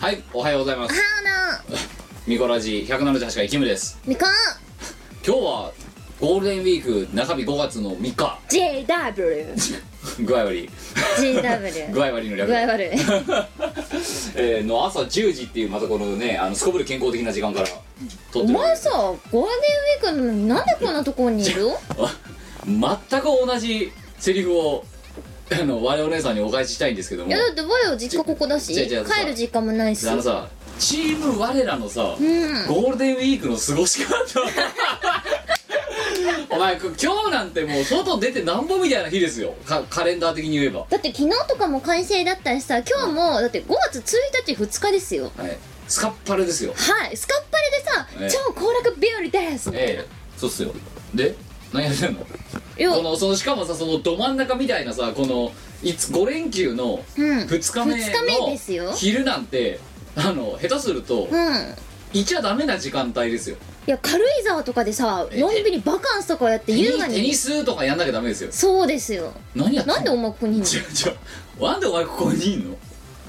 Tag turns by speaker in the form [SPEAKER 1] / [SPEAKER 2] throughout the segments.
[SPEAKER 1] はいおはようございま
[SPEAKER 2] お
[SPEAKER 1] す
[SPEAKER 2] はようの
[SPEAKER 1] ミコラジ178回キムです
[SPEAKER 2] みこ
[SPEAKER 1] 今日はゴールデンウィーク中日5月の3日
[SPEAKER 2] JWJW
[SPEAKER 1] 具合悪い具合悪いの略
[SPEAKER 2] 具合悪い
[SPEAKER 1] えーの朝10時っていうまたこのねあのすこぶる健康的な時間から撮っ
[SPEAKER 2] お
[SPEAKER 1] てる
[SPEAKER 2] 前さゴールデンウィークなのになんでこんなところにいる
[SPEAKER 1] あ 全く同じセリフをあの我お姉さんにお返ししたいんですけど
[SPEAKER 2] い
[SPEAKER 1] も
[SPEAKER 2] やだって我よ実家ここだし
[SPEAKER 1] 違う違う
[SPEAKER 2] 帰る実家もないし
[SPEAKER 1] あのさチーム我らのさ、
[SPEAKER 2] うん
[SPEAKER 1] ゴールデンウィークの過ごし方 お前今日なんてもう外出てなんぼみたいな日ですよかカレンダー的に言えば、
[SPEAKER 2] だって昨日とかも快晴だったしさ今日もだって5月1日2日ですよ
[SPEAKER 1] はい、スカッパレですよ
[SPEAKER 2] はいスカッパレ
[SPEAKER 1] ええ
[SPEAKER 2] でさ超行楽日和です
[SPEAKER 1] ええそうっすよで何やってんの
[SPEAKER 2] いや
[SPEAKER 1] このそのしかもさそのど真ん中みたいなさこのいつ5連休の
[SPEAKER 2] うん
[SPEAKER 1] 2日目
[SPEAKER 2] 二日目です
[SPEAKER 1] の
[SPEAKER 2] よ
[SPEAKER 1] 昼なんてあの下手すると
[SPEAKER 2] うん
[SPEAKER 1] いちゃダメな時間帯ですよ
[SPEAKER 2] いや軽井沢とかでさ
[SPEAKER 1] ええ
[SPEAKER 2] のんびりバカンスとかやって
[SPEAKER 1] テニ
[SPEAKER 2] 優雅
[SPEAKER 1] テニ
[SPEAKER 2] に
[SPEAKER 1] スとかやんなきゃダメですよ
[SPEAKER 2] そうですよ
[SPEAKER 1] 何やって
[SPEAKER 2] なんでお
[SPEAKER 1] 前
[SPEAKER 2] 前ここにいんの
[SPEAKER 1] 違う違うなんでお前ここにいんの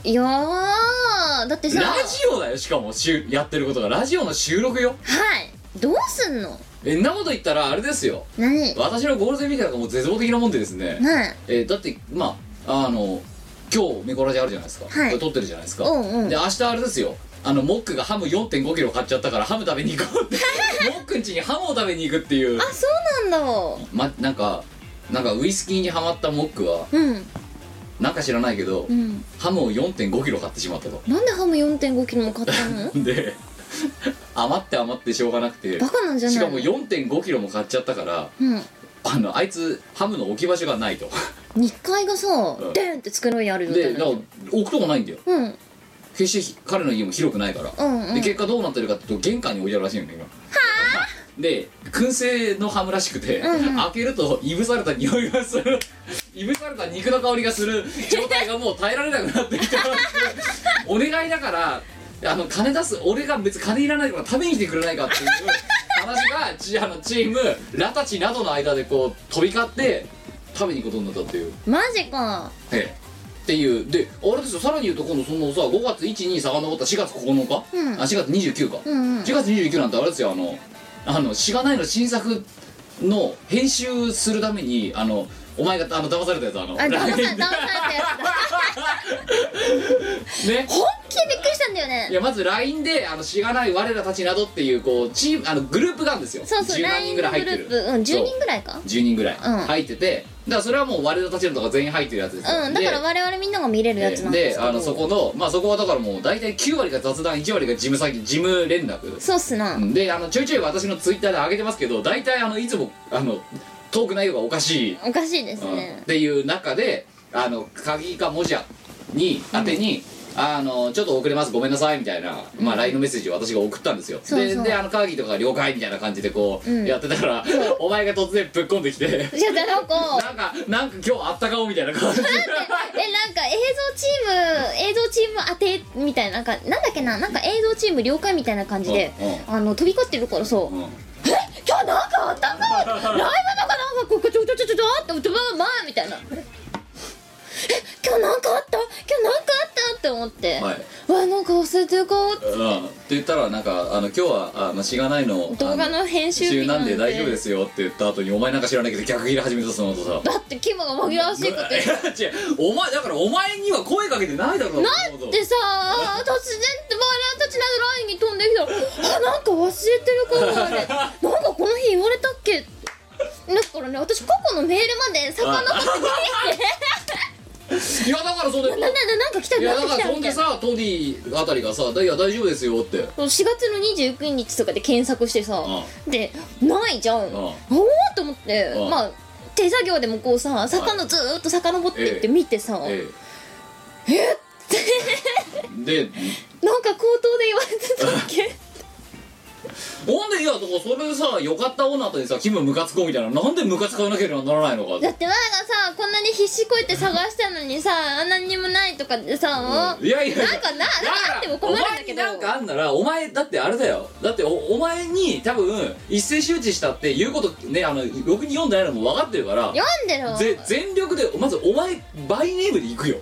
[SPEAKER 2] いやーだってさ
[SPEAKER 1] ラジオだよしかもしゅやってることがラジオの収録よ
[SPEAKER 2] はいどうすんの
[SPEAKER 1] えんなこと言ったらあれですよ
[SPEAKER 2] 何
[SPEAKER 1] 私のゴールデンウィークなんかもう絶望的なもんでですね
[SPEAKER 2] 何
[SPEAKER 1] えーだってまああの今日ミコラジあるじゃないですか、
[SPEAKER 2] はい
[SPEAKER 1] これ撮ってるじゃないですか、
[SPEAKER 2] うんうん
[SPEAKER 1] で明日あれですよあのモックがハム4 5キロ買っちゃったからハム食べに行 こうってモックん家にハムを食べに行くっていう
[SPEAKER 2] あそうなんだ
[SPEAKER 1] まなんかなんかウイスキーにハマったモックは
[SPEAKER 2] うん
[SPEAKER 1] なんか知らないけど、
[SPEAKER 2] うん
[SPEAKER 1] ハムを4 5キロ買ってしまったと
[SPEAKER 2] なんでハム4 5キロも買った の
[SPEAKER 1] で余って余ってしょうがなくて
[SPEAKER 2] バカなんじゃない
[SPEAKER 1] しか
[SPEAKER 2] の
[SPEAKER 1] も4 5キロも買っちゃったから
[SPEAKER 2] うん
[SPEAKER 1] あのあいつハムの置き場所がないと
[SPEAKER 2] 2階がさ
[SPEAKER 1] うん
[SPEAKER 2] デーンって机の上にあるよ
[SPEAKER 1] でだから置くとこないんだよ
[SPEAKER 2] うんうん
[SPEAKER 1] 決して彼の家も広くないから、
[SPEAKER 2] うん
[SPEAKER 1] で結果どうなってるかっていうと玄関に置いてあるらしいのね今はあで燻製のハムらしくて、
[SPEAKER 2] うんうん
[SPEAKER 1] 開けるといぶされた匂いがするいぶされた肉の香りがする状態がもう耐えられなくなってきたお願いだからあの金出す俺が別に金いらないから食べに来てくれないかっていう話がちあのチームラたちなどの間でこう飛び交って食べに行くことになったっていう
[SPEAKER 2] マジか
[SPEAKER 1] ええっていうであれですよさらに言うと今度そのさ5月12さかのぼった4月9日、
[SPEAKER 2] うん
[SPEAKER 1] あ4月29か、
[SPEAKER 2] うんうん
[SPEAKER 1] 4月29なんてあれですよあのあのしがないの新作の編集するためにあのお前があの騙されたやつあの
[SPEAKER 2] あ騙され騙されたやつ
[SPEAKER 1] ね
[SPEAKER 2] 本気でびっくりしたんだよ
[SPEAKER 1] い
[SPEAKER 2] ね
[SPEAKER 1] やまず LINE であのしがない我らたちなどっていうこうチームあのグループがあるんですよ
[SPEAKER 2] そうそう
[SPEAKER 1] 10何人
[SPEAKER 2] LINE
[SPEAKER 1] ぐら
[SPEAKER 2] の
[SPEAKER 1] い
[SPEAKER 2] グ
[SPEAKER 1] 入っ
[SPEAKER 2] ル
[SPEAKER 1] てる
[SPEAKER 2] ープうん10
[SPEAKER 1] そ
[SPEAKER 2] 人ぐらいか
[SPEAKER 1] う10人ぐらい
[SPEAKER 2] うん
[SPEAKER 1] 入ってて、だからそれはもう我らたちのとか全員入ってるやつですよ
[SPEAKER 2] うんだから
[SPEAKER 1] で
[SPEAKER 2] 我々みんなが見れるやつなんで
[SPEAKER 1] です
[SPEAKER 2] け
[SPEAKER 1] あ
[SPEAKER 2] ど
[SPEAKER 1] のそこのまあそこはだからもう大体9割が雑談1割が事務作業事務連絡
[SPEAKER 2] そうっすな
[SPEAKER 1] であのちょいちょい私のツイッターで上げてますけど大体あのいつもあのトーク内容がおかしい、
[SPEAKER 2] おかしいです
[SPEAKER 1] うん
[SPEAKER 2] ね
[SPEAKER 1] っていう中であの鍵か文字やに宛てに、あのちょっと遅れますごめんなさいみたいな、まあ、LINE のメッセージを私が送ったんですよ
[SPEAKER 2] そうそう
[SPEAKER 1] でであの鍵とかが了解みたいな感じでこう、
[SPEAKER 2] うん
[SPEAKER 1] やってたら、お前が突然ぶっこんできて
[SPEAKER 2] じゃあなんか
[SPEAKER 1] なんかなんか今日あったかおみたいな感じで
[SPEAKER 2] えなんか映像チーム映像チーム当てみたいななんかなんだっけななんか映像チーム了解みたいな感じで、
[SPEAKER 1] う
[SPEAKER 2] あの飛び交ってるからさ、う
[SPEAKER 1] うん
[SPEAKER 2] 今日なんかあったかいライブとかなんかこうちょちょちょちょちょってうとままみたいなえ今日なんかあった今日なんかあったって思って、
[SPEAKER 1] はい
[SPEAKER 2] わなんか忘れてるか
[SPEAKER 1] うんって言ったらなんかあの今日はあのしがないの
[SPEAKER 2] 動画の編集
[SPEAKER 1] 中
[SPEAKER 2] 日
[SPEAKER 1] なんで大丈夫ですすよって言った後にお前なんか知らないけど逆切れ始めたその後さ
[SPEAKER 2] だってキムが紛らわしいこと言っ
[SPEAKER 1] い
[SPEAKER 2] て
[SPEAKER 1] や違うお前だからお前には声かけてないだろ
[SPEAKER 2] なん
[SPEAKER 1] その
[SPEAKER 2] でさ突然ってバラたちのラインに飛んできたら「あなんか忘れてるかもあれなんかこの日言われたっけ?」だからね私過去のメールまで遡って
[SPEAKER 1] こといやだからそ
[SPEAKER 2] 「なな
[SPEAKER 1] れ
[SPEAKER 2] ななんか来た
[SPEAKER 1] いや
[SPEAKER 2] な
[SPEAKER 1] だ
[SPEAKER 2] んか
[SPEAKER 1] か
[SPEAKER 2] 来
[SPEAKER 1] ら
[SPEAKER 2] た」
[SPEAKER 1] そん
[SPEAKER 2] みた
[SPEAKER 1] で
[SPEAKER 2] いな。
[SPEAKER 1] さトディあたりがさ「いや大丈夫ですよ」って
[SPEAKER 2] 4月の29日とかで検索してさでないじゃん
[SPEAKER 1] ん
[SPEAKER 2] おおと思って
[SPEAKER 1] うん
[SPEAKER 2] まあ手作業でもこうさ魚ずーっと遡っていって
[SPEAKER 1] ええ
[SPEAKER 2] 見てさ
[SPEAKER 1] ええで
[SPEAKER 2] なんか口頭で言われてたっけ
[SPEAKER 1] ほんでいやだからそれでさよかったオーナーとにさ「キムムカつこう」みたいななんでムカつかなければならないのかって
[SPEAKER 2] だって我がさこんなに必死こいて探したのにさ何にもないとかでさ、
[SPEAKER 1] いやいやいや
[SPEAKER 2] なんかな何あっても困るんだけど
[SPEAKER 1] お前になんかあんならお前だってあれだよだっておお前に多分一斉周知したって言うことねあのろくに読んでないのも分かってるから
[SPEAKER 2] 読んでろ
[SPEAKER 1] ぜ 全力でまずお前バイネームで行くよ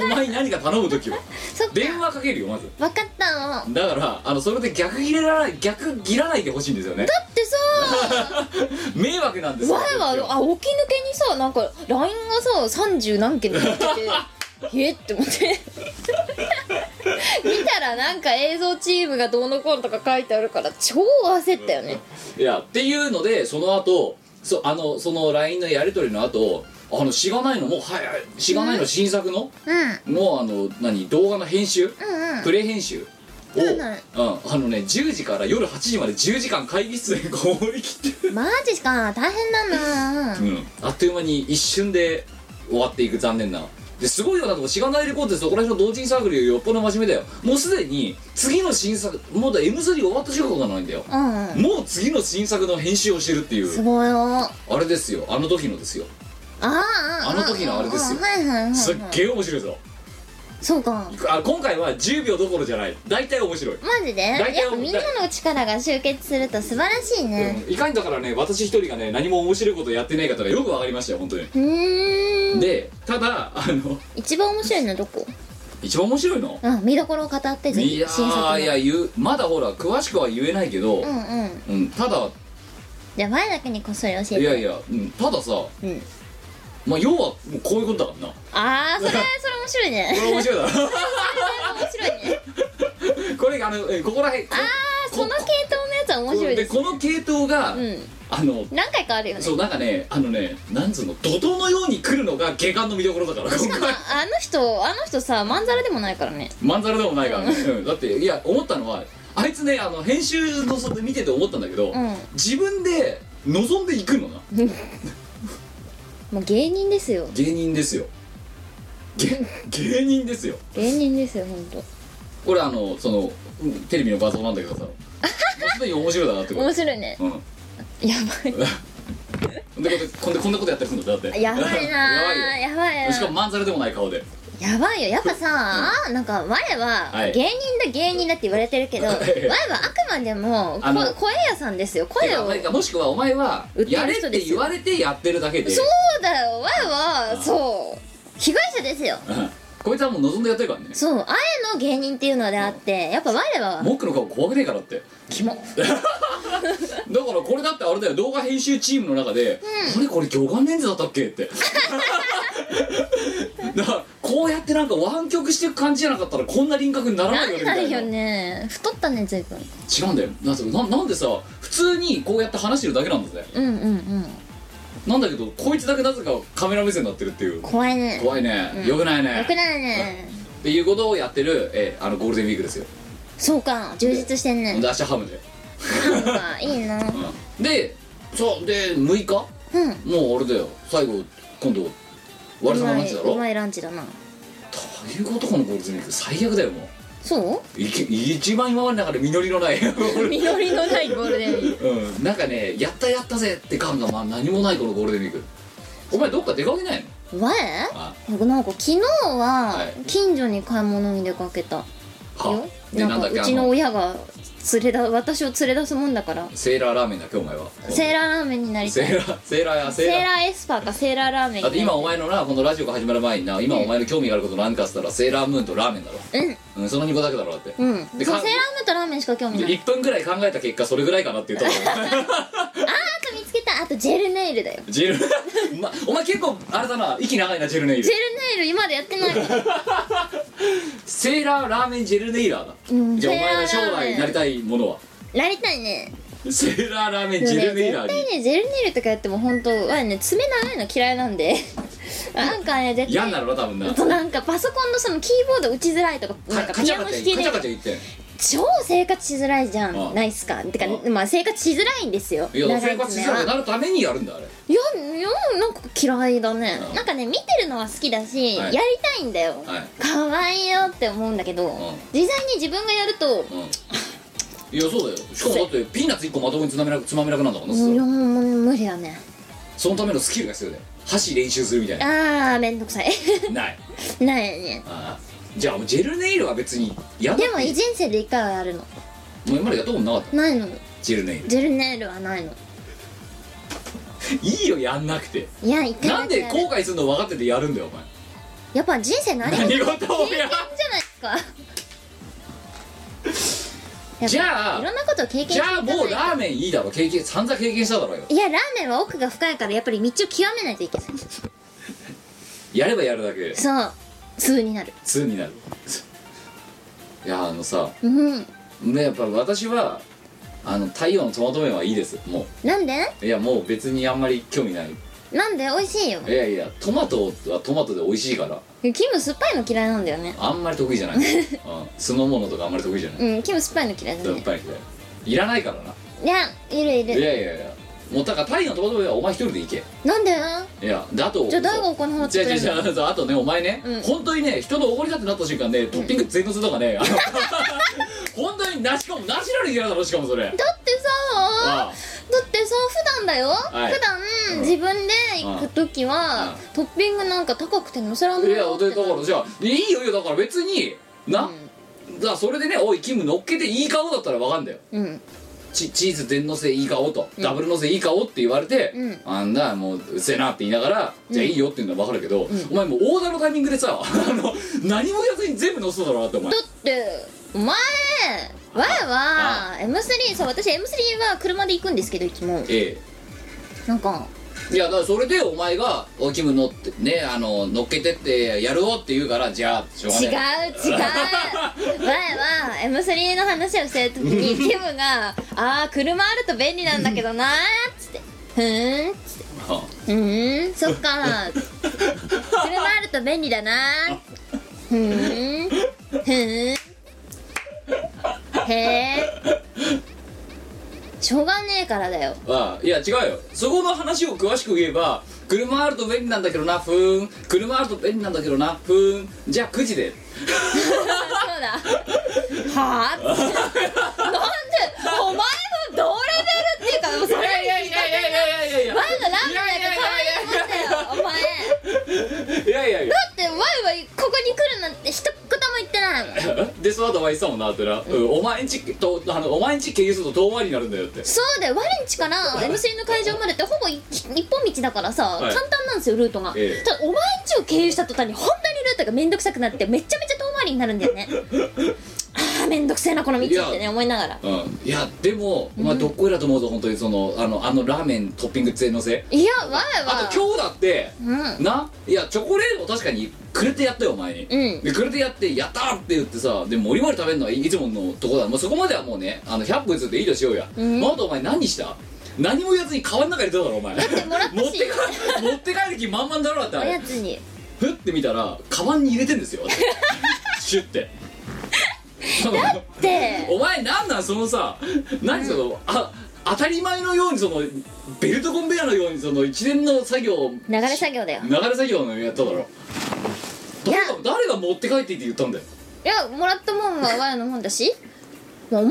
[SPEAKER 1] お前に何か頼む時は
[SPEAKER 2] そっか
[SPEAKER 1] 電話かけるよまず
[SPEAKER 2] 分かったの
[SPEAKER 1] だからあのそれで逆切れらない逆切らないでほしいんですよね
[SPEAKER 2] だってさ
[SPEAKER 1] 迷惑なんですよ
[SPEAKER 2] 前はあ起き抜けにさなんか LINE がさ30何件になって てえって思って見たらなんか映像チームがどうのこうのとか書いてあるから超焦ったよね
[SPEAKER 1] いやっていうのでその後そあのその LINE のやり取りの後あのしがないのもうはいはいしがないの新作の、
[SPEAKER 2] うん
[SPEAKER 1] のあの何動画の編集、
[SPEAKER 2] うんうん
[SPEAKER 1] プレ編集を、
[SPEAKER 2] は
[SPEAKER 1] う
[SPEAKER 2] い
[SPEAKER 1] ん、
[SPEAKER 2] はい
[SPEAKER 1] あのね10時から夜8時まで10時間会議室でこもりきって、
[SPEAKER 2] マジか大変だな
[SPEAKER 1] うん、あっという間に一瞬で終わっていく残念なですごいよなとかしがないレコードでそこら辺の同人サークルよりよっぽど真面目だよもうすでに次の新作もうだ M3 終わった時刻なのにだよ
[SPEAKER 2] うん、うん、
[SPEAKER 1] もう次の新作の編集をしてるってい
[SPEAKER 2] す
[SPEAKER 1] う
[SPEAKER 2] ごいよあ
[SPEAKER 1] あれですよあの時のですよ
[SPEAKER 2] あ
[SPEAKER 1] あの時のあれですよ
[SPEAKER 2] はいはいはい、はい、
[SPEAKER 1] すっげえ面白いぞ
[SPEAKER 2] そうか
[SPEAKER 1] あ今回は10秒どころじゃない大体面白い
[SPEAKER 2] マジでやっ
[SPEAKER 1] 大体
[SPEAKER 2] ぱみんなの力が集結すると素晴らしいね
[SPEAKER 1] うんいかにだからね私一人がね何も面白いことやってない方がよくわかりましたよ本当に、
[SPEAKER 2] うーん
[SPEAKER 1] でただあの
[SPEAKER 2] 一番面白いのどこ
[SPEAKER 1] 一番面白いの
[SPEAKER 2] あ見どころを語ってぜ
[SPEAKER 1] い
[SPEAKER 2] ひ
[SPEAKER 1] や
[SPEAKER 2] 新作の
[SPEAKER 1] ーいや言うまだほら詳しくは言えないけど、
[SPEAKER 2] う
[SPEAKER 1] うん
[SPEAKER 2] んうん
[SPEAKER 1] ただ
[SPEAKER 2] じゃあ前だけにこっそり教えて
[SPEAKER 1] いやいや、うん、たださ、
[SPEAKER 2] うん
[SPEAKER 1] まあ、要はもうこういうことだからなこ
[SPEAKER 2] ああそれそれ面白いね
[SPEAKER 1] れ面白いだろ
[SPEAKER 2] 面白いね
[SPEAKER 1] これあのえここらへんこ
[SPEAKER 2] ああその系統のやつは面白いです
[SPEAKER 1] この系統が、
[SPEAKER 2] うん
[SPEAKER 1] あの
[SPEAKER 2] 何回かあるよね
[SPEAKER 1] そうなんかねあのねなんつうの怒涛のように来るのが下巻の見どころだから今回
[SPEAKER 2] ああの人あの人さまんざらでもないからね
[SPEAKER 1] まんざらでもないからね、うんだっていや思ったのはあいつねあの編集のそれ見てて思ったんだけど、
[SPEAKER 2] うん
[SPEAKER 1] 自分で望んでいくのな
[SPEAKER 2] もう芸人ですよ
[SPEAKER 1] 芸人ですよげ芸人ですよ
[SPEAKER 2] 芸人ですよほんと
[SPEAKER 1] これあのそのうんテレビの画像なんだ けどさもうすでに面白いだなってこ
[SPEAKER 2] 面白いね
[SPEAKER 1] とうん
[SPEAKER 2] やばい
[SPEAKER 1] でこんでこんなことやってるんだってだって
[SPEAKER 2] やばいな
[SPEAKER 1] やば
[SPEAKER 2] ー
[SPEAKER 1] いよ
[SPEAKER 2] やばいよ
[SPEAKER 1] しかもまんざらでもない顔で
[SPEAKER 2] やばいよやっぱさ、なんか前は
[SPEAKER 1] はい
[SPEAKER 2] 芸人だ芸人だって言われてるけど前はあくまでもこ
[SPEAKER 1] あの
[SPEAKER 2] 声屋さんですよ
[SPEAKER 1] て
[SPEAKER 2] 声
[SPEAKER 1] か
[SPEAKER 2] を
[SPEAKER 1] なんかもしくはお前は
[SPEAKER 2] 売って
[SPEAKER 1] や
[SPEAKER 2] る
[SPEAKER 1] れ
[SPEAKER 2] 人
[SPEAKER 1] っ
[SPEAKER 2] で
[SPEAKER 1] て
[SPEAKER 2] す
[SPEAKER 1] 言
[SPEAKER 2] よ
[SPEAKER 1] われてやってるだけで
[SPEAKER 2] そうだよ前はそう被害者ですよ
[SPEAKER 1] うんこいつはもう望んでやってるからね
[SPEAKER 2] そうあえの芸人っていうのであってやっぱ我は
[SPEAKER 1] モックの顔怖くねえからって
[SPEAKER 2] キモ
[SPEAKER 1] だからこれだってあれだよ動画編集チームの中で「あれこれ魚眼レンズだったっけ?」って だからこうやってなんか湾曲していく感じじゃなかったらこんな輪郭にならな
[SPEAKER 2] ない
[SPEAKER 1] よね
[SPEAKER 2] ん
[SPEAKER 1] み
[SPEAKER 2] な
[SPEAKER 1] た
[SPEAKER 2] い
[SPEAKER 1] いな
[SPEAKER 2] よね太ったね随分
[SPEAKER 1] 違うんだよなんかななんでさ普通にこうやって話してるだけなんだぜ
[SPEAKER 2] うんうんうん
[SPEAKER 1] なんだけどこいつだけなぜかカメラ目線になってるっていう
[SPEAKER 2] 怖いね
[SPEAKER 1] 怖いね、
[SPEAKER 2] うん
[SPEAKER 1] よくないね
[SPEAKER 2] よくないね
[SPEAKER 1] っていうことをやってる、えーあのゴールデンウィークですよ、
[SPEAKER 2] そうか充実してん
[SPEAKER 1] で
[SPEAKER 2] ね
[SPEAKER 1] 明日ハムで、
[SPEAKER 2] なんかいいな
[SPEAKER 1] うん、でそうで6日も
[SPEAKER 2] うん
[SPEAKER 1] うあれだよ最後今度割
[SPEAKER 2] う
[SPEAKER 1] れ様
[SPEAKER 2] ま
[SPEAKER 1] の話
[SPEAKER 2] い
[SPEAKER 1] だ
[SPEAKER 2] う
[SPEAKER 1] ろ
[SPEAKER 2] まいランチだな
[SPEAKER 1] ということこのゴールデンウィーク最悪だよも
[SPEAKER 2] そう
[SPEAKER 1] いけ一番今までの中で実りのない
[SPEAKER 2] う実りのないゴールデンウィーク
[SPEAKER 1] うんなんかねやったやったぜって感が、まあ、何もないこのゴールデンウィークお前どっか出かけないの
[SPEAKER 2] わ
[SPEAKER 1] あ
[SPEAKER 2] えなんか昨日は
[SPEAKER 1] はい
[SPEAKER 2] 近所に買い物に出かけたよ、
[SPEAKER 1] はで
[SPEAKER 2] な
[SPEAKER 1] なん
[SPEAKER 2] ん
[SPEAKER 1] だ
[SPEAKER 2] か
[SPEAKER 1] っけ
[SPEAKER 2] う
[SPEAKER 1] あ
[SPEAKER 2] ちの
[SPEAKER 1] の
[SPEAKER 2] 親が連れだ私を連れ出すもんだから
[SPEAKER 1] セーラーラーメンだっけお前は
[SPEAKER 2] セーラーラーメンになりた
[SPEAKER 1] セ
[SPEAKER 2] い
[SPEAKER 1] ーラーセーラーやセー
[SPEAKER 2] セ
[SPEAKER 1] ラー
[SPEAKER 2] ーラーエスパーかセーラーラーメンに
[SPEAKER 1] だ
[SPEAKER 2] な
[SPEAKER 1] っ
[SPEAKER 2] り
[SPEAKER 1] て
[SPEAKER 2] た
[SPEAKER 1] 今
[SPEAKER 2] い
[SPEAKER 1] お前のなこのラジオが始まる前にな今お前の興味があることなんかっつったらセーラームーンとラーメンだろ、うん、その2個だけだろだって、
[SPEAKER 2] うんうんそう
[SPEAKER 1] で
[SPEAKER 2] セーラ
[SPEAKER 1] か
[SPEAKER 2] ームーンとラーメンしか興味
[SPEAKER 1] で
[SPEAKER 2] ない
[SPEAKER 1] 1分ぐらい考えた結果それぐらいかなって言ったもん
[SPEAKER 2] あーあと見つけたあとジェルネイルだよ
[SPEAKER 1] ジェルまお前結構あれだな息長いなジェルネイ
[SPEAKER 2] ジェ
[SPEAKER 1] ル
[SPEAKER 2] ルネイル今までやってない から
[SPEAKER 1] セーラーラーメンジェルネイラーだ、
[SPEAKER 2] うん
[SPEAKER 1] じゃあお
[SPEAKER 2] セー
[SPEAKER 1] 前の将
[SPEAKER 2] ラーラーメン
[SPEAKER 1] 来なりたいものは
[SPEAKER 2] なりたいね
[SPEAKER 1] セーラーラーメン
[SPEAKER 2] でも
[SPEAKER 1] ジ
[SPEAKER 2] ね
[SPEAKER 1] ェル
[SPEAKER 2] 絶
[SPEAKER 1] ネイ
[SPEAKER 2] 対
[SPEAKER 1] ラーに
[SPEAKER 2] ねジェルネイルとかやっても本当わね爪長いの嫌いな んでなんかね絶
[SPEAKER 1] 嫌
[SPEAKER 2] 対
[SPEAKER 1] になるな多分な
[SPEAKER 2] あとなんかパソコンのそのキーボード打ちづらいとかな
[SPEAKER 1] カ
[SPEAKER 2] んか
[SPEAKER 1] カ
[SPEAKER 2] ピ
[SPEAKER 1] チャ
[SPEAKER 2] アノ
[SPEAKER 1] カチ
[SPEAKER 2] 弾
[SPEAKER 1] ャカチ
[SPEAKER 2] けねえ
[SPEAKER 1] ャカチャ言ってん
[SPEAKER 2] 超生活しづらいじゃん
[SPEAKER 1] ああ
[SPEAKER 2] ないっすかてか
[SPEAKER 1] ああ
[SPEAKER 2] まあ生活しづらいんですよ
[SPEAKER 1] いや
[SPEAKER 2] 長
[SPEAKER 1] 生
[SPEAKER 2] い
[SPEAKER 1] 活し
[SPEAKER 2] 爪
[SPEAKER 1] づらく
[SPEAKER 2] は
[SPEAKER 1] なるためにやるんだあれ
[SPEAKER 2] いやいやなんか嫌いだね
[SPEAKER 1] ああ
[SPEAKER 2] なんかね見てるのは好きだし、
[SPEAKER 1] はい
[SPEAKER 2] やりたいんだよ、
[SPEAKER 1] はい
[SPEAKER 2] かわいいよって思うんだけど、
[SPEAKER 1] あ
[SPEAKER 2] 実際に自分がやる
[SPEAKER 1] う
[SPEAKER 2] と、
[SPEAKER 1] んいやそうだよしかもだってピーナッツ1個まともにつまめなくつまめなくなるんだからな
[SPEAKER 2] もうもう無理だね
[SPEAKER 1] そのためのスキルが必要だよ箸練習するみた いな
[SPEAKER 2] あーめんどくさい
[SPEAKER 1] ない
[SPEAKER 2] ないね
[SPEAKER 1] ああじゃあジェルネイルは別にやんな
[SPEAKER 2] で
[SPEAKER 1] く
[SPEAKER 2] も
[SPEAKER 1] ていい
[SPEAKER 2] 人生で一回はやるの
[SPEAKER 1] もう今までやったことなかった
[SPEAKER 2] ないの
[SPEAKER 1] ジェルネイル
[SPEAKER 2] ジェルネイルはないの
[SPEAKER 1] いいよやんなくて
[SPEAKER 2] いや一回
[SPEAKER 1] な
[SPEAKER 2] だ
[SPEAKER 1] ん
[SPEAKER 2] け
[SPEAKER 1] で
[SPEAKER 2] やる
[SPEAKER 1] 後悔するの分かっててやるんだよお前
[SPEAKER 2] やっぱ人生何も
[SPEAKER 1] 何事も
[SPEAKER 2] 経験じゃ
[SPEAKER 1] や
[SPEAKER 2] ないかやっ ぱ
[SPEAKER 1] じゃあ
[SPEAKER 2] いろんなことを経験して
[SPEAKER 1] じ
[SPEAKER 2] い
[SPEAKER 1] ゃ
[SPEAKER 2] か
[SPEAKER 1] あ
[SPEAKER 2] ない
[SPEAKER 1] もうラーメンいいだろ経験散々経験しただろうよ
[SPEAKER 2] いやラーメンは奥が深いからやっぱり道を極めないといけない
[SPEAKER 1] やればやるだけ
[SPEAKER 2] そう通になる
[SPEAKER 1] 通になるいやあのさ
[SPEAKER 2] うん
[SPEAKER 1] ねやっぱ私はあの太陽のトマト麺はいいですも
[SPEAKER 2] なんで
[SPEAKER 1] ういやもう別にあんまり興味ない
[SPEAKER 2] なんで美味しいよ
[SPEAKER 1] いやいやトマトはトマトで美味しいから
[SPEAKER 2] キム酸っぱいの嫌いなんだよね
[SPEAKER 1] あんまり得意 じゃない、うん、酢の物とかあんまり得意じゃない
[SPEAKER 2] うんキム酸っぱいの嫌いだ
[SPEAKER 1] やっ
[SPEAKER 2] ね
[SPEAKER 1] ぱりねいらないからない
[SPEAKER 2] やいるい
[SPEAKER 1] い
[SPEAKER 2] る
[SPEAKER 1] やいやいやもうだから太陽のトマト麺はお前一人で行け
[SPEAKER 2] なんで
[SPEAKER 1] いやだと
[SPEAKER 2] じゃあ大悟この話
[SPEAKER 1] じゃあじゃあじゃああとねお前ね、
[SPEAKER 2] うん
[SPEAKER 1] 本当にね人のおごりだってなった瞬間ねトッピング全のせとかね、あの 本当になしかもナチュラルに嫌だろしかもそれ
[SPEAKER 2] だってさ
[SPEAKER 1] あ
[SPEAKER 2] だってさ普段だよ、
[SPEAKER 1] い
[SPEAKER 2] 普段、
[SPEAKER 1] うん
[SPEAKER 2] 自分で行く時は、
[SPEAKER 1] う
[SPEAKER 2] トッピングなんか高くて乗せら
[SPEAKER 1] あ
[SPEAKER 2] んないい
[SPEAKER 1] やでだからじゃあいいよいいよだから別にな、
[SPEAKER 2] う
[SPEAKER 1] だからそれでねおいキム乗っけていい顔だったらわかんだよ
[SPEAKER 2] ん、うん、
[SPEAKER 1] チチーズ全のせいい顔と、ダブルのせいい顔って言われて、
[SPEAKER 2] うん
[SPEAKER 1] あんなもううっせえなって言いながら、じゃあいいよっていうのは分かるけど、お前もうオーダーのタイミングでさあの何も言わずに全部乗せただろうなってお前
[SPEAKER 2] だってお前前は M3 そう私 M3 は車で行くんですけどいつも
[SPEAKER 1] え
[SPEAKER 2] なんか
[SPEAKER 1] えいやだからそれでお前が「おキム乗ってねあの乗っけてってやるよ」って言うからじゃあしょうが
[SPEAKER 2] 違 う違う
[SPEAKER 1] ない
[SPEAKER 2] 前は M3 の話をしてる時 にキムが「ああ車あると便利なんだけどな」っつって「ふーん」っつって「ふーんそっか」車あると便利だな」ふーんふーんへえしょうがねえからだよ
[SPEAKER 1] ああいや違うよそこの話を詳しく言えば車あると便利なんだけどなふーん車あると便利なんだけどなふーんじゃあ9時で
[SPEAKER 2] そうだはあなんでお前も同レベルっていうかもうそれ
[SPEAKER 1] いやいやいやいやいやいや
[SPEAKER 2] 前がラーメンなんか可愛いもんだよお前だ
[SPEAKER 1] いやいやいや
[SPEAKER 2] って前はここに来るなんて一言も言ってないもん
[SPEAKER 1] でその後お前言ってたもんなってな、うんお前んちとあのお前んち経由すると遠回りになるんだよって
[SPEAKER 2] そうだよ我んちから M3 の会場までってほぼ一一本道だからさ、
[SPEAKER 1] はい
[SPEAKER 2] 簡単なんですよルートが、
[SPEAKER 1] ええ
[SPEAKER 2] ただお前んちを経由した途端に本当にルートがめんどくさくなってめちゃめちゃ遠回りになるんだよねああめんどくせえなこの道って
[SPEAKER 1] い
[SPEAKER 2] ね
[SPEAKER 1] や
[SPEAKER 2] 思いながら
[SPEAKER 1] うんいやでも、まあ、どっこいだと思うと本当にそのあのあのラーメントッピング全のせ
[SPEAKER 2] いや我
[SPEAKER 1] あ
[SPEAKER 2] は
[SPEAKER 1] と今日だって
[SPEAKER 2] うん
[SPEAKER 1] ないやチョコレート確かにくれてやったよお前に、
[SPEAKER 2] うん
[SPEAKER 1] でくれてやってやったーって言ってさでもりもり食べるのはいいつものとこだもうそこまではもうねあの100歩譲っていいとしようや、
[SPEAKER 2] ん
[SPEAKER 1] まだお前何した何も言わずに川の中に入れただろお前だ
[SPEAKER 2] ってもらったし
[SPEAKER 1] 持って帰持って帰る気満々だろだってあ
[SPEAKER 2] お
[SPEAKER 1] れ
[SPEAKER 2] やつに
[SPEAKER 1] ふって見たらカバンに入れてんですよシュッて
[SPEAKER 2] で
[SPEAKER 1] お前なんなんそのさ何その、あ当たり前のようにそのベルトコンベヤーのようにその一連の作業流
[SPEAKER 2] 流れ作業だよ
[SPEAKER 1] れ作業のやっただろ
[SPEAKER 2] いや
[SPEAKER 1] 誰が誰が持って帰っていいって言ったんだよ
[SPEAKER 2] いやもらったもんは我のもんだしお前の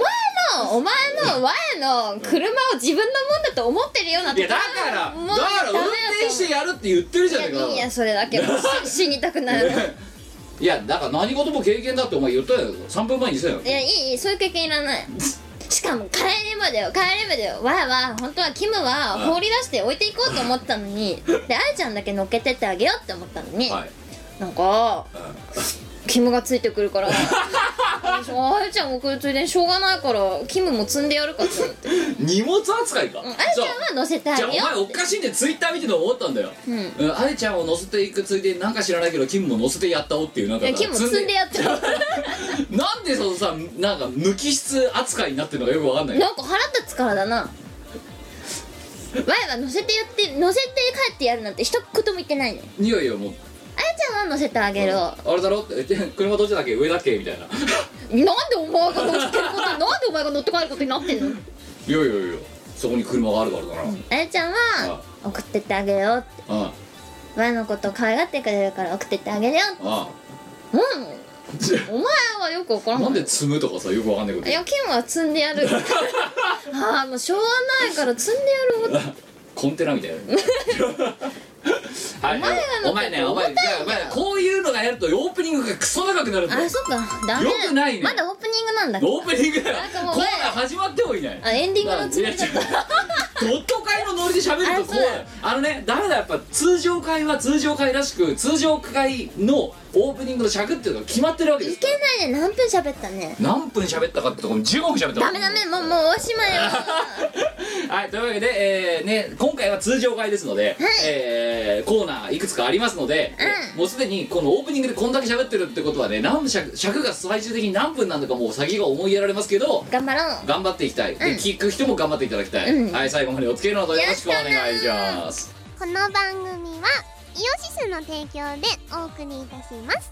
[SPEAKER 2] お前の我の車を自分のもんだと思ってるようなと
[SPEAKER 1] い
[SPEAKER 2] こ
[SPEAKER 1] やだからだ
[SPEAKER 2] もう
[SPEAKER 1] から運
[SPEAKER 2] ダメだと思う
[SPEAKER 1] 転してやるって言ってるじゃない
[SPEAKER 2] い
[SPEAKER 1] か
[SPEAKER 2] やいいやそれだけどし死にたくなる
[SPEAKER 1] いやだから何事も経験だってお前言ったよ3分前にしたよ
[SPEAKER 2] いやいいいいそういう経験いらないしかも帰りまでよ帰りまでよわあわあ本当はキムは放り出して置いていこうと思ったのにで愛ちゃんだけ乗っけてってあげようって思ったのに、
[SPEAKER 1] はい
[SPEAKER 2] なんか
[SPEAKER 1] うん
[SPEAKER 2] キムがついてくるから私あやちゃん送るついでにしょうがないからキムも積んでやるかと思って
[SPEAKER 1] 荷物扱いか
[SPEAKER 2] うんあやちゃんは乗せてあ
[SPEAKER 1] じ
[SPEAKER 2] げ
[SPEAKER 1] ゃあ
[SPEAKER 2] よ
[SPEAKER 1] お前
[SPEAKER 2] う
[SPEAKER 1] おかしいんでツイッター見てて思ったんだよ、
[SPEAKER 2] うん
[SPEAKER 1] うん、あれちゃんを乗せていくついでになんか知らないけどキムも乗せてやったおっていうなん
[SPEAKER 2] い
[SPEAKER 1] か
[SPEAKER 2] やキムも積んでやってるなんか
[SPEAKER 1] なんでそのさなんか無機質扱いになってるのかよくわかんない
[SPEAKER 2] 腹立つからだな前は乗せてやって乗せて帰ってやるなんて一言も言ってないね
[SPEAKER 1] いやいやもう
[SPEAKER 2] あやちゃんは乗せてあげる、
[SPEAKER 1] あれだろってえ車どっちだっけ上だっけみたいな
[SPEAKER 2] なんでお前が乗ってる ことなんでお前が乗って帰ることになってんの
[SPEAKER 1] いやいやいやそこに車があるからだな、
[SPEAKER 2] あやちゃんは送ってってあげるよって
[SPEAKER 1] うんあ
[SPEAKER 2] 前のこと可愛がってくれるから送ってってあげるよって
[SPEAKER 1] あ
[SPEAKER 2] うんお前はよく怒らな
[SPEAKER 1] ないんで積むとかさよくわかんないこと
[SPEAKER 2] いやキムは積んで やるああもうしょうがないから積んでやる
[SPEAKER 1] コンテナみたい なはい
[SPEAKER 2] お前が乗ってて
[SPEAKER 1] お前ねお前
[SPEAKER 2] 重たいんだよ
[SPEAKER 1] お前こういうのがやるとオープニングがクソ長くなるんだよ
[SPEAKER 2] あそっかダメだ
[SPEAKER 1] よくないね
[SPEAKER 2] まだオープニングなんだ
[SPEAKER 1] オープニングだよ
[SPEAKER 2] なんか
[SPEAKER 1] コ
[SPEAKER 2] もう
[SPEAKER 1] ーナー始まっでもいない
[SPEAKER 2] あエンディングのつもりだった
[SPEAKER 1] いや違うドット会のノノリで喋ると怖い
[SPEAKER 2] あそう
[SPEAKER 1] あのねダメだやっぱ通常会は通常会らしく通常会のオープニングの尺っていうのが決まってるわけで
[SPEAKER 2] い
[SPEAKER 1] す
[SPEAKER 2] けないね何分喋ったね
[SPEAKER 1] 何分喋ったかってとこも15分喋ったわ
[SPEAKER 2] ダメダメもうもうおしまいよ
[SPEAKER 1] はい、というわけで、えーね、今回は通常回ですので、えーコーナーいくつかありますので、
[SPEAKER 2] うん
[SPEAKER 1] もうすでにこのオープニングでこんだけ喋ってるってことはね何尺尺が最終的に何分なのかもう先が思いやられますけど
[SPEAKER 2] 頑張ろう
[SPEAKER 1] 頑張っていきたい、
[SPEAKER 2] う
[SPEAKER 1] で
[SPEAKER 2] ん
[SPEAKER 1] 聞く人も頑張っていただきたい、
[SPEAKER 2] うん
[SPEAKER 1] はい最後までお付き合いのほどよろしくお願いします
[SPEAKER 3] この番組はイオシスの提供でお送りいたします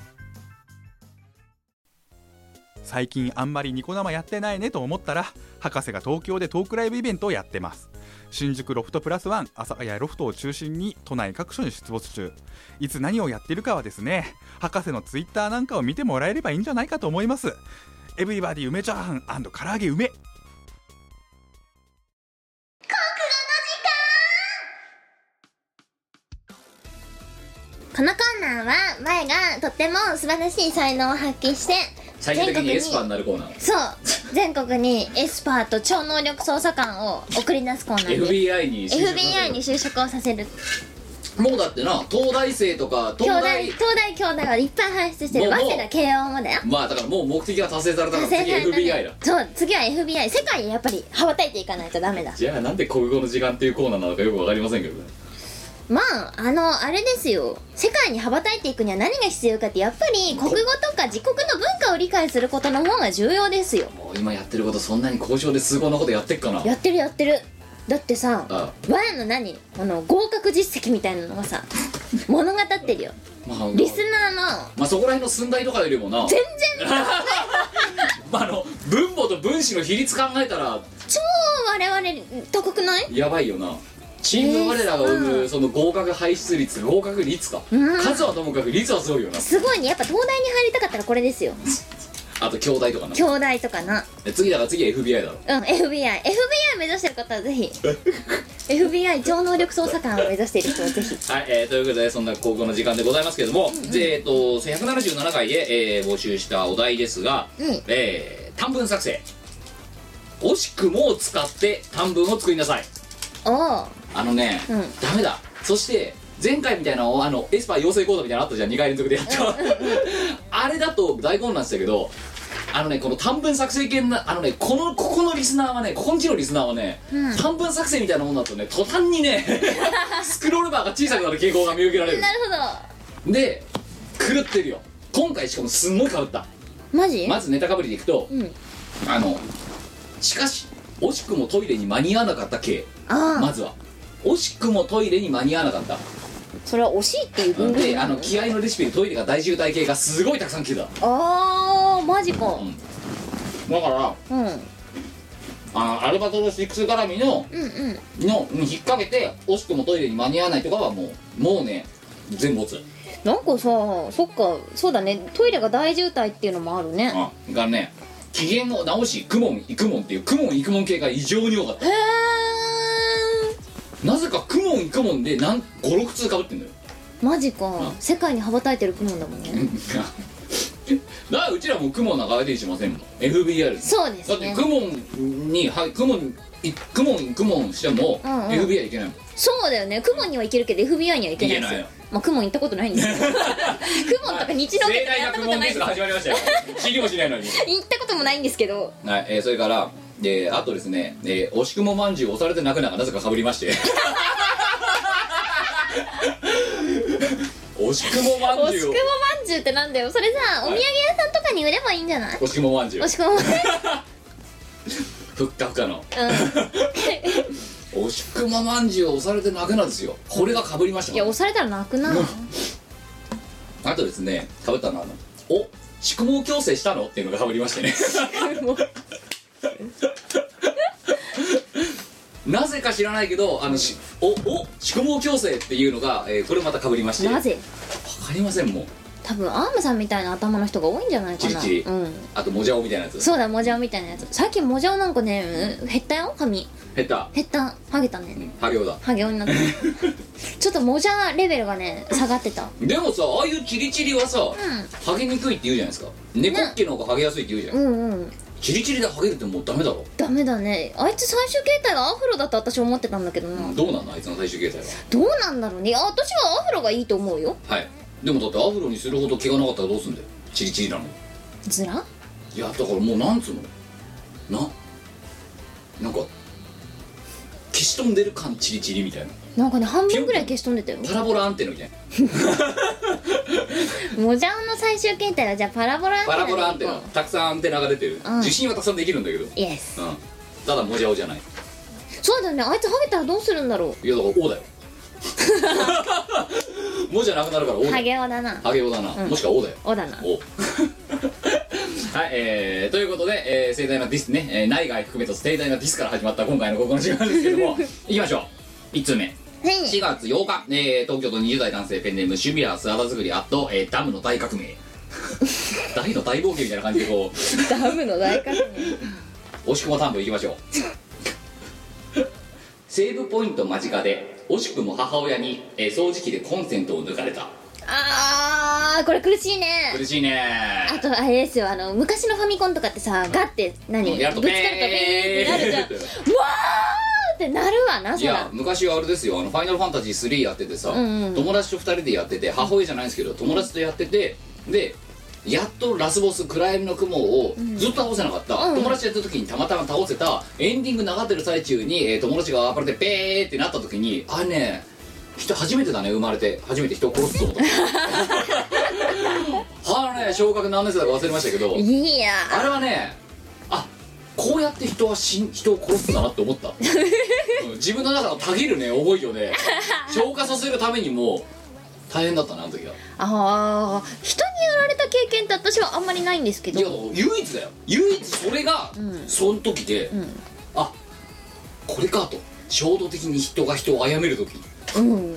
[SPEAKER 4] 最近あんまりニコ生やってないねと思ったら博士が東京でトークライブイベントをやってます新宿ロフトプラスワン朝やロフトを中心に都内各所に出没中いつ何をやってるかはですね博士のツイッターなんかを見てもらえればいいんじゃないかと思いますエブリバディ梅チャーハン唐揚げ梅
[SPEAKER 2] このコーナーは前がとっても素晴らしい才能を発揮して
[SPEAKER 1] 最終的にエスパーになるコーナー
[SPEAKER 2] そう全国にエスパーと超能力捜査官を送り出すコーナーです
[SPEAKER 1] FBI に就職させる
[SPEAKER 2] FBI に就職をさせる
[SPEAKER 1] もうだってな東大生とか
[SPEAKER 2] 東
[SPEAKER 1] 東
[SPEAKER 2] 大
[SPEAKER 1] 大
[SPEAKER 2] 東大京大はいっぱい輩出してる
[SPEAKER 1] もう
[SPEAKER 2] 早稲田慶応もだよ
[SPEAKER 1] まあだからもう目的が達成されたから
[SPEAKER 2] 達成
[SPEAKER 1] 次
[SPEAKER 2] されたね
[SPEAKER 1] FBI だ
[SPEAKER 2] そう次は FBI 世界へやっぱり羽ばたいていかないとダメだ
[SPEAKER 1] じゃあなんで国語の時間っていうコーナーなのかよくわかりませんけどね
[SPEAKER 2] まああのあれですよ世界に羽ばたいていくには何が必要かってやっぱり国語とか自国の文化を理解することの方が重要ですよ
[SPEAKER 1] もう今やってることそんなに交渉で崇高なことやってっかな
[SPEAKER 2] やってるやってるだってさ
[SPEAKER 1] あ
[SPEAKER 2] わやの何この合格実績みたいなのがさ物語ってるよ
[SPEAKER 1] まあ
[SPEAKER 2] リスナーの
[SPEAKER 1] まあそこら辺の寸大とかよりもな
[SPEAKER 2] 全然
[SPEAKER 1] まああの分母と分子の比率考えたら
[SPEAKER 2] 超我々得くない
[SPEAKER 1] やばいよなチーム我らが生
[SPEAKER 2] う
[SPEAKER 1] むその合格排出率合格率か
[SPEAKER 2] うん
[SPEAKER 1] 数はともかく率はすごいよな
[SPEAKER 2] すごいねやっぱ東大に入りたかったらこれ ですよ
[SPEAKER 1] あと兄弟とかな
[SPEAKER 2] 京大とかな
[SPEAKER 1] え次だから次は FBI だろ
[SPEAKER 2] うん FBIFBI 目指してる方は ぜひ FBI 超能力捜査官を目指している人は ぜひ
[SPEAKER 1] はい、えーということでそんな高校の時間でございますけれども、でえっ、と177回で、えー募集したお題ですが、
[SPEAKER 2] うん
[SPEAKER 1] えー短文作成惜しくもを使って短文を作りなさい
[SPEAKER 2] おう
[SPEAKER 1] あのね、
[SPEAKER 2] うん
[SPEAKER 1] ダメだそして前回みたいなあのエスパー養成講座みたいなのあったじゃん2回連続でやった、あれだと大混乱してたけどあのねこの短文作成系なあのねこのここのリスナーはねここんちのリスナーはね、
[SPEAKER 2] うん
[SPEAKER 1] 短文作成みたいなものだとね途端に ねスクロールバーが小さくなる傾向が見受けられる
[SPEAKER 2] なる
[SPEAKER 1] で狂ってるよ今回しかもすんごいかぶった
[SPEAKER 2] ほどマジ、
[SPEAKER 1] まずネタかぶりでいくと
[SPEAKER 2] うん
[SPEAKER 1] あのしかし惜しくもトイレに間に合わなかった系
[SPEAKER 2] ああ、
[SPEAKER 1] まずは惜しくもトイレに間に合わなかった
[SPEAKER 2] それは惜しいっていう文
[SPEAKER 1] で
[SPEAKER 2] 具
[SPEAKER 1] あの気合のレシピでトイレが大渋滞系がすごいたくさん来てた
[SPEAKER 2] ああマジか
[SPEAKER 1] んだから
[SPEAKER 2] うん、うん
[SPEAKER 1] あのアルバトロ6絡みの
[SPEAKER 2] うん
[SPEAKER 1] のに引っ掛けて惜しくもトイレに間に合わないとかはもうもうね全没
[SPEAKER 2] なんかさそっかそうだねトイレが大渋滞っていうのもあるね
[SPEAKER 1] あがね機嫌を直しクモンイクモンっていうクモンイクモン系が異常に多かった
[SPEAKER 2] へえ
[SPEAKER 1] なぜかクモンイクモンでなん56通かぶってんだよ
[SPEAKER 2] マジか世界に羽ばたいてる雲だもんね
[SPEAKER 1] だからうちらもクモンなんか相手にしませんもん FBR
[SPEAKER 2] そうで
[SPEAKER 1] だ
[SPEAKER 2] す
[SPEAKER 1] って
[SPEAKER 2] ね
[SPEAKER 1] クモンにはいクモンいクモンクモンしても
[SPEAKER 2] うんうん
[SPEAKER 1] FBI いけないもん
[SPEAKER 2] そうだよね雲には行けるけど FBI には行けな
[SPEAKER 1] 行
[SPEAKER 2] いです
[SPEAKER 1] けない
[SPEAKER 2] よ
[SPEAKER 1] よ
[SPEAKER 2] まあ雲行ったことないん ですよ雲とか日
[SPEAKER 1] 盛
[SPEAKER 2] ロケとか
[SPEAKER 1] 大
[SPEAKER 2] や
[SPEAKER 1] な
[SPEAKER 2] った
[SPEAKER 1] ク
[SPEAKER 2] こ
[SPEAKER 1] モ
[SPEAKER 2] と
[SPEAKER 1] ン
[SPEAKER 2] な
[SPEAKER 1] で
[SPEAKER 2] い
[SPEAKER 1] す
[SPEAKER 2] で
[SPEAKER 1] が
[SPEAKER 2] す
[SPEAKER 1] 始まりましたよ知りもしないのに
[SPEAKER 2] 行ったこともないんですけど
[SPEAKER 1] はい、えーそれから、えーあとですね、えー、惜しくもまんじゅう押されて泣くながなぜかかぶりまして 惜しくもま
[SPEAKER 2] お
[SPEAKER 1] んじ
[SPEAKER 2] し
[SPEAKER 1] ゅ
[SPEAKER 2] く
[SPEAKER 1] う
[SPEAKER 2] もまんじゅうってなんだよそれさお土
[SPEAKER 1] はい
[SPEAKER 2] 産屋さんとかに売ればいいんじ ゃない
[SPEAKER 1] 惜しくもまんじゅう
[SPEAKER 2] おしくもまんじゅう
[SPEAKER 1] ふっかふかの
[SPEAKER 2] うん
[SPEAKER 1] 惜しくもまんじゅうを押されて泣くなですよこれがかぶりました
[SPEAKER 2] い
[SPEAKER 1] か
[SPEAKER 2] や
[SPEAKER 1] ら
[SPEAKER 2] 押されたら泣く な
[SPEAKER 1] あとですねかぶったのはあの「お宿毛矯正したの?」っていうのがかぶりましてねなぜか知らないけどあのしおお宿毛矯正っていうのが、えーこれまたかぶりまして
[SPEAKER 2] なぜ
[SPEAKER 1] わかりませんもん
[SPEAKER 2] 多分アームさんみたいな頭の人が多いんじゃないかな
[SPEAKER 1] チリチリ
[SPEAKER 2] うん
[SPEAKER 1] あともじゃおみたいなやつ
[SPEAKER 2] そうだモジャオみたいなやつ最近モジャオなんかねうん減ったよ髪
[SPEAKER 1] 減った
[SPEAKER 2] 減ったハゲたね
[SPEAKER 1] ハゲオだ
[SPEAKER 2] ハゲ女になった ちょっとモジャレベルがね下がってた
[SPEAKER 1] でもさああいうチリチリはさ、ハゲにくいって言うじゃないですか猫っ毛の方がハゲやすいって言うじゃん、
[SPEAKER 2] うんうんうん
[SPEAKER 1] チリチリでハゲるってもうダメだろ、
[SPEAKER 2] ダメだねあいつ最終形態がアフロだと私思ってたんだけどな、
[SPEAKER 1] どうなんのあいつの最終形態
[SPEAKER 2] どうなんだろうねいや私はアフロがいいと思うよ
[SPEAKER 1] ははいでもだってアフロにするほど毛がなかったらどうすんだよチリチリなの
[SPEAKER 2] ずら
[SPEAKER 1] いやだからもうなんつうのななんか消し飛んでる感チリチリみたいな
[SPEAKER 2] なんかね半分ぐらい消し飛んでたよ
[SPEAKER 1] パラボラアンテナみたいな
[SPEAKER 2] モジャオの最終形態はじゃあパラボラアンテ
[SPEAKER 1] パ
[SPEAKER 2] ナ
[SPEAKER 1] ラボラアンテナ
[SPEAKER 2] こ
[SPEAKER 1] たくさんアンテナが出てる、
[SPEAKER 2] うん
[SPEAKER 1] 受信はたくさんできるんだけど、うん、
[SPEAKER 2] うイエス
[SPEAKER 1] ただもじゃおじゃない
[SPEAKER 2] そうだねあいつハゲたらどうするんだろ
[SPEAKER 1] いやだから「お」 だよもじゃなくなるから「お」だ
[SPEAKER 2] う
[SPEAKER 1] よ
[SPEAKER 2] ハゲオだな
[SPEAKER 1] ハゲオだな、
[SPEAKER 2] うん
[SPEAKER 1] もしくは「お」だよ
[SPEAKER 2] オだな
[SPEAKER 1] お はい、えー、ということで、えー盛大なディスね、えー内外含めと盛大なディスから始まった今回のここの時間ですけど もいきましょう1通目4月8日、えー東京都20代男性ペンネーム趣味や素肌作りあと、えーダムの大革 命大の大冒険みたいな感じでこう
[SPEAKER 2] ダムの大革命
[SPEAKER 1] 押しくも短文いきましょうセーブポイント間近で惜しくも母親に、えー掃除機でコンセントを抜かれた
[SPEAKER 2] あーこれ苦しいね
[SPEAKER 1] 苦しいね
[SPEAKER 2] あとあれですよあの昔のファミコンとかってさガッて何ぶつ
[SPEAKER 1] や
[SPEAKER 2] か
[SPEAKER 1] ると
[SPEAKER 2] るとベーってなるじゃんわ
[SPEAKER 1] ペーって
[SPEAKER 2] ーってなるわないそ
[SPEAKER 1] や
[SPEAKER 2] ら
[SPEAKER 1] 昔はあれですよ「あのファイナルファンタジー3」やっててさ、
[SPEAKER 2] んうん
[SPEAKER 1] 友達と2人でやってて母親じゃないんですけど友達とやっててでやっとラスボス暗闇の雲をずっと倒せなかった、
[SPEAKER 2] うん
[SPEAKER 1] 友達とやった時にたまたま倒せたエンディング流れてる最中に、えー友達が暴れてペーってなった時にあれね人初めてだね生まれて初めて人を殺すと 思ったあれね小学何年生だか忘れましたけど
[SPEAKER 2] いや
[SPEAKER 1] あれはねあこうやって人は死ん人を殺すんだなって思った、 うん自分の中のたぎるね思いをね消化させるためにも大変だったなあの時は
[SPEAKER 2] あー人にやられた経験って私はあんまりないんですけ
[SPEAKER 1] いや
[SPEAKER 2] ど
[SPEAKER 1] 唯一だよ唯一それが、
[SPEAKER 2] ん
[SPEAKER 1] その時で、
[SPEAKER 2] ん
[SPEAKER 1] あこれかと衝動的に人が人を殺める時
[SPEAKER 2] うん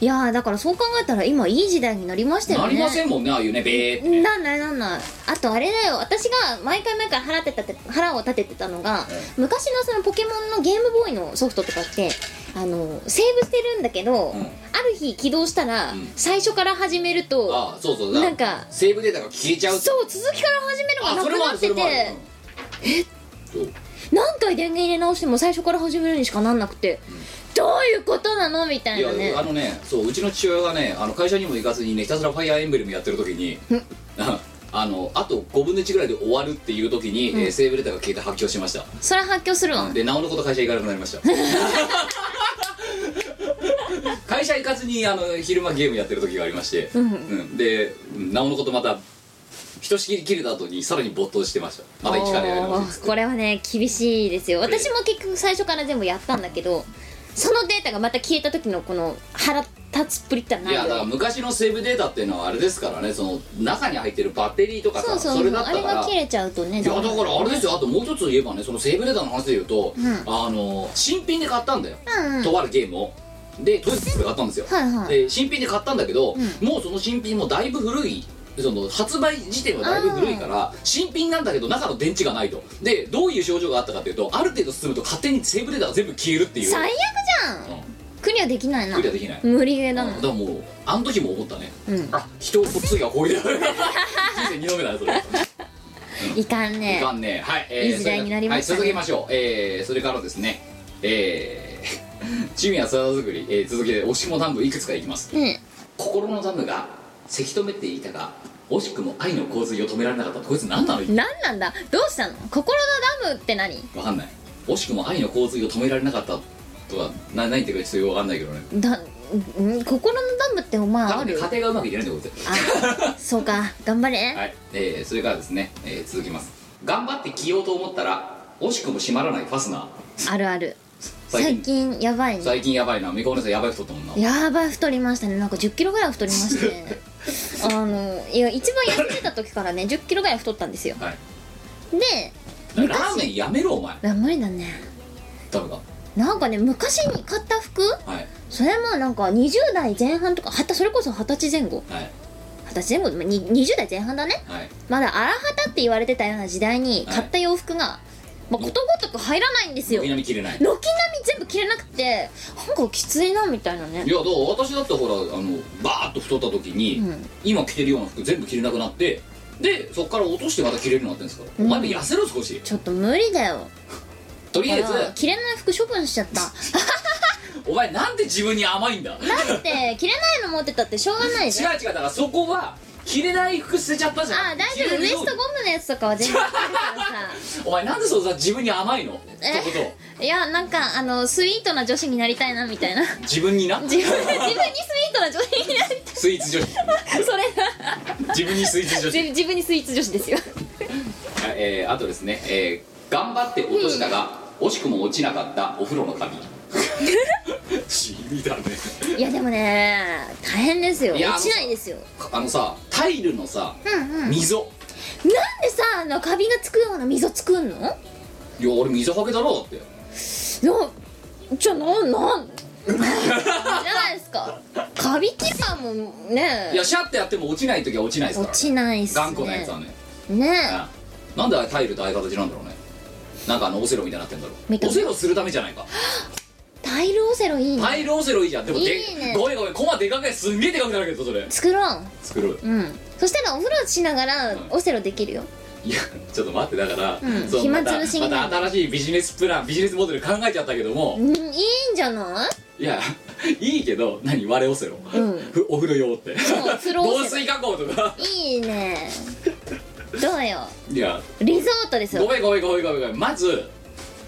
[SPEAKER 2] いやーだからそう考えたら今いい時代になりましたよ
[SPEAKER 1] な
[SPEAKER 2] ね
[SPEAKER 1] りませんもんねああいうねべーってね
[SPEAKER 2] なんないなんないあとあれだよ私が毎回毎回腹てたて腹を立ててたのが、昔のそのポケモンのゲームボーイのソフトとかってあのセーブしてるんだけど、
[SPEAKER 1] うん
[SPEAKER 2] ある日起動したら、
[SPEAKER 1] ん
[SPEAKER 2] 最初から始めると
[SPEAKER 1] ああそうそう
[SPEAKER 2] なんか
[SPEAKER 1] セーブデータが消えちゃう
[SPEAKER 2] そう続きから始めるの
[SPEAKER 1] あそれもあ
[SPEAKER 2] がなくな
[SPEAKER 1] る
[SPEAKER 2] っ
[SPEAKER 1] そ
[SPEAKER 2] て
[SPEAKER 1] れもある
[SPEAKER 2] てえ
[SPEAKER 1] うんそう
[SPEAKER 2] 何回電源入れ直しても最初から始めるにしかなんなくて、どういうことなのみた
[SPEAKER 1] い
[SPEAKER 2] い
[SPEAKER 1] や
[SPEAKER 2] なね
[SPEAKER 1] あのねそううちの父親がねあの会社にも行かずにねひたすらファイアーエンブレムやってる時に あのあと5分の1ぐらいで終わるっていう時に、えーセーブレターが消えて発狂しました、
[SPEAKER 2] それは発狂するわ、
[SPEAKER 1] でなおのこと会社行かなくなりま した会社行かずにあの昼間ゲームやってる時がありまして、
[SPEAKER 2] ん
[SPEAKER 1] うんでうんなおのことまたひとしきり切れた後にさらに没頭してましたまだ一からやりま
[SPEAKER 2] おーこれはね厳しいですよ私も結局最初から全部やったんだけどそのデータがまた消えた時のこの腹立つっぷりってのはいな
[SPEAKER 1] やだ
[SPEAKER 2] い
[SPEAKER 1] から
[SPEAKER 2] よ
[SPEAKER 1] 昔のセーブデータっていうのはあれですからねその中に入ってるバッテリーとかさ
[SPEAKER 2] そうそう
[SPEAKER 1] そ
[SPEAKER 2] そ
[SPEAKER 1] れ
[SPEAKER 2] う
[SPEAKER 1] だっ
[SPEAKER 2] あ
[SPEAKER 1] た
[SPEAKER 2] れ
[SPEAKER 1] から
[SPEAKER 2] が切れちゃうとね
[SPEAKER 1] いやだからあれですよあともう一つ言えばねそのセーブデータの話で言うと、
[SPEAKER 2] うん
[SPEAKER 1] あの新品で買ったんだよ、
[SPEAKER 2] うんうん
[SPEAKER 1] とあるゲームをでトイツで買ったんですよ、
[SPEAKER 2] はいはい
[SPEAKER 1] で新品で買ったんだけど、もうその新品もだいぶ古いその発売時点はだいぶ古いから新品なんだけど中の電池がないとでどういう症状があったかというとある程度進むと勝手にセーブデータが全部消えるっていう
[SPEAKER 2] 最悪じゃん、
[SPEAKER 1] うん
[SPEAKER 2] クリアできないな
[SPEAKER 1] クリアできない
[SPEAKER 2] 無理ゲーだ
[SPEAKER 1] うん
[SPEAKER 2] な
[SPEAKER 1] だからもうあの時も思ったね、
[SPEAKER 2] うん
[SPEAKER 1] あ人をこっちがこういう人生二度目だねそれ
[SPEAKER 2] いかんね
[SPEAKER 1] いかんねはい、え
[SPEAKER 2] いい時代になりましたね
[SPEAKER 1] それからはい、続けましょう、えーそれからですねえー 趣味やサラダ作り、えー続けて惜しくもダムいくつかいきます
[SPEAKER 2] うん
[SPEAKER 1] 心のダムがせき止めていたが惜しくも愛の洪水を止められなかったこいつ何なのよ
[SPEAKER 2] 何なんだどうしたの心のダムって何
[SPEAKER 1] わかんない惜しくも愛の洪水を止められなかったとはなないっていうかちょっとよくわかんないけどね
[SPEAKER 2] だん心のダムってお前
[SPEAKER 1] 多
[SPEAKER 2] あ
[SPEAKER 1] 分ね
[SPEAKER 2] る
[SPEAKER 1] 家庭がうまくいってないんだよこいつ
[SPEAKER 2] あそうか頑張れ、
[SPEAKER 1] はい、えーそれからですね、えー続きます頑張って着ようと思ったら惜しくも閉まらないファスナー
[SPEAKER 2] あるある
[SPEAKER 1] 最
[SPEAKER 2] 最
[SPEAKER 1] 近
[SPEAKER 2] 近やばいね
[SPEAKER 1] 最近やばいなみこお姉さんやばい太ったもんな
[SPEAKER 2] やばい太りましたねなんか1 0キロぐらい太りましてあのいや一番痩せてた時からね1 0キロぐらい太ったんですよ
[SPEAKER 1] はい
[SPEAKER 2] で
[SPEAKER 1] ラーメンやめろお前
[SPEAKER 2] あ無理だね
[SPEAKER 1] ダメか
[SPEAKER 2] なんかね昔に買った服
[SPEAKER 1] はい
[SPEAKER 2] それもなんか20代前半とかはたそれこそ二十歳前後
[SPEAKER 1] はい
[SPEAKER 2] 二十歳前後まあに20代前半だね
[SPEAKER 1] はい
[SPEAKER 2] まだアラハタって言われてたような時代に買った洋服が、まあ、ことごとく入らないんですよ
[SPEAKER 1] みなみ切れないい
[SPEAKER 2] 軒並み全部着れなくてなんかきついなみたいなね
[SPEAKER 1] やだから私だってほらあのバーッと太った時に、
[SPEAKER 2] うん
[SPEAKER 1] 今着てるような服全部着れなくなってでそこから落としてまた着れるようになってんですから、
[SPEAKER 2] うん
[SPEAKER 1] お前も痩せろ少し
[SPEAKER 2] ちょっと無理だよ
[SPEAKER 1] とりあえず
[SPEAKER 2] ほら着れない服処分しちゃった
[SPEAKER 1] お前なんで自分に甘いんだ
[SPEAKER 2] だって着れないの持ってたってしょうがない
[SPEAKER 1] 違
[SPEAKER 2] じゃ
[SPEAKER 1] う
[SPEAKER 2] ん
[SPEAKER 1] 違うだからそこは着れない服捨てちゃったじゃん
[SPEAKER 2] ああ大丈
[SPEAKER 1] 着れ
[SPEAKER 2] 夫ウエ
[SPEAKER 1] るよう
[SPEAKER 2] ストゴムのやつとかは全部着れるからさ
[SPEAKER 1] お前なんでそうさ自分に甘いのって
[SPEAKER 2] え
[SPEAKER 1] こと
[SPEAKER 2] いやなんかあのスイートな女子になりたいなみた いな
[SPEAKER 1] 自分にな
[SPEAKER 2] 自分自分にスイートな女子になり
[SPEAKER 1] スイーツ女子
[SPEAKER 2] たいそれが
[SPEAKER 1] 自分にスイーツ女子
[SPEAKER 2] 自自分にスイーツ女子ですよ
[SPEAKER 1] あえーあとですね、えー頑張って落としたが、惜しくも落ちなかったお風呂の髪地味だね
[SPEAKER 2] いやでもね大変ですよ
[SPEAKER 1] いや
[SPEAKER 2] 落ちないですよ
[SPEAKER 1] あのさタイルのさ
[SPEAKER 2] うんうんなんで
[SPEAKER 1] 溝
[SPEAKER 2] さあのカビがつくような溝作んのない
[SPEAKER 1] や俺溝はけだろだって
[SPEAKER 2] じゃあななん じゃないですかカビ期間もね
[SPEAKER 1] いやシャッてやっても落ちない時は落ちないですから、
[SPEAKER 2] 落ちないっすね
[SPEAKER 1] 頑固なやつはね、
[SPEAKER 2] ね
[SPEAKER 1] うんなんであれタイルってああいう形なんだろうねなんかあのオセロみたいになってんだろ
[SPEAKER 2] 見た
[SPEAKER 1] うオセロするためじゃないか
[SPEAKER 2] タイルオセロいい
[SPEAKER 1] タ
[SPEAKER 2] ね
[SPEAKER 1] イルオセロいいじゃんでもで
[SPEAKER 2] いいね
[SPEAKER 1] ごめんごめんコマでかくないすんげえでかくなるけどそれ
[SPEAKER 2] 作ろう
[SPEAKER 1] 作る
[SPEAKER 2] うんそしたらお風呂しながら
[SPEAKER 1] ん
[SPEAKER 2] オセロできるよ
[SPEAKER 1] いやちょっと待ってだから、
[SPEAKER 2] うん
[SPEAKER 1] そう
[SPEAKER 2] 暇
[SPEAKER 1] また
[SPEAKER 2] つぶしに
[SPEAKER 1] また新しいビジネスプランビジネスモデル考えちゃったけども、
[SPEAKER 2] うんいいんじゃない
[SPEAKER 1] いやいいけど何割れオセロ、
[SPEAKER 2] うん
[SPEAKER 1] ふお風呂用って
[SPEAKER 2] そう風呂
[SPEAKER 1] 防
[SPEAKER 2] オセロ
[SPEAKER 1] 水加工とか
[SPEAKER 2] いい ねどうよ
[SPEAKER 1] いや
[SPEAKER 2] リゾートです
[SPEAKER 1] ご
[SPEAKER 2] よ
[SPEAKER 1] めんごめんごめんごめんごめんまず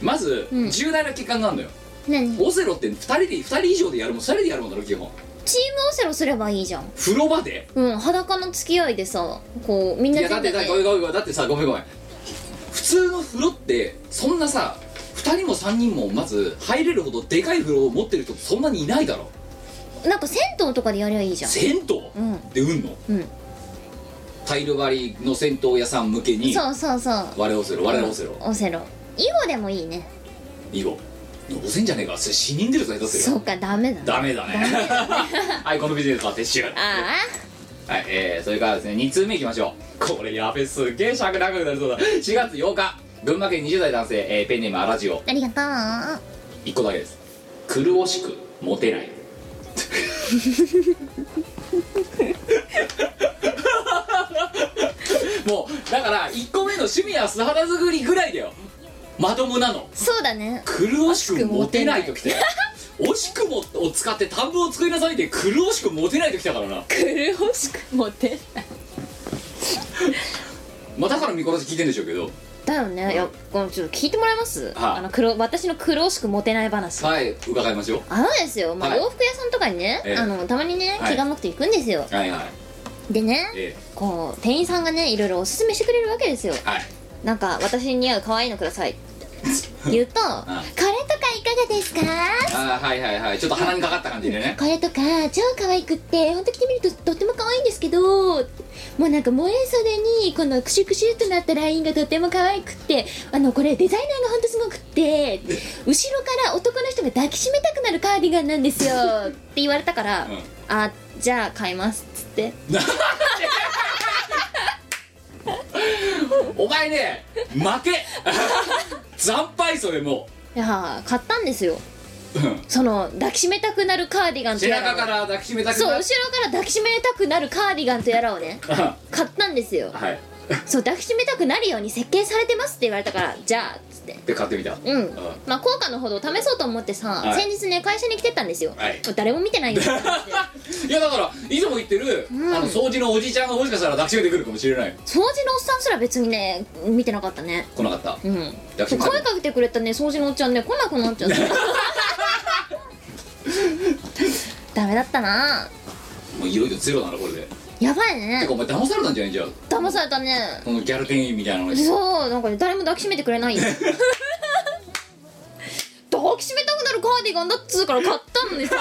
[SPEAKER 1] まず、
[SPEAKER 2] うん
[SPEAKER 1] 重大な欠陥があるのよ
[SPEAKER 2] 何チーム
[SPEAKER 1] オセロって2人で2人以上でやるもん2人でやるもんだろ基本
[SPEAKER 2] オセロすればいいじゃん
[SPEAKER 1] 風呂場で
[SPEAKER 2] うん裸の付き合いでさこうみん
[SPEAKER 1] い
[SPEAKER 2] な
[SPEAKER 1] やだってだってごめんごめんごめんだってさごめんごめん普通の風呂ってそんなさ2人も3人もまず入れるほどでかい風呂を持ってる人そんなにいないだろ
[SPEAKER 2] なんか銭湯とかでやりゃいいじゃん
[SPEAKER 1] 銭湯
[SPEAKER 2] うん
[SPEAKER 1] でうんの
[SPEAKER 2] うん
[SPEAKER 1] タイル張りの銭湯屋さん向けに
[SPEAKER 2] そうそうそう
[SPEAKER 1] 我をせろ我をせろ
[SPEAKER 2] オセロ囲碁でもいいね
[SPEAKER 1] 以後のぼせんじゃねえかそれ死人出るぞ下手す
[SPEAKER 2] そ
[SPEAKER 1] る
[SPEAKER 2] うかダメだ
[SPEAKER 1] ダメだね はいこのビジネスは撤収は
[SPEAKER 2] あ
[SPEAKER 1] いえー、それからですね2通目いきましょうこれやべすっげえ尺長くなりそうだ4月8日群馬県20代男性、えーペンネームアラジオ
[SPEAKER 2] あありがと
[SPEAKER 1] 1個だけです苦しくモテないもうだから1個目の趣味は素肌作りぐらいだよまともなの
[SPEAKER 2] うそうだね
[SPEAKER 1] 苦しくモテないときて惜しくもを使って田んぼを作りなさいって苦しくモテないときたからな
[SPEAKER 2] 苦しくモテ
[SPEAKER 1] まあだから見殺し聞いてんでしょうけど
[SPEAKER 2] だよねいやこのちょっと聞いてもらえます
[SPEAKER 1] は
[SPEAKER 2] あ
[SPEAKER 1] い
[SPEAKER 2] の黒私の苦しくモテない話
[SPEAKER 1] はい伺いましょ
[SPEAKER 2] あのですよ、ま
[SPEAKER 1] は
[SPEAKER 2] あ、
[SPEAKER 1] い
[SPEAKER 2] 洋服屋さんとかにね、
[SPEAKER 1] ええ
[SPEAKER 2] あのたまにね
[SPEAKER 1] はい
[SPEAKER 2] 気が向くと行くんですよ、
[SPEAKER 1] うはいはい
[SPEAKER 2] でね
[SPEAKER 1] え
[SPEAKER 2] こう店員さんがねいろいろおすすめしてくれるわけですよ
[SPEAKER 1] えはい
[SPEAKER 2] なんか私に似合う可愛いのくださいって言う と「これとかいかがですか?」
[SPEAKER 1] あーはいはいはいちょっと鼻にかかった感じでね
[SPEAKER 2] これとか超可愛くってほんと着てみるととっても可愛いんですけどもうなんか萌え袖にこのクシュクシュっとなったラインがとっても可愛くってあのこれデザイナーがほんとすごくって後ろから男の人が抱きしめたくなるカーディガンなんですよって言われたから、
[SPEAKER 1] うん
[SPEAKER 2] あじゃあ買いますっつって
[SPEAKER 1] お前ね負け 惨敗それも
[SPEAKER 2] いやー買ったんですよ
[SPEAKER 1] ううん
[SPEAKER 2] その抱きしめたくなるカーディガンと
[SPEAKER 1] 背
[SPEAKER 2] やら
[SPEAKER 1] 中
[SPEAKER 2] を
[SPEAKER 1] から抱きしめたく
[SPEAKER 2] そう後
[SPEAKER 1] な
[SPEAKER 2] ろから抱きしめたくなるカーディガンとやらをね
[SPEAKER 1] あ
[SPEAKER 2] 買ったんです よ
[SPEAKER 1] はいっ
[SPEAKER 2] そう抱きしめたくなるように設計されてますって言われたからじゃあっつって
[SPEAKER 1] て買ってみた
[SPEAKER 2] うん、
[SPEAKER 1] ん
[SPEAKER 2] まあ効果のほどを試そうと思ってさ、
[SPEAKER 1] はい
[SPEAKER 2] 先日ね会社に来てたんですよ、
[SPEAKER 1] はい
[SPEAKER 2] 誰も見てない よ
[SPEAKER 1] いやだからいつも言ってる、
[SPEAKER 2] うん
[SPEAKER 1] あの掃除のおじちゃんがもしかしたら抱きしめてくるかもしれない
[SPEAKER 2] 掃除のおっさんすら別にね見てなかったね
[SPEAKER 1] 来なかった
[SPEAKER 2] うん
[SPEAKER 1] 抱きし
[SPEAKER 2] そう
[SPEAKER 1] めた
[SPEAKER 2] 声かけてくれたね掃除のおっちゃんね来なくなっちゃ ったダメだったな
[SPEAKER 1] もういろいろゼロなのこれで
[SPEAKER 2] やばい
[SPEAKER 1] て
[SPEAKER 2] ね
[SPEAKER 1] かお前騙されたんじゃないじゃん
[SPEAKER 2] 騙されたね
[SPEAKER 1] このギャル店員みたいなのに
[SPEAKER 2] そうなんかね誰も抱きしめてくれな いよ抱きしめたくなるカーディガンだっつうから買ったのにさ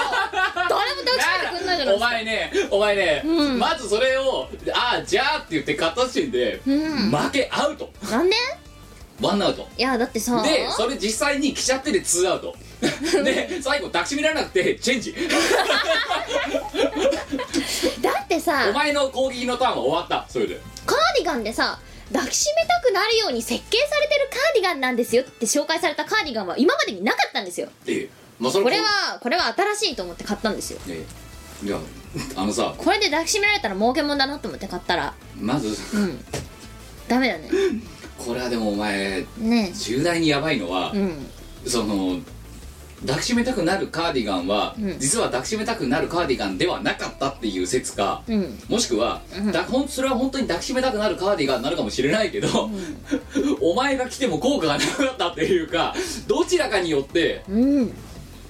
[SPEAKER 2] 誰も抱きしめてくれないじゃない
[SPEAKER 1] お前ねお前ね、
[SPEAKER 2] うん
[SPEAKER 1] まずそれを「ああじゃあ」って言って片足で、
[SPEAKER 2] うん
[SPEAKER 1] 負けアウト
[SPEAKER 2] なんで
[SPEAKER 1] ワンアウト
[SPEAKER 2] いやだってさ
[SPEAKER 1] でそれ実際に来ちゃってでツーアウ トで最後抱きしめられなくてチェンジ
[SPEAKER 2] だってさ
[SPEAKER 1] お前の攻撃のターンは終わったそれで
[SPEAKER 2] カーディガンでさ抱きしめたくなるように設計されてるカーディガンなんですよって紹介されたカーディガンは今までになかったんですよ
[SPEAKER 1] ええまあそれ
[SPEAKER 2] これはこれは新しいと思って買ったんですよ
[SPEAKER 1] ええいやあのさ
[SPEAKER 2] これで抱きしめられたら儲けもんだなと思って買ったら
[SPEAKER 1] まず
[SPEAKER 2] うんダメだね
[SPEAKER 1] これはでもお前
[SPEAKER 2] ね
[SPEAKER 1] 重大にやばいのは
[SPEAKER 2] えう、ん
[SPEAKER 1] その抱きしめたくなるカーディガンは、
[SPEAKER 2] うん
[SPEAKER 1] 実は抱きしめたくなるカーディガンではなかったっていう説か、
[SPEAKER 2] うん
[SPEAKER 1] もしくは、
[SPEAKER 2] うん
[SPEAKER 1] だほんそれは本当に抱きしめたくなるカーディガンなのかもしれないけど、 お前が来ても効果がなかったっていうかどちらかによって
[SPEAKER 2] うん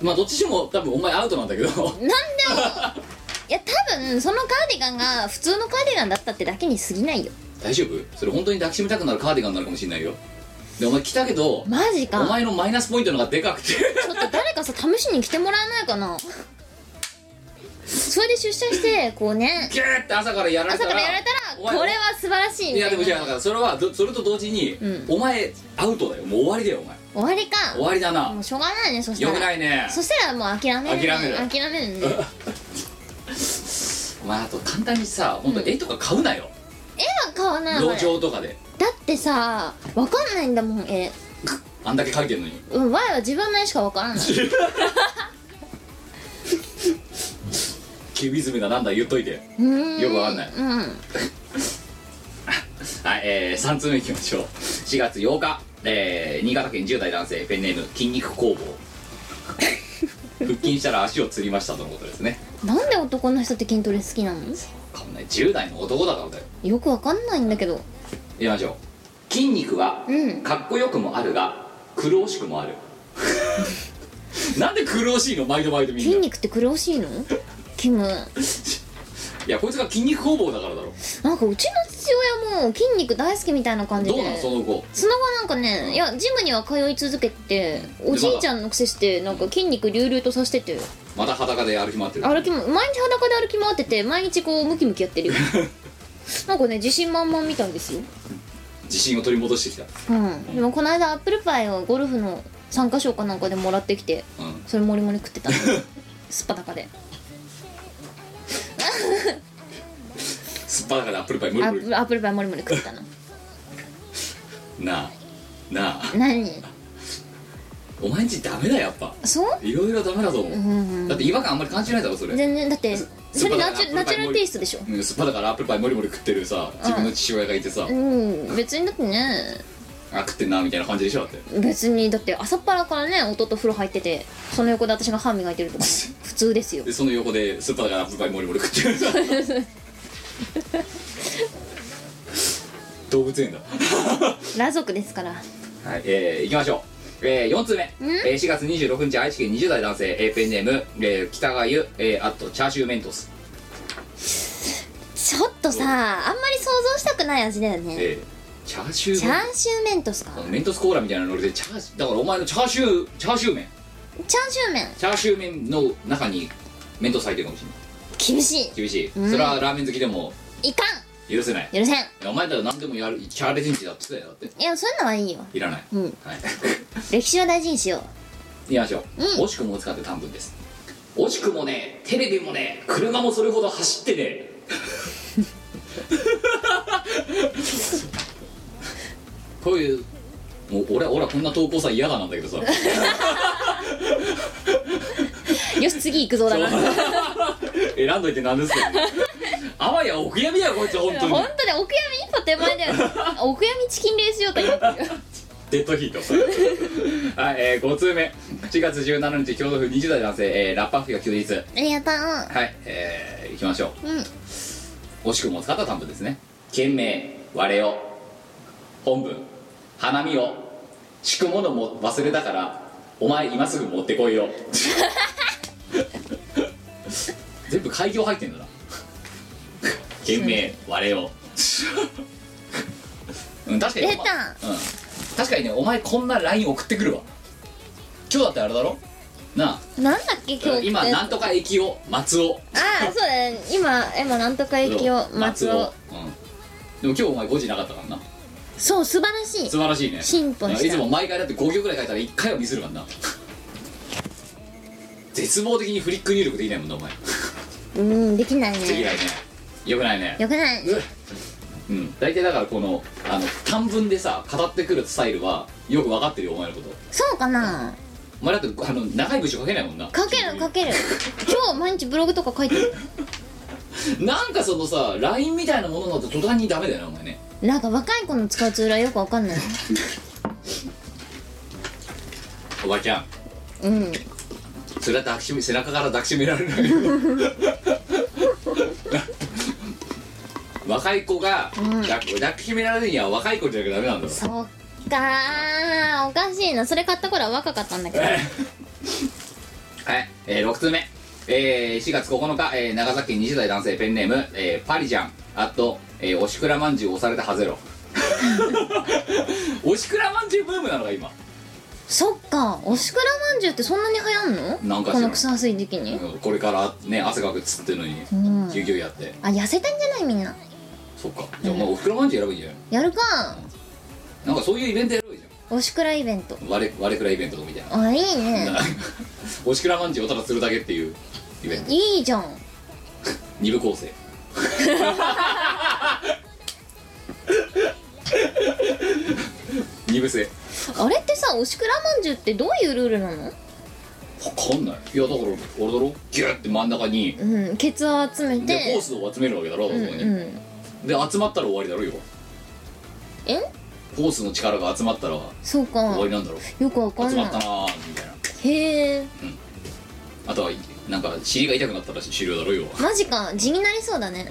[SPEAKER 1] まあどっちにしても多分お前アウトなんだけど
[SPEAKER 2] なんでもいや多分そのカーディガンが普通のカーディガンだったってだけに過ぎないよ
[SPEAKER 1] 大丈夫それ本当に抱きしめたくなるカーディガンになるかもしれないよでお前来たけど、
[SPEAKER 2] マジか
[SPEAKER 1] お前のマイナスポイントの方がでかくて
[SPEAKER 2] ちょっと誰かさ試しに来てもらえないかなそれで出社してこ うね
[SPEAKER 1] ギューって朝からやられ
[SPEAKER 2] 朝
[SPEAKER 1] たら
[SPEAKER 2] からやられ
[SPEAKER 1] お
[SPEAKER 2] た
[SPEAKER 1] 前
[SPEAKER 2] らこれは素晴らしい
[SPEAKER 1] い
[SPEAKER 2] み
[SPEAKER 1] や
[SPEAKER 2] た
[SPEAKER 1] で
[SPEAKER 2] いな
[SPEAKER 1] もじゃあだからそれはどそれと同時に、
[SPEAKER 2] う
[SPEAKER 1] お前アウトだよもう終わりだよお前
[SPEAKER 2] 終わりか
[SPEAKER 1] 終わりだな
[SPEAKER 2] もうしょうがないねそした
[SPEAKER 1] よ
[SPEAKER 2] ら
[SPEAKER 1] くないね
[SPEAKER 2] そしたらもう諦めるね
[SPEAKER 1] 諦める
[SPEAKER 2] 諦 めるね
[SPEAKER 1] お前あと簡単にさ本当絵とか買うなよ、
[SPEAKER 2] 絵は買わないわ
[SPEAKER 1] 路
[SPEAKER 2] よ
[SPEAKER 1] 上とかで
[SPEAKER 2] だってさわかんないんだもん絵
[SPEAKER 1] あんだけ描いてるのに
[SPEAKER 2] うん前は自分の絵しかわからない
[SPEAKER 1] キュビズムだなんだ言っといて
[SPEAKER 2] うーん
[SPEAKER 1] よくわかんない
[SPEAKER 2] うん
[SPEAKER 1] はい、えー、3通目いきましょう4月8日、えー、新潟県10代男性ペンネーム筋肉工房腹筋したら足をつりましたとのことですね
[SPEAKER 2] なんで男の人って筋トレ好きなの
[SPEAKER 1] わかんない10代の男だからだよ
[SPEAKER 2] よくわかんないんだけど
[SPEAKER 1] いきましょう筋肉は
[SPEAKER 2] うん
[SPEAKER 1] かっこよくもあるが苦労しくもある なんで苦労しいの毎度毎度みんな
[SPEAKER 2] 筋肉って苦しいのキム
[SPEAKER 1] いやこいつが筋肉工房だからだろ
[SPEAKER 2] なんかうちの父親も筋肉大好きみたいな感じで
[SPEAKER 1] どうなのその後
[SPEAKER 2] その後なんかねいやジムには通い続けておじいちゃんの癖してなんか筋肉隆々とさせてて
[SPEAKER 1] また裸で歩き回ってる
[SPEAKER 2] 歩きも毎日裸で歩き回ってて毎日こうムキムキやってるよなんかね自信満々みたいですよ
[SPEAKER 1] 自信を取り戻してきた、
[SPEAKER 2] うんでもこの間アップルパイをゴルフの参加賞かなんかでもらってきて
[SPEAKER 1] うん、
[SPEAKER 2] それもりもり食ってたのすっぱだかです
[SPEAKER 1] っぱだからアップルパイ無
[SPEAKER 2] ア
[SPEAKER 1] 理無
[SPEAKER 2] ップ
[SPEAKER 1] 理
[SPEAKER 2] ルアップルパイもりもり食ってたの
[SPEAKER 1] なあなあ
[SPEAKER 2] 何
[SPEAKER 1] お前んちダメだやっぱ
[SPEAKER 2] そう
[SPEAKER 1] いろいろダメだと思う、
[SPEAKER 2] うん
[SPEAKER 1] だって違和感あんまり感じないだろそれ
[SPEAKER 2] 全然だってそれナチ
[SPEAKER 1] すっ
[SPEAKER 2] ュ
[SPEAKER 1] ぱだから
[SPEAKER 2] ナチュラルテイストでしょ
[SPEAKER 1] うんすっぱだからアップルパイもりもり食ってるさ自分の父親がいてさ、
[SPEAKER 2] うん別にだってね
[SPEAKER 1] あ食ってんなみたいな感じでしょだって
[SPEAKER 2] 別にだって朝っぱらからね弟風呂入っててその横で私が歯磨いてると かね普通ですよ
[SPEAKER 1] でその横でスーパーだからアップルパイモリモリ食ってるさ動物園だ
[SPEAKER 2] 裸族ですから
[SPEAKER 1] はいえー、いきましょうえー、4つ目、えー、4月26日愛知県20代男性、えー、ペンネーム、えー、北川優、えー、あとチャーシューメントス、
[SPEAKER 2] ちょっとさあんまり想像したくない味だよね
[SPEAKER 1] えー、チャーシュ
[SPEAKER 2] チ
[SPEAKER 1] ーメン
[SPEAKER 2] ャーシューメントスか
[SPEAKER 1] あのメントスコーラみたいなノリでチャーシューだからお前のチャーシューチャーシュー麺
[SPEAKER 2] チャーシューメン
[SPEAKER 1] チャーシュー麺の中にメントス入ってるかもしれない
[SPEAKER 2] 厳し
[SPEAKER 1] 厳しい、
[SPEAKER 2] うん
[SPEAKER 1] それはラーメン好きでも
[SPEAKER 2] いいか
[SPEAKER 1] 許せない
[SPEAKER 2] ん許せん
[SPEAKER 1] いやお前だら何でもやるチャーレンジだって言ってたよだって
[SPEAKER 2] いやそういうのはいいよ
[SPEAKER 1] いらない、
[SPEAKER 2] うん
[SPEAKER 1] はい
[SPEAKER 2] 歴史は大事にしよ
[SPEAKER 1] いきましょう、
[SPEAKER 2] うん
[SPEAKER 1] 惜しくもを使って短文です惜しくもねテレビもね車もそれほど走って ねこういうもう俺俺はこんな投稿さ嫌だなんだけどさ
[SPEAKER 2] うよし次行くぞだな
[SPEAKER 1] 選んどいてなんですけどあわやお悔やみだよこいつ本当に
[SPEAKER 2] 本当ねお悔やみ一歩手前だよねお悔やみチキンレース 状態になってるよ
[SPEAKER 1] デッドヒートはい、えー、5通目4月17日京都府20代男性、えーラッパーフィが休日
[SPEAKER 2] ありがと
[SPEAKER 1] はいえー、いきましょう
[SPEAKER 2] ううん
[SPEAKER 1] 惜しくも使った短文ですね件名我よ本文花見を敷くものも忘れたからお前今すぐ持ってこい よ全部開業入ってんだな件名我 ようん確かに
[SPEAKER 2] 出た
[SPEAKER 1] うん、確かにねお前こんな LINE 送ってくるわ今日だってあれだろなあ
[SPEAKER 2] なんだっけ今日
[SPEAKER 1] 今
[SPEAKER 2] って
[SPEAKER 1] なんとか駅を松尾
[SPEAKER 2] ああそうだね今今なんとか駅を松尾
[SPEAKER 1] うん、でも今日お前5時なかったからな
[SPEAKER 2] そう素晴らしい
[SPEAKER 1] 素晴らしいね
[SPEAKER 2] 進歩した
[SPEAKER 1] いつも毎回だって5行ぐらい書いたら1回はミスるからな絶望的にフリック入力できないもんなお前
[SPEAKER 2] うんできない
[SPEAKER 1] できな
[SPEAKER 2] ね
[SPEAKER 1] いねよくないね
[SPEAKER 2] よくない
[SPEAKER 1] うん大体だからこのあの短文でさ語ってくるスタイルはよく分かってるよお前のこと
[SPEAKER 2] そうかな
[SPEAKER 1] お前だってあの長い文章書けないもんな
[SPEAKER 2] 書ける書ける今日毎日ブログとか書いてる
[SPEAKER 1] なんかそのさ LINE みたいなものだと途端にダメだよなお前ね
[SPEAKER 2] なんか若い子の使うツールはよくわかんない
[SPEAKER 1] おばちゃん
[SPEAKER 2] うん
[SPEAKER 1] それは抱きしめ背中から抱きしめられないよ若い子が抱き抱きしめられるには若い子じゃなきゃダメなんだろ
[SPEAKER 2] そっかーおかしいなそれ買った頃は若かったんだけど
[SPEAKER 1] はい、えー、6通目、えー、4月9日、えー、長崎県20代男性ペンネーム、えー、パリジャンあと、えー、おしくらまんじゅう押されたはゼロ おしくらまんじゅうブームなのか今
[SPEAKER 2] そっかおしくらまんじゅうってそんなに流行ん
[SPEAKER 1] な
[SPEAKER 2] の
[SPEAKER 1] んかしら
[SPEAKER 2] この草暑い時期に
[SPEAKER 1] うんこれからね汗かくっつってんのに
[SPEAKER 2] うん
[SPEAKER 1] 休業やって
[SPEAKER 2] あ痩せたんじゃないみんな
[SPEAKER 1] そっかじゃあもうおふくらまんじゅうやればいいんじゃない
[SPEAKER 2] やるか
[SPEAKER 1] なんかそういうイベントやろうじゃ
[SPEAKER 2] おしくらイベント
[SPEAKER 1] ん我我くらイベントとかみたいな
[SPEAKER 2] あいいね
[SPEAKER 1] おしくらまんじゅうをただするだけっていうイベント
[SPEAKER 2] いいじゃん
[SPEAKER 1] 二部構成二部制
[SPEAKER 2] あれってさおしくらまんじゅうってどういうルールなの
[SPEAKER 1] わかんないいやだから俺だろギューって真ん中に
[SPEAKER 2] うんケツを集め
[SPEAKER 1] で
[SPEAKER 2] て
[SPEAKER 1] コースを集めるわけだろそこ
[SPEAKER 2] うん
[SPEAKER 1] に、
[SPEAKER 2] うん
[SPEAKER 1] で集まったら終わりだろよ
[SPEAKER 2] え
[SPEAKER 1] コースの力が集まったら終
[SPEAKER 2] そうか
[SPEAKER 1] わりなんだろ、
[SPEAKER 2] よくわかん
[SPEAKER 1] 集
[SPEAKER 2] な
[SPEAKER 1] まった
[SPEAKER 2] い
[SPEAKER 1] なーみたいな
[SPEAKER 2] へえ
[SPEAKER 1] あとはなんか尻が痛くなったら終了だろよ
[SPEAKER 2] マジか地になりそうだね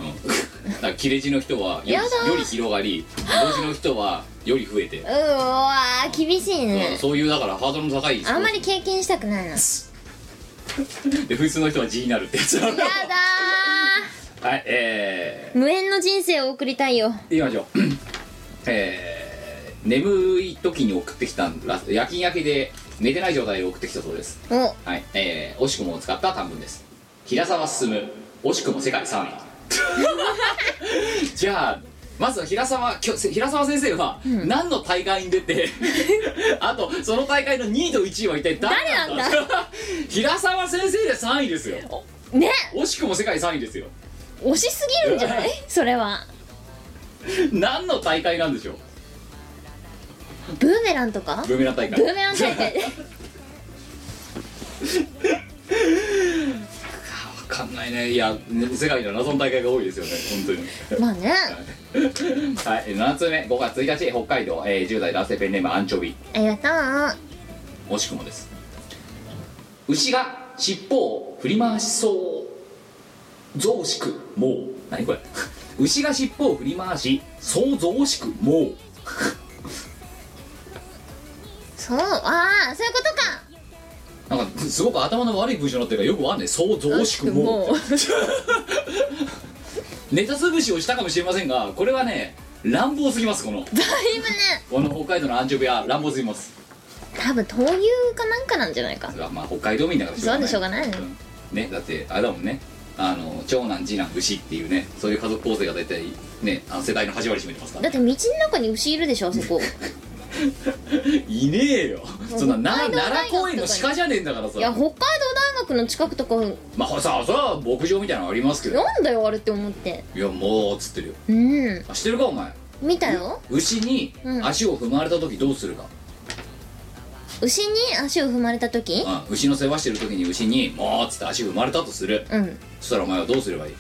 [SPEAKER 1] うん、 だから切れ字の人はより
[SPEAKER 2] やだー
[SPEAKER 1] より広がり文字の人はより増えて
[SPEAKER 2] う、わー厳しい
[SPEAKER 1] うん
[SPEAKER 2] ね
[SPEAKER 1] そういうだからハードルの高い
[SPEAKER 2] あんまり経験したくないなや
[SPEAKER 1] で普通の人は字になるってやつだろ
[SPEAKER 2] だ
[SPEAKER 1] はいえ
[SPEAKER 2] ー無縁の人生を送りたいよ
[SPEAKER 1] ー、言いましょうえー、眠い時に送ってきたら夜勤明けで寝てない状態で送ってきたそうです
[SPEAKER 2] お
[SPEAKER 1] はいえー、惜しくもを使った短文です平沢進惜しくも世界3位 じゃあまずは平沢きょ平沢先生は何の大会に出 て、あとその大会の2位と1位は一体誰なんだ
[SPEAKER 2] 誰
[SPEAKER 1] 平沢先生で3位ですよ
[SPEAKER 2] ね
[SPEAKER 1] 惜しくも世界3位ですよ
[SPEAKER 2] 押しすぎるんじゃないそれは
[SPEAKER 1] 何の大会なんでしょう
[SPEAKER 2] ブーメランとか
[SPEAKER 1] ブーメラン大会
[SPEAKER 2] ブーメラン大 会
[SPEAKER 1] 分かんないねいや世界には謎の大会が多いですよね本
[SPEAKER 2] まあね
[SPEAKER 1] 当にはい7つ目5月1日北海道、えー10代男性ペンネームアンチョビ
[SPEAKER 2] ありがとう
[SPEAKER 1] 惜しくもです牛が尻尾を振り回しそう増しくもう何これ 牛が尻尾を振り回しそう増しくもう
[SPEAKER 2] そうああそういうことか
[SPEAKER 1] なんかすごく頭の悪い文章になってるからよくわかんないそう増しくもう
[SPEAKER 2] う
[SPEAKER 1] ネタ潰しをしたかもしれませんがこれはね乱暴すぎますこの
[SPEAKER 2] だいぶね
[SPEAKER 1] この北海道のアンチョビは乱暴すぎます
[SPEAKER 2] 多分闘牛かなんかなんじゃないか
[SPEAKER 1] まあ北海道民だから
[SPEAKER 2] そうでしょうがないね
[SPEAKER 1] うんねだってあれだもんねあの長男次男牛っていうねそういう家族構成が大体ねあの世代の8割占めてますから
[SPEAKER 2] だって道の中に牛いるでしょあそ こ
[SPEAKER 1] いねえよそんなな
[SPEAKER 2] 北海道大学
[SPEAKER 1] 奈良公園の
[SPEAKER 2] とかに
[SPEAKER 1] 鹿じゃねえんだから
[SPEAKER 2] いや
[SPEAKER 1] さ
[SPEAKER 2] 北海道大学の近くとか
[SPEAKER 1] まあさあさあ牧場みたいなのありますけど
[SPEAKER 2] なんだよあれって思って
[SPEAKER 1] いやもうっつってるよ
[SPEAKER 2] うん
[SPEAKER 1] あ知ってるかお前
[SPEAKER 2] 見たよ
[SPEAKER 1] 牛に
[SPEAKER 2] うん
[SPEAKER 1] 足を踏まれた時どうするか、
[SPEAKER 2] 牛に足を踏まれた時
[SPEAKER 1] うん、牛の世話してる時に牛にもうっつって足踏まれたとする
[SPEAKER 2] うん
[SPEAKER 1] そしたらお前はどうすればいい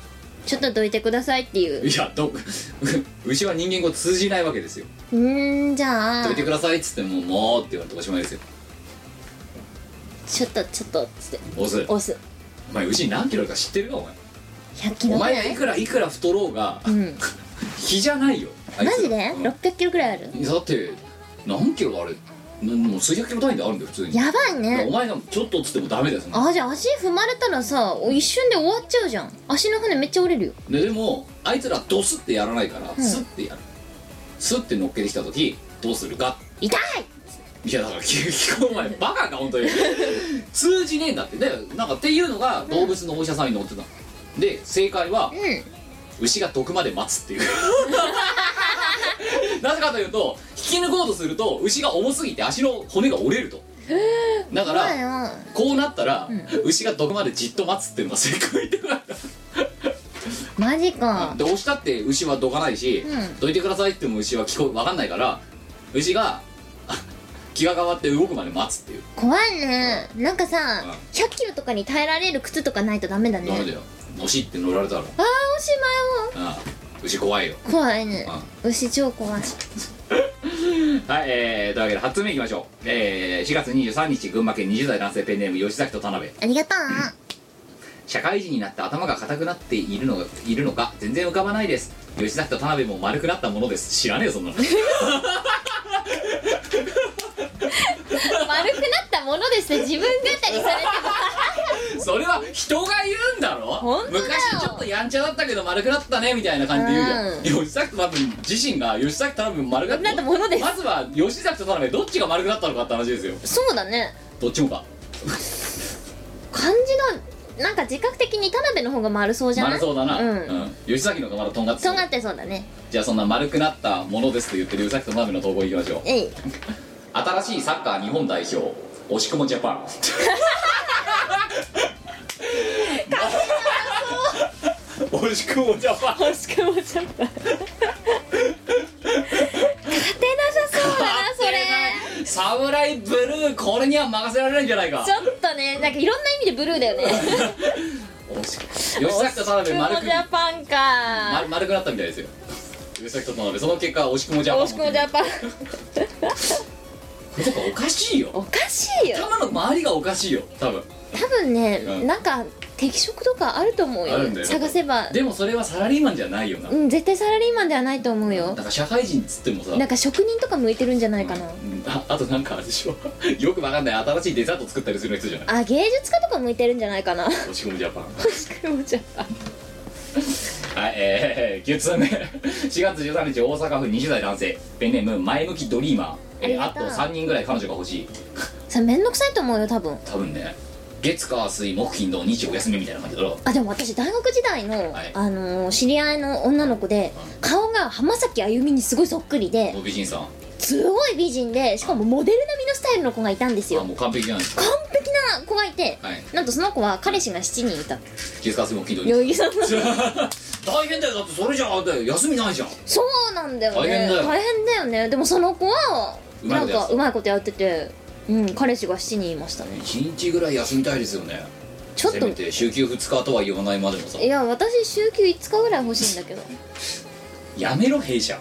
[SPEAKER 2] ちょっとどいてくださいっていう
[SPEAKER 1] いやど 牛は人間語通じないわけですよ
[SPEAKER 2] うーんじゃあ
[SPEAKER 1] どいてくださいっつってももうって言われておしまいですよ
[SPEAKER 2] ちょっとちょっとっつって
[SPEAKER 1] 押す
[SPEAKER 2] 押す
[SPEAKER 1] お前牛何キロあるか知ってるかお前
[SPEAKER 2] 100キ
[SPEAKER 1] お
[SPEAKER 2] ロぐ
[SPEAKER 1] 前
[SPEAKER 2] ら
[SPEAKER 1] がい
[SPEAKER 2] い
[SPEAKER 1] くらいくら太ろうが
[SPEAKER 2] うん
[SPEAKER 1] 比じゃないよあい
[SPEAKER 2] マ
[SPEAKER 1] つ
[SPEAKER 2] ジで
[SPEAKER 1] うんだ
[SPEAKER 2] 600キロぐらいある
[SPEAKER 1] って何キロあれなもう数百キロ単位であるんだよ普通に
[SPEAKER 2] やばい
[SPEAKER 1] お
[SPEAKER 2] ね
[SPEAKER 1] 前がちょっとっつってもダメだよそんな
[SPEAKER 2] あじゃあ足踏まれたらさ一瞬で終わっちゃうじゃん足の骨めっちゃ折れるよ
[SPEAKER 1] ででもあいつらドスってやらないから、
[SPEAKER 2] ん
[SPEAKER 1] スッてやるスッて乗っけてきた時どうするか
[SPEAKER 2] 痛い
[SPEAKER 1] いやだから聞聞こうお 前バカか本当に通じねえんだってでなんかっていうのが動物のお医者さんに載ってたので正解は
[SPEAKER 2] うん
[SPEAKER 1] 牛が毒まで待つっていう なぜかというと引き抜こうとすると牛が重すぎて足の骨が折れるとだか
[SPEAKER 2] 怖い
[SPEAKER 1] ら
[SPEAKER 2] な
[SPEAKER 1] こうなったら、牛がどこまでじっと待つっていうのが正解ってなんだ
[SPEAKER 2] マジか
[SPEAKER 1] で押したって牛はどかないし、
[SPEAKER 2] うん
[SPEAKER 1] どいてくださいって言っても牛は聞こえわかんないから牛があ気が変わって動くまで待つっていう
[SPEAKER 2] 怖いねなんかさ
[SPEAKER 1] うん
[SPEAKER 2] 100キロとかに耐えられる靴とかないとダメだね
[SPEAKER 1] ダメだよのしって乗られたら、
[SPEAKER 2] あーおしまいも
[SPEAKER 1] うん牛怖いよ
[SPEAKER 2] 怖いね牛超怖い
[SPEAKER 1] はい、えー、というわけで8つ目いきましょう、えー、4月23日群馬県20代男性ペンネーム吉崎と田辺
[SPEAKER 2] あり がとう
[SPEAKER 1] 社会人になって頭が硬くなっているのがいるのか全然浮かばないです吉崎と田辺も丸くなったものです知らねえよそんなの
[SPEAKER 2] 丸くなったものですね自分語りされても
[SPEAKER 1] それは人が言うんだろ
[SPEAKER 2] 本当だよ
[SPEAKER 1] 昔ちょっとやんちゃだったけど丸くなったねみたいな感じで言うじゃん、吉崎と田辺自身が吉崎と田辺も丸くなっ
[SPEAKER 2] なったものです
[SPEAKER 1] まずは吉崎と田辺どっちが丸くなったのかって話ですよ
[SPEAKER 2] そうだね
[SPEAKER 1] どっちもか
[SPEAKER 2] 感じがなんか自覚的に田辺の方が丸そうじゃない
[SPEAKER 1] 丸そうだな、
[SPEAKER 2] うん、
[SPEAKER 1] うん吉崎の方がまだとんがって
[SPEAKER 2] そ
[SPEAKER 1] そう
[SPEAKER 2] うなってそうだね
[SPEAKER 1] じゃあそんな丸くなったものですと言ってる宇崎と鍋の投稿いきましょう
[SPEAKER 2] えい
[SPEAKER 1] 新しいサッカー日本代表 押し込もジャパン押し込もジャパン
[SPEAKER 2] 欲しくもちゃった 勝てなさそうだなそれ
[SPEAKER 1] サムライブルーこれには任せられないんじゃないか
[SPEAKER 2] ちょっとねなんかいろんな意味でブルーだよね
[SPEAKER 1] 押し吉崎と田辺丸
[SPEAKER 2] 押しくも
[SPEAKER 1] く
[SPEAKER 2] ジャパンか
[SPEAKER 1] 丸丸くなったみたいですよ吉崎と田辺その結果押し込もジャパン
[SPEAKER 2] 押しくもジャパン
[SPEAKER 1] これとかおかしいよ
[SPEAKER 2] おかしいよ
[SPEAKER 1] 頭の周りがおかしいよ多分
[SPEAKER 2] 多分ね、
[SPEAKER 1] うん
[SPEAKER 2] なんか適職とかあると思う
[SPEAKER 1] あ
[SPEAKER 2] よ
[SPEAKER 1] るんだよ
[SPEAKER 2] 探せば
[SPEAKER 1] でもそれはサラリーマンじゃないよな
[SPEAKER 2] うん絶対サラリーマンではないと思う
[SPEAKER 1] な
[SPEAKER 2] よ
[SPEAKER 1] んか社会人っつってもさ
[SPEAKER 2] なんか職人とか向いてるんじゃないかな、
[SPEAKER 1] うんああとなんかあれでしょよくわかんない新しいデザート作ったりする人じゃない
[SPEAKER 2] あ芸術家とか向いてるんじゃないかな
[SPEAKER 1] 押し込むジャパン
[SPEAKER 2] 欲しくもジャパン
[SPEAKER 1] はいえー、9つ目 4月13日大阪府20代男性ペンネーム前向きドリーマーえー
[SPEAKER 2] あ
[SPEAKER 1] あ
[SPEAKER 2] りが
[SPEAKER 1] と
[SPEAKER 2] とう
[SPEAKER 1] 3人ぐらい彼女が欲しい
[SPEAKER 2] それめんどくさいと思うよ多分
[SPEAKER 1] 多分ね月火水木金土日お休みみたいな感じだろ
[SPEAKER 2] あでも私大学時代の、
[SPEAKER 1] はい
[SPEAKER 2] あのー知り合いの女の子で
[SPEAKER 1] う
[SPEAKER 2] 顔が浜崎あゆみにすごいそっくりで
[SPEAKER 1] もう美人さんあ
[SPEAKER 2] すごい美人でしかもモデル並みのスタイルの子がいたんですよ
[SPEAKER 1] もう完璧じゃないですか
[SPEAKER 2] 完璧な子がいて、
[SPEAKER 1] はい
[SPEAKER 2] なんとその子は彼氏が7人いた
[SPEAKER 1] 月火水木金土
[SPEAKER 2] 代
[SPEAKER 1] 日
[SPEAKER 2] 々木さんの
[SPEAKER 1] 大変だよだってそれじゃあだって休みないじゃん
[SPEAKER 2] そうなんだよね
[SPEAKER 1] 大変だよ
[SPEAKER 2] 変だよねでもその子は
[SPEAKER 1] うまい
[SPEAKER 2] な
[SPEAKER 1] こ
[SPEAKER 2] ん
[SPEAKER 1] とやってた
[SPEAKER 2] かうまいことやっててうん彼氏が7人いましたね
[SPEAKER 1] 1日ぐらい休みたいですよね
[SPEAKER 2] ちょっ
[SPEAKER 1] せ
[SPEAKER 2] と
[SPEAKER 1] めて週休2日とは言わないまでもさ
[SPEAKER 2] いや私週休5日ぐらい欲しいんだけど
[SPEAKER 1] やめろ弊社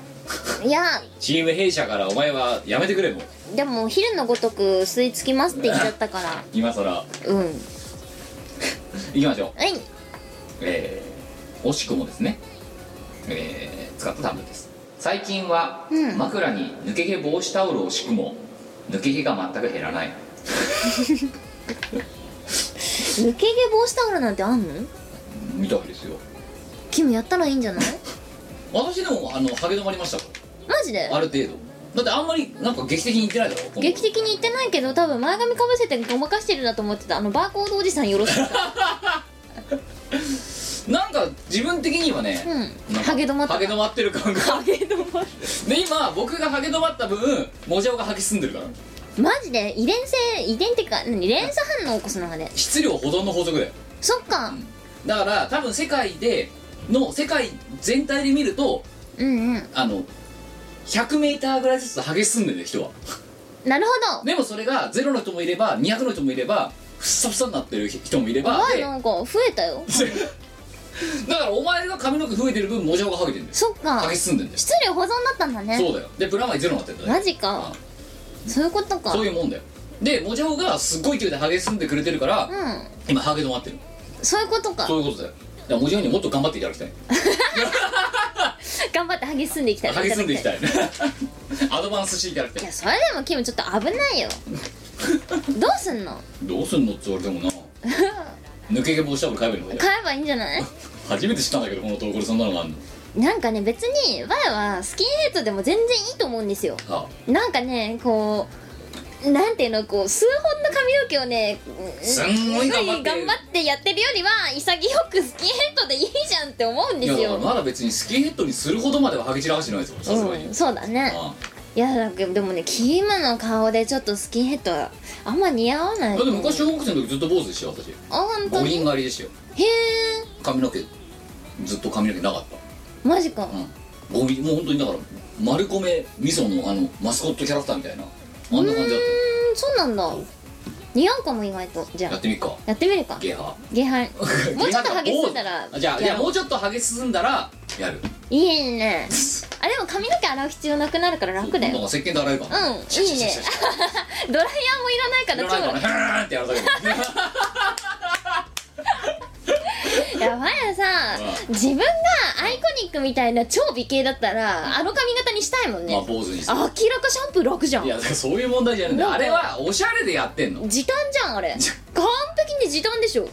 [SPEAKER 2] いや
[SPEAKER 1] チーム弊社からお前はやめてくれもう
[SPEAKER 2] でも昼のごとく吸い付きますって言っちゃったから
[SPEAKER 1] 今さら
[SPEAKER 2] うんはい
[SPEAKER 1] きましょうえー、惜しくもですねえー、使った単文です最近は
[SPEAKER 2] うん
[SPEAKER 1] 枕に抜け毛防止タオルを敷くも抜け毛が全く減らない
[SPEAKER 2] 抜け毛防止タオルなんてあんの
[SPEAKER 1] みたいですよ
[SPEAKER 2] キムやったらいいんじゃない
[SPEAKER 1] 私でもあのハゲ止まりましたか
[SPEAKER 2] マジで
[SPEAKER 1] らある程度だってあんまりなんか劇的にいってないだろ今度
[SPEAKER 2] 劇的に言ってないけど多分前髪かぶせてごまかしてるなと思ってたあのバーコードおじさんよろしく
[SPEAKER 1] なんか自分的にはね、
[SPEAKER 2] うん
[SPEAKER 1] なんか
[SPEAKER 2] ハゲ止まった
[SPEAKER 1] ハゲ止まってる感が
[SPEAKER 2] ハゲ止ま
[SPEAKER 1] で今僕がハゲ止まった分モジャオがハゲ進んでるから
[SPEAKER 2] マジで遺伝性遺伝っていうか何連鎖反応起こすのがね
[SPEAKER 1] 質量保存の法則だよ
[SPEAKER 2] そっか
[SPEAKER 1] だから多分世界での世界全体で見ると
[SPEAKER 2] うんうん
[SPEAKER 1] あの 100m ぐらいずつハゲ進んでる人は
[SPEAKER 2] なるほど
[SPEAKER 1] でもそれが0の人もいれば200の人もいればふっさふさになってる人もいれば
[SPEAKER 2] わあ
[SPEAKER 1] で
[SPEAKER 2] なんか増えたよ
[SPEAKER 1] だからお前が髪の毛増えてる分モジャオがハゲてるんです
[SPEAKER 2] そっか
[SPEAKER 1] ハゲ進んでるんです
[SPEAKER 2] 質量保存だったんだね
[SPEAKER 1] そうだよでプラマイゼロになってるんだ
[SPEAKER 2] マ
[SPEAKER 1] ね
[SPEAKER 2] ジかそういうことか
[SPEAKER 1] そう
[SPEAKER 2] う
[SPEAKER 1] いうもんだよでモジャオがすっごい勢いでハゲ進んでくれてるから、
[SPEAKER 2] ん
[SPEAKER 1] 今ハゲ止まってる
[SPEAKER 2] そういうことか
[SPEAKER 1] そういうことだよだからモジャオにもっと頑張っていただきたい
[SPEAKER 2] 頑張ってハゲ進んでいきたい
[SPEAKER 1] ハゲ進んでいき
[SPEAKER 2] い
[SPEAKER 1] たい アドバンスしていただき
[SPEAKER 2] い
[SPEAKER 1] たい
[SPEAKER 2] やそれでもキムちょっと危な いよどうすんの
[SPEAKER 1] どうすんのって言われても な抜け毛防止タオル買えばいいのかよ
[SPEAKER 2] 買えばいいんじゃない
[SPEAKER 1] 初めて知ったんだけどこの投稿でそんなのがあるの
[SPEAKER 2] なんかね別にわイはスキンヘッドでも全然いいと思うんですよ
[SPEAKER 1] あ
[SPEAKER 2] なんかねこうなんていうのこう数本の髪の毛をね
[SPEAKER 1] すんごい頑張って
[SPEAKER 2] 頑張ってやってるよりは潔くスキンヘッドでいいじゃんって思うんで
[SPEAKER 1] い
[SPEAKER 2] す
[SPEAKER 1] や
[SPEAKER 2] よ、
[SPEAKER 1] まだ別にスキンヘッドにするほどまではハゲ散らかしてないですよさすがに、
[SPEAKER 2] うん、そうだね
[SPEAKER 1] あ
[SPEAKER 2] いやなんかでもねキムの顔でちょっとスキンヘッドはあんま似合わな
[SPEAKER 1] あ
[SPEAKER 2] い
[SPEAKER 1] だって昔小学生の時ずっと坊主でしたよ私
[SPEAKER 2] あ本当
[SPEAKER 1] 五
[SPEAKER 2] に
[SPEAKER 1] 輪狩りでしたよ
[SPEAKER 2] へえ
[SPEAKER 1] 髪の毛ずっと髪の毛なかった
[SPEAKER 2] マジか
[SPEAKER 1] うん、ゴミもう本当にだから丸米味噌のあのマスコットキャラクターみたいなあんな感じだっ
[SPEAKER 2] うーんそうなんだ似合うかも意外とじゃ
[SPEAKER 1] たやっ
[SPEAKER 2] あ
[SPEAKER 1] てみっか
[SPEAKER 2] やってみるか
[SPEAKER 1] ゲハ
[SPEAKER 2] ゲ ハンもうちょっとハゲ進
[SPEAKER 1] 進
[SPEAKER 2] んだら
[SPEAKER 1] じゃあい
[SPEAKER 2] や
[SPEAKER 1] や
[SPEAKER 2] ろう
[SPEAKER 1] もうちょっとハゲ進んだらやる
[SPEAKER 2] いい ねあでも髪の毛洗う必要なくなるから楽だ
[SPEAKER 1] なん
[SPEAKER 2] よ
[SPEAKER 1] か石鹸で洗えば
[SPEAKER 2] うんいいねドライヤーもいらないから
[SPEAKER 1] いらないからねーってやるだけで
[SPEAKER 2] 超楽いやまやさ
[SPEAKER 1] う
[SPEAKER 2] 自分がアイコニックみたいな超美形だったらあの髪型にしたいもんね
[SPEAKER 1] まあ坊主にす
[SPEAKER 2] 明
[SPEAKER 1] る
[SPEAKER 2] らかシャンプー楽じゃん
[SPEAKER 1] い
[SPEAKER 2] 時
[SPEAKER 1] やだからそういう問題じゃないんだよ
[SPEAKER 2] な
[SPEAKER 1] あ
[SPEAKER 2] んか
[SPEAKER 1] れはおしゃれでやってんの
[SPEAKER 2] 短じゃんあれ完璧に時短でしょ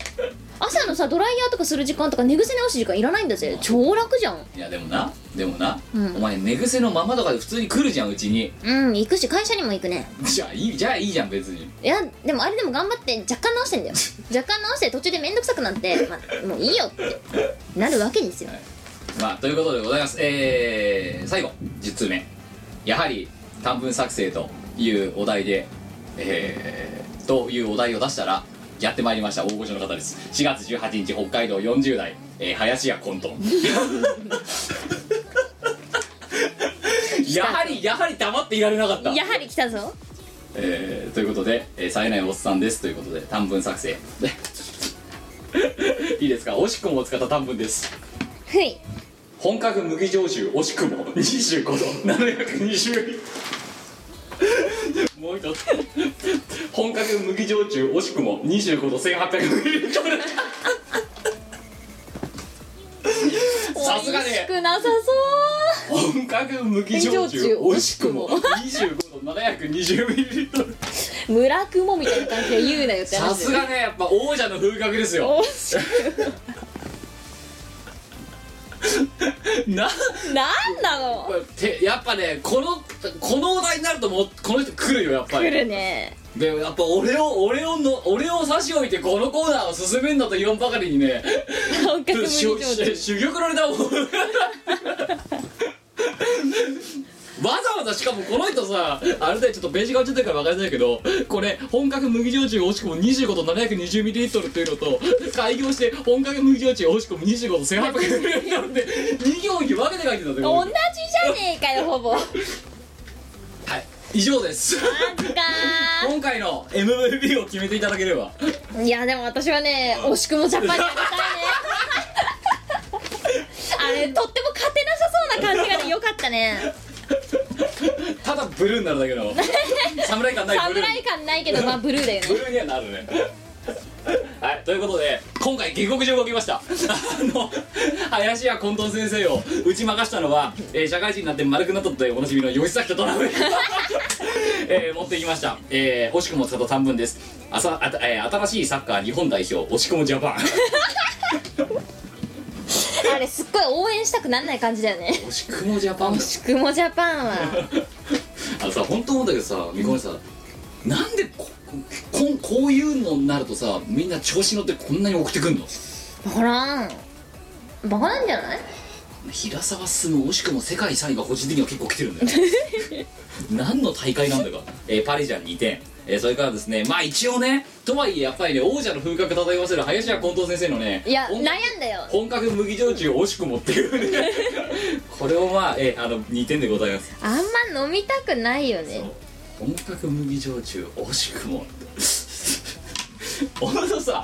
[SPEAKER 2] 朝のさドライヤーとかする時間とか寝癖直す時間いらないんだぜ超楽じゃん
[SPEAKER 1] いやでもなでもな、
[SPEAKER 2] うん
[SPEAKER 1] お前寝癖のままとかで普通に来るじゃんうちに
[SPEAKER 2] うん行くし会社にも行くね
[SPEAKER 1] じゃあいいじゃあいいじゃん別に
[SPEAKER 2] いやでもあれでも頑張って若干直してんだよ若干直して途中で面倒くさくなって、まあ、もういい よってなるわけですよ
[SPEAKER 1] まあということでございますえー、最後10通目やはり短文作成というお題でえー、というお題を出したらやってまいりました大御所の方です4月18日北海道40代、えー、林家コントやはりやはり黙っていられなかった
[SPEAKER 2] やはり来たぞ
[SPEAKER 1] えーということで、えー、冴えないおっさんですということで短文作成 いいですかおしっこも使った短文です
[SPEAKER 2] ふい
[SPEAKER 1] 本格麦焼酎惜しくも25度720もう一つ本格麦焼酎惜しくも25度1800さすが
[SPEAKER 2] 美味し
[SPEAKER 1] ね
[SPEAKER 2] くなさそ
[SPEAKER 1] 本格麦焼酎惜しくも25度720ミリ リットル
[SPEAKER 2] う村雲みたいな感じで言うなよって
[SPEAKER 1] さ
[SPEAKER 2] 話
[SPEAKER 1] すがねやっぱ王者の風格ですよ
[SPEAKER 2] おし
[SPEAKER 1] な
[SPEAKER 2] なんなの
[SPEAKER 1] てやっぱねこのこのお題になるともうこの人来るよやっぱり
[SPEAKER 2] 来るね
[SPEAKER 1] でもやっぱ俺を俺をの俺を差し置いてこのコーナーを進めんだと言わんばかりにね
[SPEAKER 2] 本格無理
[SPEAKER 1] しゅ
[SPEAKER 2] 上
[SPEAKER 1] しゅ
[SPEAKER 2] 手
[SPEAKER 1] 珠玉のネタをわざわざしかもこの人さあれだよちょっとページが落ちてるから分かりづらいけどこれ本格麦焼酎惜しくも25と 720ml っていうのと開業して本格麦焼酎惜しくも25と 1800ml って2行に分けて書いてたんだよ
[SPEAKER 2] 同
[SPEAKER 1] は
[SPEAKER 2] じじゃねえかよほぼマ
[SPEAKER 1] い以上です
[SPEAKER 2] ジか
[SPEAKER 1] 今回の MVP を決めていただければ
[SPEAKER 2] ーいやでも私はね惜しくもジャパンに勝 ちたいねあれとっても勝てなさそうな感じがねよかったね
[SPEAKER 1] ただブルーになるだけ の侍感ないブルー
[SPEAKER 2] 侍感ないけどまあブルーだよ
[SPEAKER 1] ブ
[SPEAKER 2] ね
[SPEAKER 1] ルーにはなるねはいということで今回下克上が起きましたあの林家混沌先生を打ち負かしたのは、えー社会人になって丸くなったとでおなじみの吉崎とドラムえー持ってきました、えー惜しくも佐藤短文ですあさあた、えー新しいサッカー日本代表惜しくもジャパン
[SPEAKER 2] あれすっごい応援したくなんない感じだよね
[SPEAKER 1] 惜しくもジャパンだ
[SPEAKER 2] 惜しくもジャパンは
[SPEAKER 1] あのさ本当思うんだけどさみこねさ、なんでここんこういうのになるとさみんな調子乗ってこんなに送ってくんの
[SPEAKER 2] バカらんバカなんじゃない
[SPEAKER 1] 平沢進む惜しくも世界3位が個人的には結構来てるんだよ 何の大会なんだか、えーパリジャン2点、えーそれからですねまあ一応ねとはいえやっぱりね王者の風格漂わせる林家近藤先生のね
[SPEAKER 2] いや
[SPEAKER 1] 本
[SPEAKER 2] 悩んだよ
[SPEAKER 1] 本格麦焼酎惜しくもっていう ねこれをまあ,、えーあの2点でございます
[SPEAKER 2] あんま飲みたくないよね
[SPEAKER 1] 本格麦焼酎惜しくも お前のさ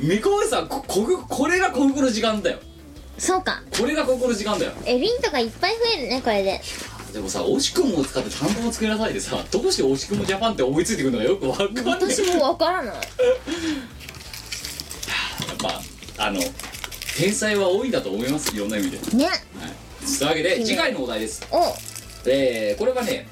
[SPEAKER 1] みこめさんここぐこれが国語の時間だよ
[SPEAKER 2] そうか
[SPEAKER 1] これが国語の時間だよ
[SPEAKER 2] エビンとかいっぱい増えるねこれで
[SPEAKER 1] でもさ惜しくもを使って単語を作りなさいでさどうして惜しくもジャパンって思いついてくるのかよくわかんない
[SPEAKER 2] 私もわからない
[SPEAKER 1] まああの天才は多いんだと思いますいろんな意味で
[SPEAKER 2] ね
[SPEAKER 1] というわけで次回のお題です
[SPEAKER 2] お
[SPEAKER 1] えーこれがね、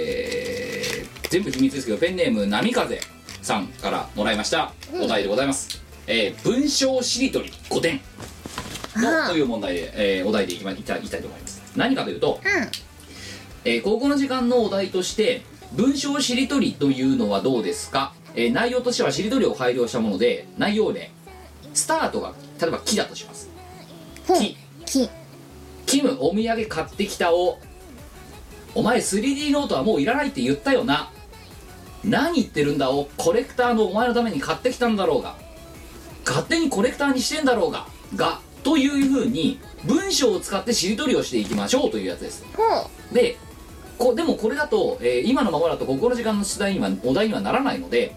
[SPEAKER 1] えー全部秘密ですけどペンネーム波風さんからもらいましたお題でございます、えー文章しりとり5点
[SPEAKER 2] あ
[SPEAKER 1] の
[SPEAKER 2] あ
[SPEAKER 1] という問題で、えーお題でいきまいきたいいきたいと思います何かというと、
[SPEAKER 2] うん
[SPEAKER 1] えー高校の時間のお題として文章しりとりというのはどうですか、えー内容としてはしりとりを改良したもので内容例スタートが例えば「木」だとします
[SPEAKER 2] ほ
[SPEAKER 1] 木
[SPEAKER 2] き
[SPEAKER 1] キムお土産買ってきたをお前 3D ノートはもういらないって言ったよな何言ってるんだをコレクターのお前のために買ってきたんだろうが勝手にコレクターにしてんだろうががというふうに文章を使ってしりとりをしていきましょうというやつです
[SPEAKER 2] ほう
[SPEAKER 1] でこでもこれだと、えー今のままだとここの時間の出題にはお題にはならないので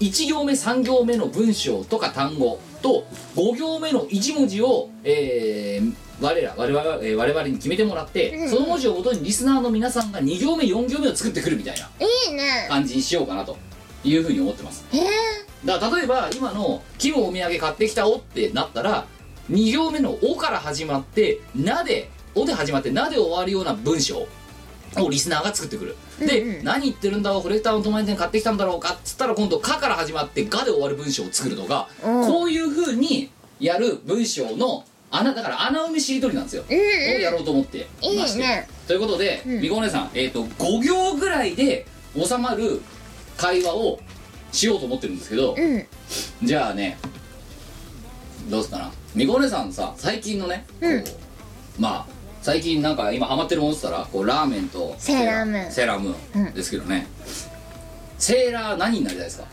[SPEAKER 2] う
[SPEAKER 1] 1行目3行目の文章とか単語と5行目の1文字を、えー我ら我々えー我々に決めてもらって、
[SPEAKER 2] うんうん
[SPEAKER 1] その文字をもとにリスナーの皆さんが2行目4行目を作ってくるみたいなん
[SPEAKER 2] いいね
[SPEAKER 1] 感じにしようかなというふうに思ってます
[SPEAKER 2] えー、
[SPEAKER 1] だから例えば今の「キムお土産買ってきたお」ってなったら2行目の「お」から始まって「な」で「お」で始まって「な」で終わるような文章をリスナーが作ってくるで、
[SPEAKER 2] うんうん
[SPEAKER 1] 何言ってるんだろうフレクターの友達に買ってきたんだろうかっつったら今度「か」から始まって「が」で終わる文章を作るとか、
[SPEAKER 2] うん
[SPEAKER 1] こういうふうにやる文章の穴だから穴埋めしりとりなんですよ、
[SPEAKER 2] うん
[SPEAKER 1] をやろうと思って
[SPEAKER 2] うん
[SPEAKER 1] ま
[SPEAKER 2] い
[SPEAKER 1] し
[SPEAKER 2] い
[SPEAKER 1] て
[SPEAKER 2] ね
[SPEAKER 1] ということで、
[SPEAKER 2] うん
[SPEAKER 1] みこお姉さん、えー、と5行ぐらいで収まる会話をしようと思ってるんですけど、
[SPEAKER 2] うん
[SPEAKER 1] じゃあねどうすっかなみこお姉さんさ最近のね、こ
[SPEAKER 2] うん
[SPEAKER 1] まあ最近なんか今ハマってるものっつったらこうラーメンと
[SPEAKER 2] セーラームーン
[SPEAKER 1] セーラームーンですけどね、セーラー何になりたいですか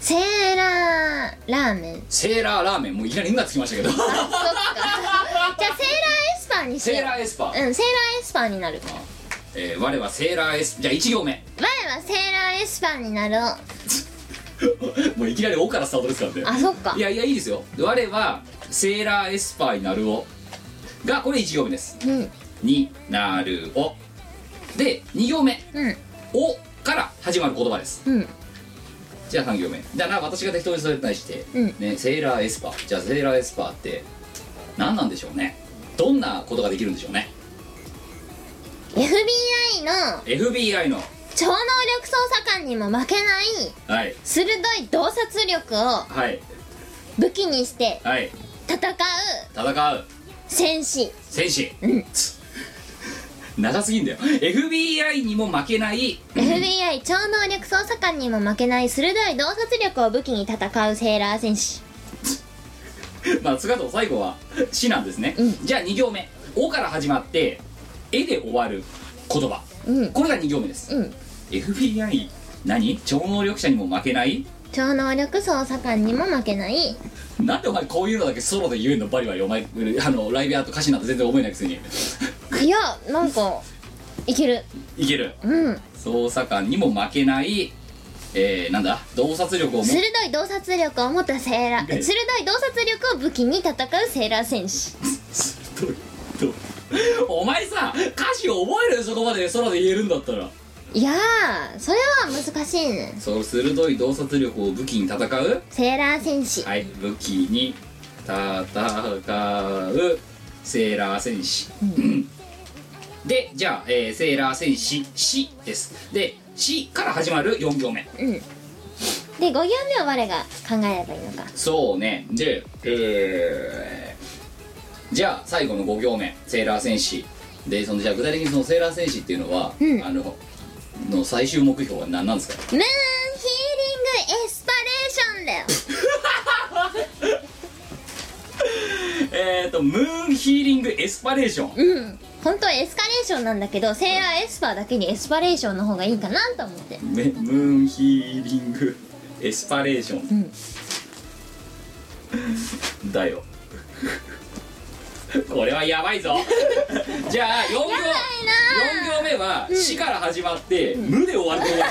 [SPEAKER 2] セーラーラーメ ン
[SPEAKER 1] セーラーラーメンもういきなり「ん」がつきましたけど
[SPEAKER 2] そっかじゃあセーラーエスパーにしよう
[SPEAKER 1] セーラーエスパー、
[SPEAKER 2] うんセーラーエスパーになる
[SPEAKER 1] えー我はセーラーエスじゃあ1行目
[SPEAKER 2] 前はセーラーエスパーになろう
[SPEAKER 1] もういきなり「お」からスタートですからね
[SPEAKER 2] あそっか
[SPEAKER 1] いやいやいいですよ我はセーラーエスパーになるをがこれ1行目です
[SPEAKER 2] うん
[SPEAKER 1] になるをで2行目
[SPEAKER 2] うん
[SPEAKER 1] をから始まる言葉です
[SPEAKER 2] うん
[SPEAKER 1] じゃあ3行目じゃあな私が適当にそれに対して、
[SPEAKER 2] うん
[SPEAKER 1] ね、セーラーエスパーじゃあセーラーエスパーって何なんでしょうねどんなことができるんでしょうね
[SPEAKER 2] FBI の
[SPEAKER 1] FBI の
[SPEAKER 2] 超能力捜査官にも負けない
[SPEAKER 1] はい
[SPEAKER 2] 鋭い洞察力を
[SPEAKER 1] はい
[SPEAKER 2] 武器にして
[SPEAKER 1] はい
[SPEAKER 2] 戦う
[SPEAKER 1] 戦う
[SPEAKER 2] 戦士
[SPEAKER 1] 戦士、
[SPEAKER 2] うん
[SPEAKER 1] つ 長すぎんだよ FBI にも負けない
[SPEAKER 2] FBI 超能力捜査官にも負けない鋭い洞察力を武器に戦うセーラー戦士
[SPEAKER 1] まあ姿を最後は「死」なんですね、
[SPEAKER 2] うん
[SPEAKER 1] じゃあ2行目「お」から始まって「え」で終わる言葉
[SPEAKER 2] うん
[SPEAKER 1] これが2行目です、
[SPEAKER 2] うん
[SPEAKER 1] FBI 何超能力者にも負けない
[SPEAKER 2] 超能力捜査官にも負けない
[SPEAKER 1] なんでお前こういうのだけソロで言えんのバリバリお前あのライブやと歌詞なんて全然覚えないくせに
[SPEAKER 2] いやなんかいける
[SPEAKER 1] いける
[SPEAKER 2] うん
[SPEAKER 1] 捜査官にも負けないえー、なんだ洞察力を持
[SPEAKER 2] 鋭い洞察力を持ったセーラー
[SPEAKER 1] ええ
[SPEAKER 2] 鋭い洞察力を武器に戦うセーラー戦士
[SPEAKER 1] つどうどうお前さ歌詞を覚えるよそこまでソロで言えるんだったら
[SPEAKER 2] いやーそれは難しいね
[SPEAKER 1] その鋭い洞察力を武器に戦う
[SPEAKER 2] セーラー戦士
[SPEAKER 1] はい武器に戦うセーラー戦士、 でじゃあ、えーセーラー戦士「し」ですで「し」から始まる4行目
[SPEAKER 2] うんで5行目を我が考えればいいのか
[SPEAKER 1] そうねでえーじゃあ最後の5行目セーラー戦士でそのじゃあ具体的にそのセーラー戦士っていうのは、
[SPEAKER 2] うん
[SPEAKER 1] あのの最終目標は何なんですか
[SPEAKER 2] ムーンヒーリングエスパレーションだよ
[SPEAKER 1] えっ、とムーンヒーリングエスパレーション
[SPEAKER 2] うん本当はエスカレーションなんだけどセーラーエスパーだけにエスパレーションの方がいいかなと思って
[SPEAKER 1] メムーンヒーリングエスパレーション、だよ これはやばいぞじゃあ4行4行目は「死」から始まって「無」で終わると思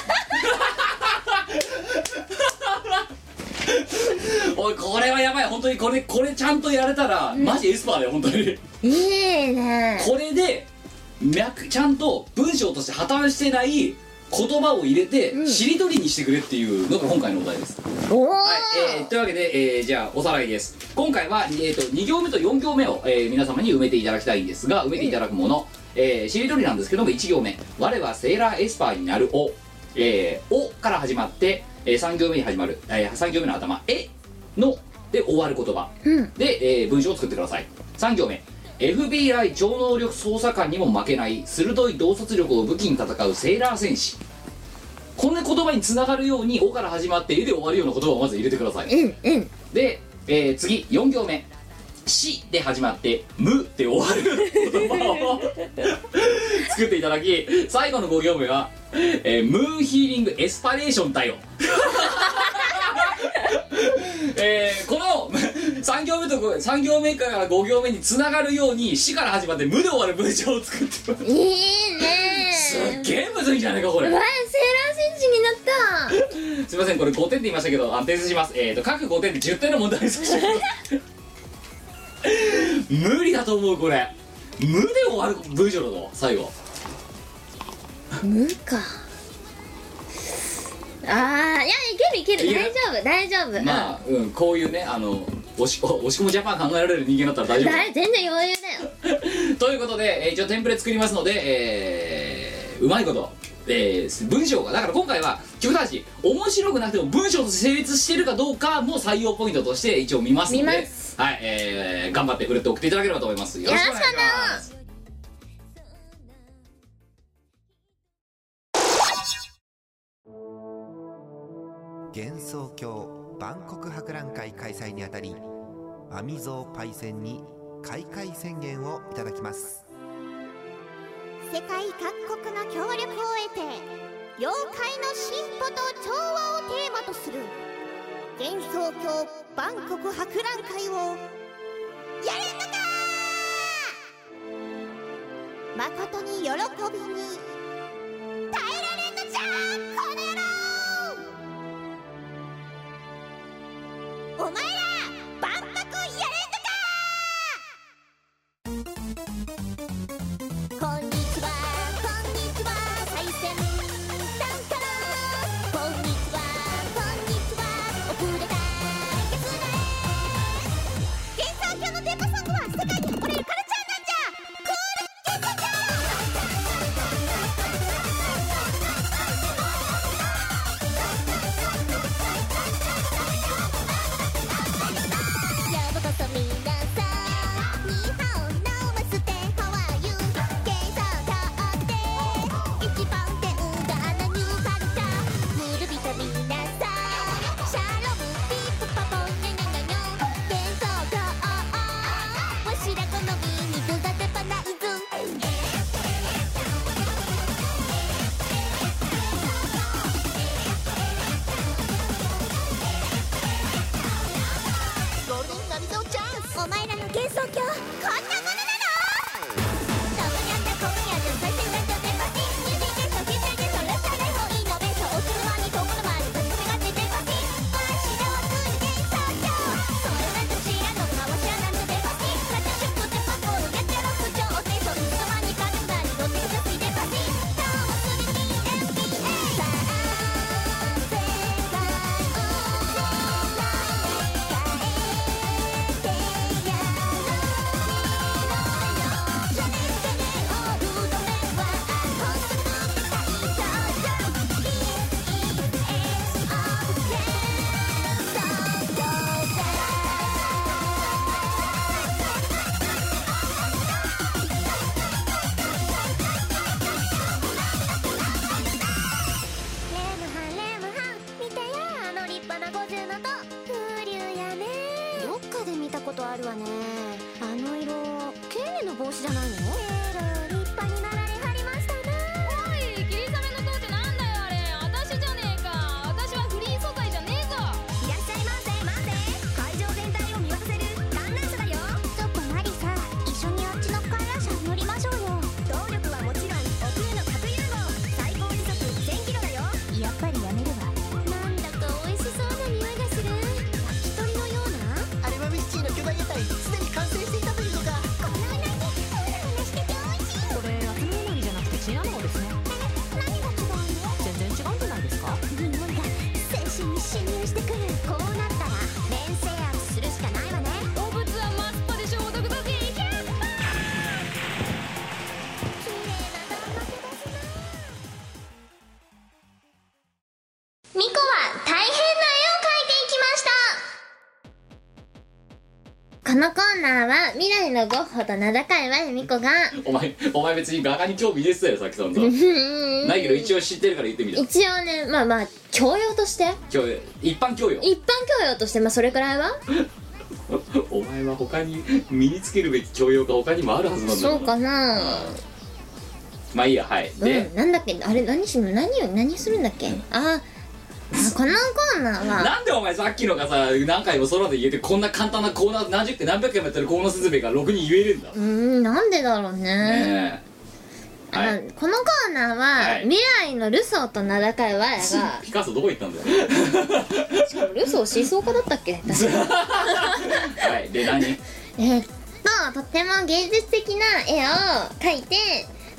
[SPEAKER 1] うおいこれはやばい本当にこれこれちゃんとやれたら、マジエスパーだよ本当に
[SPEAKER 2] いいね
[SPEAKER 1] これで脈ちゃんと文章として破綻してない言葉を入れて、
[SPEAKER 2] うん
[SPEAKER 1] しりとりにしてくれっていうのが今回のお題です、は
[SPEAKER 2] お
[SPEAKER 1] い
[SPEAKER 2] お、
[SPEAKER 1] えーというわけで、えーじゃあおさらいです今回は、えー、と2行目と4行目を、えー皆様に埋めていただきたいんですが埋めていただくもの、えーしりとりなんですけども1行目「我はセーラーエスパーになるを」えーお」から始まって、え3行目に始まる、え3行目の頭「え」ので終わる言葉
[SPEAKER 2] うん
[SPEAKER 1] で、えー文章を作ってください3行目 FBI 超能力捜査官にも負けない鋭い洞察力を武器に戦うセーラー戦士こんな言葉につながるように「お」から始まって「え」で終わるような言葉をまず入れてください
[SPEAKER 2] うんうん
[SPEAKER 1] で、えー次4行目「し」で始まって「む」で終わる言葉を作っていただき最後の5行目は、えームーンヒーリングエスパレーションだよ」えーこの3行目と5 3行目から5行目につながるように「し」から始まって「む」で終わる文章を作ってます
[SPEAKER 2] いいね
[SPEAKER 1] すっ
[SPEAKER 2] ー
[SPEAKER 1] げえむずいんじゃないかこれ
[SPEAKER 2] わあセーラー戦士になった
[SPEAKER 1] すいませんこれ5点って言いましたけどあ訂正しますえっ、ー、と各5点で10点の問題にさせてください 無理だと思うこれ無で終わる文章だぞ最後
[SPEAKER 2] 無かあーいやいけるい
[SPEAKER 1] い
[SPEAKER 2] け
[SPEAKER 1] や
[SPEAKER 2] る大丈夫大丈夫、
[SPEAKER 1] まあうんこういうねあの押し押し込むジャパン考えられる人間だったら大
[SPEAKER 2] うん
[SPEAKER 1] 丈
[SPEAKER 2] だい全然余裕だよ
[SPEAKER 1] 夫 ということで、えー一応テンプレ作りますのでえーうまいことえー文章がだから今回は極端し面白くなくても文章と成立してるかどうかも採用ポイントとして一応見ますので
[SPEAKER 2] 見ます
[SPEAKER 1] はい、えー頑張って振るって送っていただければと思いますよろしくお願いし
[SPEAKER 2] よろしくお願いし
[SPEAKER 1] ま
[SPEAKER 2] ます
[SPEAKER 5] 幻想郷万国博覧会開催にあたりアミゾーパイセンに開会宣言をいただきます
[SPEAKER 3] 世界各国の協力を得て妖怪の進歩と調和をテーマとする幻想郷バンコク博覧会をやるのか誠に喜びに耐えられんのじゃこの野郎お前ら万博やれんのかこんにちは、こんにちは、最先端から。こんにちは、こんにちは、遅れた奴らへ。原産教のデカソングは世界に誇れるカルチャーなんじゃ。コール、ゲンジャー
[SPEAKER 2] このコーナーは未来のゴッホと名高い我美子が
[SPEAKER 1] お前お前別に画家に興味出てたよさっきさんと ないけど一応知ってるから言ってみた
[SPEAKER 2] 一応ねまあまあ教養として
[SPEAKER 1] 今日一般教養
[SPEAKER 2] 一般教養としてまあそれくらいは
[SPEAKER 1] お前は他に身につけるべき教養が他にもあるはずなんだ
[SPEAKER 2] そうかな
[SPEAKER 1] まあいいやはいで、
[SPEAKER 2] うんなんだっけあれ何し何を何するんだっけああこのコーナーは
[SPEAKER 1] なんでお前さっきのがさ何回も空で言えてこんな簡単なコーナー何十って何百回もやってるコーナー説明がろくに言えるんだ、
[SPEAKER 2] うーんなんでだろうね
[SPEAKER 1] ねえは
[SPEAKER 2] あ
[SPEAKER 1] い
[SPEAKER 2] このコーナーは、
[SPEAKER 1] はい
[SPEAKER 2] 未来のルソーと名高い我がしか
[SPEAKER 1] ピカソどこ行ったんだよ
[SPEAKER 2] もルソー思想家だったっ け確か
[SPEAKER 1] はいで何
[SPEAKER 2] えっととても芸術的な絵を描いて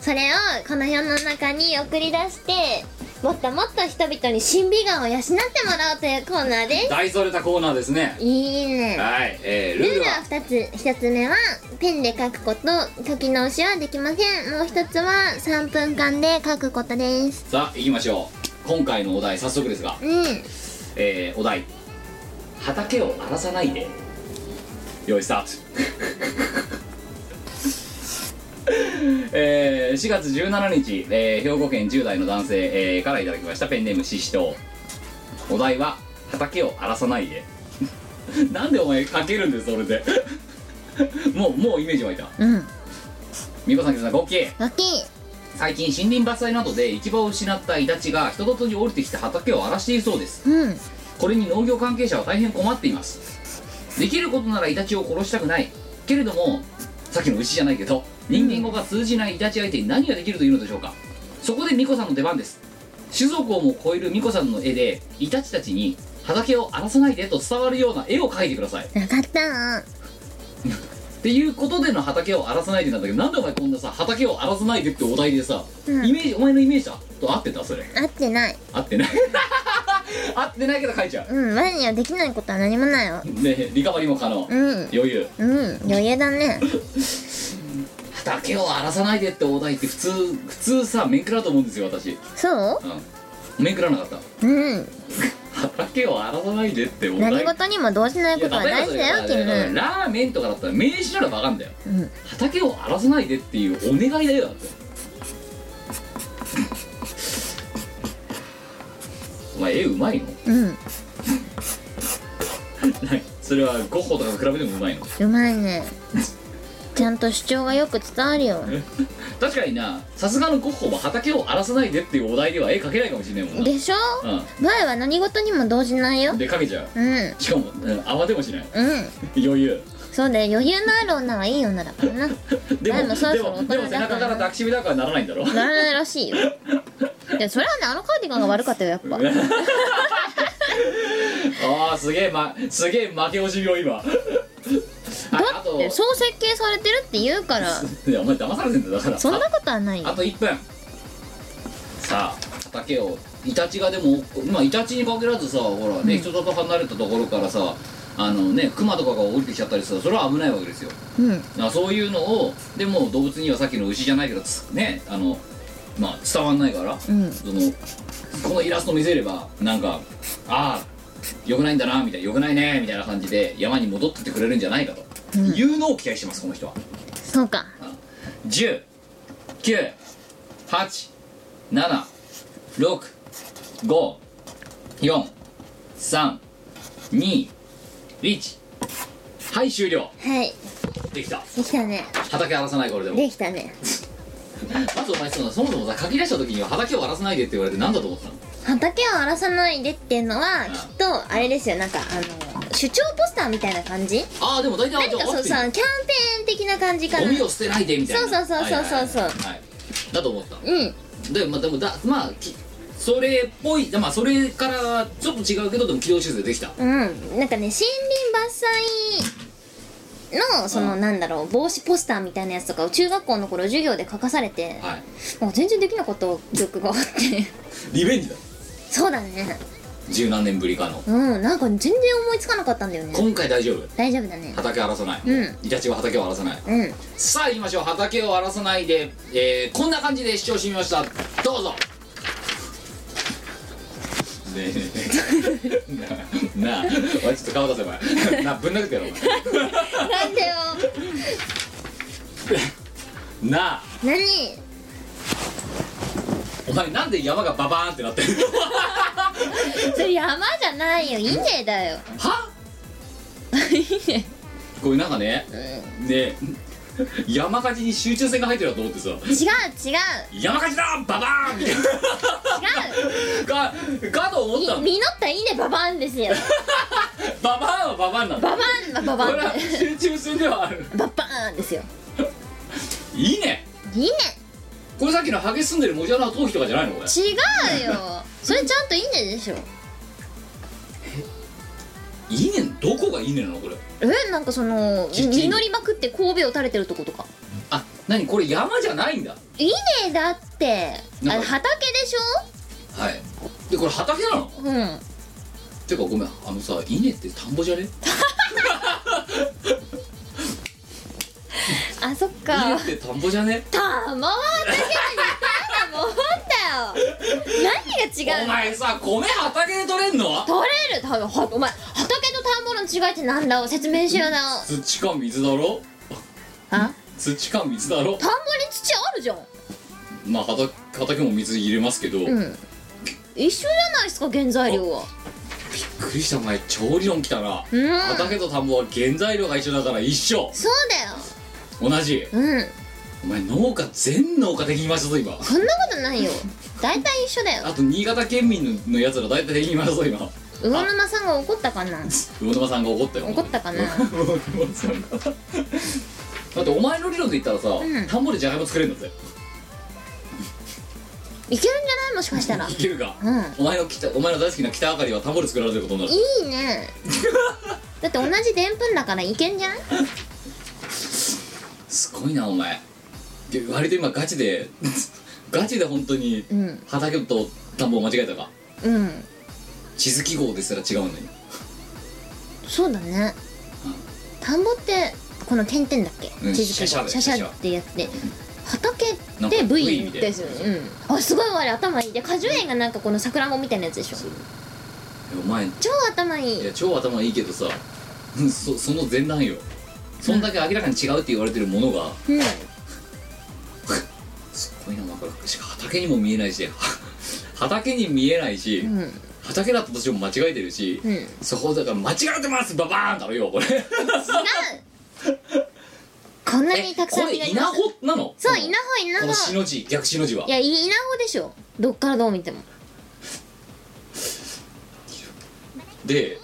[SPEAKER 2] それをこの世の中に送り出してもっともっと人々に審美眼を養ってもらおうというコーナーです
[SPEAKER 1] 大それたコーナーですね
[SPEAKER 2] いいね
[SPEAKER 1] はいえー、
[SPEAKER 2] ル
[SPEAKER 1] ルー
[SPEAKER 2] ール
[SPEAKER 1] ル
[SPEAKER 2] は
[SPEAKER 1] は
[SPEAKER 2] 2つ1つ目はペンで描くこと書き直しはできませんもう1つは3分間で描くことです
[SPEAKER 1] さあ行きましょう今回のお題早速ですが、
[SPEAKER 2] うん
[SPEAKER 1] えー、お題畑を荒らさないで用意スタート えー、4月17日、えー兵庫県10代の男性、えーからいただきましたペンネームししとうお題は「畑を荒らさないで」 なんでお前書けるんですそれで もうもうイメージ湧いた
[SPEAKER 2] うん
[SPEAKER 1] 美子さん木さんごきげん
[SPEAKER 2] 大きい
[SPEAKER 1] 最近森林伐採などで行き場を失ったイタチが人里に降りてきて畑を荒らしているそうです
[SPEAKER 2] うん
[SPEAKER 1] これに農業関係者は大変困っていますできることならイタチを殺したくないけれどもさっきの牛じゃないけど人間語が通じないイタチ相手に何ができるというのでしょうかそこでミコさんの出番です種族をも超えるミコさんの絵でイタチたちに畑を荒らさないでと伝わるような絵を描いてくださいっ
[SPEAKER 2] 分かった
[SPEAKER 1] ていうことでの畑を荒らさないでなんだけどなんでお前こんなさ畑を荒らさないでってお題でさ、
[SPEAKER 2] うん
[SPEAKER 1] イメージお前のイメージだと合ってたそれ
[SPEAKER 2] 合ってない
[SPEAKER 1] 合ってない 合ってないけど書いちゃ
[SPEAKER 2] うん我にはできないことは何もないわ
[SPEAKER 1] うねリカバリーも可能、
[SPEAKER 2] うん
[SPEAKER 1] 余裕
[SPEAKER 2] うん余裕 だね
[SPEAKER 1] 畑を荒らさないでってお題って普通普通さ面食らうと思うんですよ私
[SPEAKER 2] そ
[SPEAKER 1] うん面食らわなかっ
[SPEAKER 2] ううん
[SPEAKER 1] た畑を荒らさないでってお題
[SPEAKER 2] 何事にも動じないことはい
[SPEAKER 1] や例えば
[SPEAKER 2] 大事だよ
[SPEAKER 1] それラ
[SPEAKER 2] 君
[SPEAKER 1] ラーメンとかだったら名刺ならばわかんだよ
[SPEAKER 2] うん
[SPEAKER 1] 畑を荒らさないでっていうお願いだよだってお前絵うまいの
[SPEAKER 2] うん
[SPEAKER 1] 何 それはゴッホとかと比べてもうまいの
[SPEAKER 2] うまいねちゃんと主張がよく伝わるよ
[SPEAKER 1] 確かになさすがのゴッホは畑を荒らさないでっていうお題では絵描けないかもしれないもんな
[SPEAKER 2] でしょ我は何事にも動じないよ
[SPEAKER 1] うんで描けちゃう
[SPEAKER 2] うん
[SPEAKER 1] しかも、うん慌てもしない
[SPEAKER 2] うん
[SPEAKER 1] 余裕
[SPEAKER 2] そうだよ余裕のある女はいい女だからな
[SPEAKER 1] で
[SPEAKER 2] な
[SPEAKER 1] も
[SPEAKER 2] でもそろそろ大人
[SPEAKER 1] でも背
[SPEAKER 2] だか
[SPEAKER 1] 中
[SPEAKER 2] ら
[SPEAKER 1] から抱きしめたくはならないんだろ
[SPEAKER 2] らないらしいよでそれはねあのカーディガンが悪かったよやっぱ
[SPEAKER 1] ああすげえ、ま、すげえ負け惜しみを今はいあと
[SPEAKER 2] でそう設計されてるって言うから
[SPEAKER 1] いやお前騙されてんだよだから
[SPEAKER 2] そんなことはない
[SPEAKER 1] あ
[SPEAKER 2] よ
[SPEAKER 1] と1分さあ畑をイタチがでもまあイタチに限らずさほらね、人里離れたところからさあのねクマとかが降りてきちゃったりしたらそれは危ないわけですよ
[SPEAKER 2] うん
[SPEAKER 1] だからそういうのをでも動物にはさっきの牛じゃないけどつねあのまあ伝わんないから、
[SPEAKER 2] うん
[SPEAKER 1] そのこのイラスト見せればなんかああよくないんだなみたいなよくないねみたいな感じで山に戻ってってくれるんじゃないかと、いうのを期待してますこの人は
[SPEAKER 2] そうか
[SPEAKER 1] 1 0 9 8 7 6 5 4 3 2 1はい終了
[SPEAKER 2] はい
[SPEAKER 1] できた
[SPEAKER 2] できたね
[SPEAKER 1] 畑荒らさないこれでも
[SPEAKER 2] できたね
[SPEAKER 1] まずお前そのそもそもさ書き出した時には畑を荒らさないでって言われて何だと思ってたの
[SPEAKER 2] 畑を荒らさないでっていうのはきっとあれですよなんかあの主張ポスターみたいな感じ
[SPEAKER 1] ああでも大体
[SPEAKER 2] 何かそう
[SPEAKER 1] じ
[SPEAKER 2] そ
[SPEAKER 1] ゃ
[SPEAKER 2] う
[SPEAKER 1] あ
[SPEAKER 2] キャンペーン的な感じか
[SPEAKER 1] ゴ
[SPEAKER 2] な
[SPEAKER 1] ミを捨てないでみたいな
[SPEAKER 2] そうそうそうそうそうそう
[SPEAKER 1] はいはいはいはいだと思った
[SPEAKER 2] うん
[SPEAKER 1] で,、まあ、でもだまあきそれっぽいまあそれからはちょっと違うけどでも軌道修正できた
[SPEAKER 2] うんなんかね森林伐採のその
[SPEAKER 1] う
[SPEAKER 2] なんだろう防止ポスターみたいなやつとかを中学校の頃授業で書かされて
[SPEAKER 1] はい
[SPEAKER 2] もう全然できなかった記憶があって
[SPEAKER 1] リベンジだ
[SPEAKER 2] そうだね
[SPEAKER 1] 十何年ぶりかの
[SPEAKER 2] うんなんか全然思いつかなかったんだよね
[SPEAKER 1] 今回大丈夫
[SPEAKER 2] 大丈夫だね
[SPEAKER 1] 畑荒らさない、
[SPEAKER 2] うん
[SPEAKER 1] イタチは畑を荒らさない
[SPEAKER 2] うん
[SPEAKER 1] さあ言いましょう畑を荒らさないで、えーこんな感じで視聴してみましたどうぞねえねえなあお前ちょっと顔出せお前なあぶん殴ってやろう
[SPEAKER 2] なんでよ
[SPEAKER 1] お前なあ
[SPEAKER 2] 何
[SPEAKER 1] お前なんで山がババーンってなってるの
[SPEAKER 2] それ山じゃないよ稲だよ
[SPEAKER 1] は
[SPEAKER 2] 稲
[SPEAKER 1] これなんかねね山火事に集中線が入ってるなと思ってさ
[SPEAKER 2] 違う違う違
[SPEAKER 1] 山火事だババーンみたいな かかと思った
[SPEAKER 2] う
[SPEAKER 1] の
[SPEAKER 2] み実った稲ババンですよ
[SPEAKER 1] ババーンはババーンなんだ
[SPEAKER 2] ババンなバ
[SPEAKER 1] こ
[SPEAKER 2] バ
[SPEAKER 1] れ
[SPEAKER 2] ン
[SPEAKER 1] は
[SPEAKER 2] で
[SPEAKER 1] 集中線ではある
[SPEAKER 2] ババーンですよ
[SPEAKER 1] いいね
[SPEAKER 2] 稲
[SPEAKER 1] これさっきのハゲ住んでるモジャラの頭皮とかじゃないのこれ
[SPEAKER 2] 違うよそれちゃんと稲でしょ
[SPEAKER 1] いいねどこがいいねなのこれ
[SPEAKER 2] えなんかその
[SPEAKER 1] ちっちゃい
[SPEAKER 2] 実りまくって神戸を垂れてるとことか
[SPEAKER 1] あ何これ山じゃないんだ
[SPEAKER 2] 稲だってあ
[SPEAKER 1] なん
[SPEAKER 2] れ
[SPEAKER 1] か
[SPEAKER 2] 畑でし
[SPEAKER 1] はいでこれ畑なの
[SPEAKER 2] ょうん
[SPEAKER 1] てかごめんあのさ稲って田んぼじゃね
[SPEAKER 2] あそっ
[SPEAKER 1] 稲
[SPEAKER 2] か
[SPEAKER 1] って田んぼじゃね
[SPEAKER 2] たまは畑にいたんだもんだよ何が違う
[SPEAKER 1] お前さ米畑で取れんの
[SPEAKER 2] 取れる多分はお前畑と田んぼの違いってなんだ説明しような
[SPEAKER 1] 土か水だろ
[SPEAKER 2] あ
[SPEAKER 1] 土か水だろ
[SPEAKER 2] 田んぼに土あるじゃん
[SPEAKER 1] まあ畑畑も水入れますけど、びっ
[SPEAKER 2] うん一緒じゃないですか原材料は
[SPEAKER 1] くりしたお前超理論きたな、
[SPEAKER 2] うん
[SPEAKER 1] 畑と田んぼは原材料が一緒だから一緒
[SPEAKER 2] そう
[SPEAKER 1] 同じ
[SPEAKER 2] だようん
[SPEAKER 1] お前農家全農家的に言いましたぞ今
[SPEAKER 2] そんなことないよ大体一緒だよ
[SPEAKER 1] あと新潟県民のやつら大体的に言いましたぞ今
[SPEAKER 2] 魚沼さんが怒ったかな
[SPEAKER 1] 魚沼さんが怒ったよ
[SPEAKER 2] 怒ったか な
[SPEAKER 1] 魚沼さんがだってお前の理論で言ったらさ、
[SPEAKER 2] ん
[SPEAKER 1] 田んぼでじゃがいも作れるんだぜ
[SPEAKER 2] いけるんじゃないもしかしたら
[SPEAKER 1] いけるか、
[SPEAKER 2] うん
[SPEAKER 1] お前の北お前の大好きな北あかりは田んぼで作られてることになる
[SPEAKER 2] いいねだって同じでんぷんだからいけんじゃん
[SPEAKER 1] すごいなお前で割と今ガチで ガチで本当に
[SPEAKER 2] うん
[SPEAKER 1] 畑と田んぼを間違えたか
[SPEAKER 2] うん
[SPEAKER 1] 地図記号ですら違うのに
[SPEAKER 2] そうだね田んぼってこの点々だっけ、
[SPEAKER 1] うん
[SPEAKER 2] 地図記
[SPEAKER 1] シャシャ
[SPEAKER 2] 号
[SPEAKER 1] で
[SPEAKER 2] シャシ
[SPEAKER 1] シャ
[SPEAKER 2] ャ
[SPEAKER 1] シャ
[SPEAKER 2] ってやって畑
[SPEAKER 1] なん
[SPEAKER 2] で
[SPEAKER 1] か
[SPEAKER 2] V
[SPEAKER 1] V で
[SPEAKER 2] ですよね、うん、あすごい我頭いいで果樹園がなんかこの桜もみたいなやつでしょ
[SPEAKER 1] お前い
[SPEAKER 2] 超頭いい
[SPEAKER 1] や超頭いいけどさ うんそその前段よそんだけ明らかに違うって言われてるものが
[SPEAKER 2] うん
[SPEAKER 1] すごいななんかしかも畑にも見えないしは 畑に見えないし、
[SPEAKER 2] うん
[SPEAKER 1] 畑だったとしても間違えてるし、
[SPEAKER 2] うん違う
[SPEAKER 1] そこだから間違えてますババーンだろよこ れ
[SPEAKER 2] こんな
[SPEAKER 1] え
[SPEAKER 2] にたくさん
[SPEAKER 1] これ
[SPEAKER 2] 実がい
[SPEAKER 1] 稲
[SPEAKER 2] ました
[SPEAKER 1] 穂なの
[SPEAKER 2] そう
[SPEAKER 1] この
[SPEAKER 2] 稲穂稲
[SPEAKER 1] この死
[SPEAKER 2] 穂
[SPEAKER 1] の字逆死の字はい
[SPEAKER 2] やいい稲穂でしょどっからどう見ても
[SPEAKER 1] で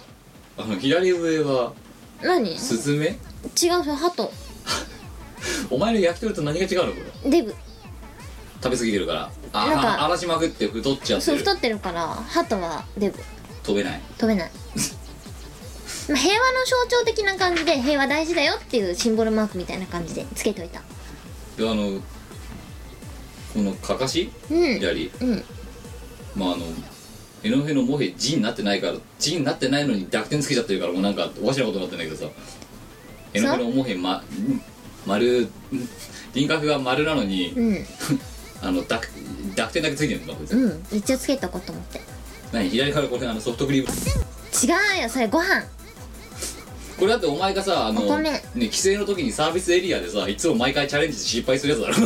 [SPEAKER 1] あの左上は
[SPEAKER 2] 何違う
[SPEAKER 1] スズメ
[SPEAKER 2] それ鳩
[SPEAKER 1] お前の焼き鳥と何が違うのこれ
[SPEAKER 2] デブ
[SPEAKER 1] 食べ過ぎてるからあ
[SPEAKER 2] なんか
[SPEAKER 1] あ荒らしまくって太っちゃって
[SPEAKER 2] そう
[SPEAKER 1] る
[SPEAKER 2] 太ってるから鳩はデブ
[SPEAKER 1] 飛べない
[SPEAKER 2] 飛べ ないまあ平和の象徴的な感じで平和大事だよっていうシンボルマークみたいな感じでつけといた
[SPEAKER 1] であのこのかかし
[SPEAKER 2] うん
[SPEAKER 1] 左
[SPEAKER 2] うん
[SPEAKER 1] まああの柄の辺のモヘ字になってないから字になってないのに濁点つけちゃってるからもうなんかおかしなことになってんだけどさ柄の辺のモヘまん丸ん輪郭が丸なのに、
[SPEAKER 2] うん
[SPEAKER 1] あの濁濁点だけついてるのかこいつ、
[SPEAKER 2] うんめっちゃつけとこうと思って
[SPEAKER 1] 何左からこれあのソフトクリーム
[SPEAKER 2] 違うよそれご飯
[SPEAKER 1] これだってお前がさあの
[SPEAKER 2] お米
[SPEAKER 1] ね帰省の時にサービスエリアでさいつも毎回チャレンジして失敗するやつだ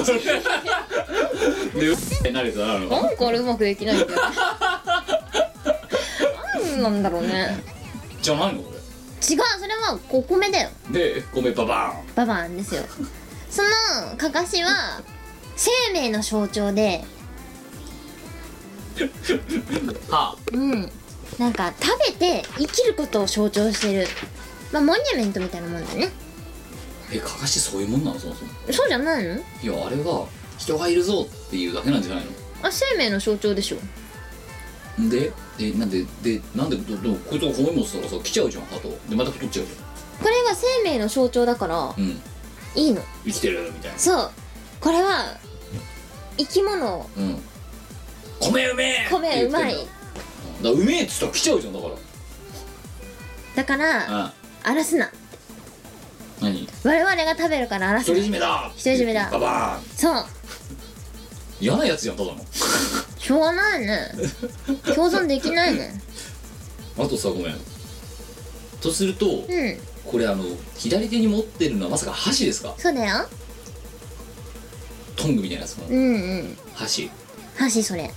[SPEAKER 1] ろ でうっってなるやつだろあの
[SPEAKER 2] なんかあれうまくでき ないんだよなんなんだろうね
[SPEAKER 1] じゃないのこ
[SPEAKER 2] 違うそれはお米だよ
[SPEAKER 1] れで米ババーン
[SPEAKER 2] ババンですよそのかかしは生命の象徴で
[SPEAKER 1] はあ
[SPEAKER 2] うんなんか食べて生きることを象徴してるまあモニュメントみたいなもんだね
[SPEAKER 1] えかかしそういうもんなのそもそも
[SPEAKER 2] そうじゃないの
[SPEAKER 1] いやあれは人がいるぞっていうだけなんじゃない
[SPEAKER 2] あ生命の象徴でしょ
[SPEAKER 1] のでえなんででなんでどでもこいつが米持ってたらさ来ちゃうじゃん鳩でまた太っちゃうじ
[SPEAKER 2] これが生命の象徴だから
[SPEAKER 1] ゃんうん
[SPEAKER 2] いいの
[SPEAKER 1] 生きてるみたいな
[SPEAKER 2] そうこれは生き物を
[SPEAKER 1] うん米うめえって
[SPEAKER 2] 米
[SPEAKER 1] 言
[SPEAKER 2] う
[SPEAKER 1] ってん
[SPEAKER 2] ま
[SPEAKER 1] だ
[SPEAKER 2] い
[SPEAKER 1] ようんだからうめえっつったら来ちゃうじゃんだから
[SPEAKER 2] だから
[SPEAKER 1] あ
[SPEAKER 2] 荒らすな
[SPEAKER 1] 何
[SPEAKER 2] 我々が食べるから荒らす
[SPEAKER 1] 独
[SPEAKER 2] な
[SPEAKER 1] り占めだ
[SPEAKER 2] 独り占めだ
[SPEAKER 1] ババーン
[SPEAKER 2] そう
[SPEAKER 1] 嫌なやつじゃんただの
[SPEAKER 2] しょうがないね共存できないね
[SPEAKER 1] あとさごめんとすると、
[SPEAKER 2] うん
[SPEAKER 1] これあの左手に持ってるのはまさか箸ですか
[SPEAKER 2] そうだよ
[SPEAKER 1] トングみたいなやつの
[SPEAKER 2] うんうん
[SPEAKER 1] 箸
[SPEAKER 2] 箸それ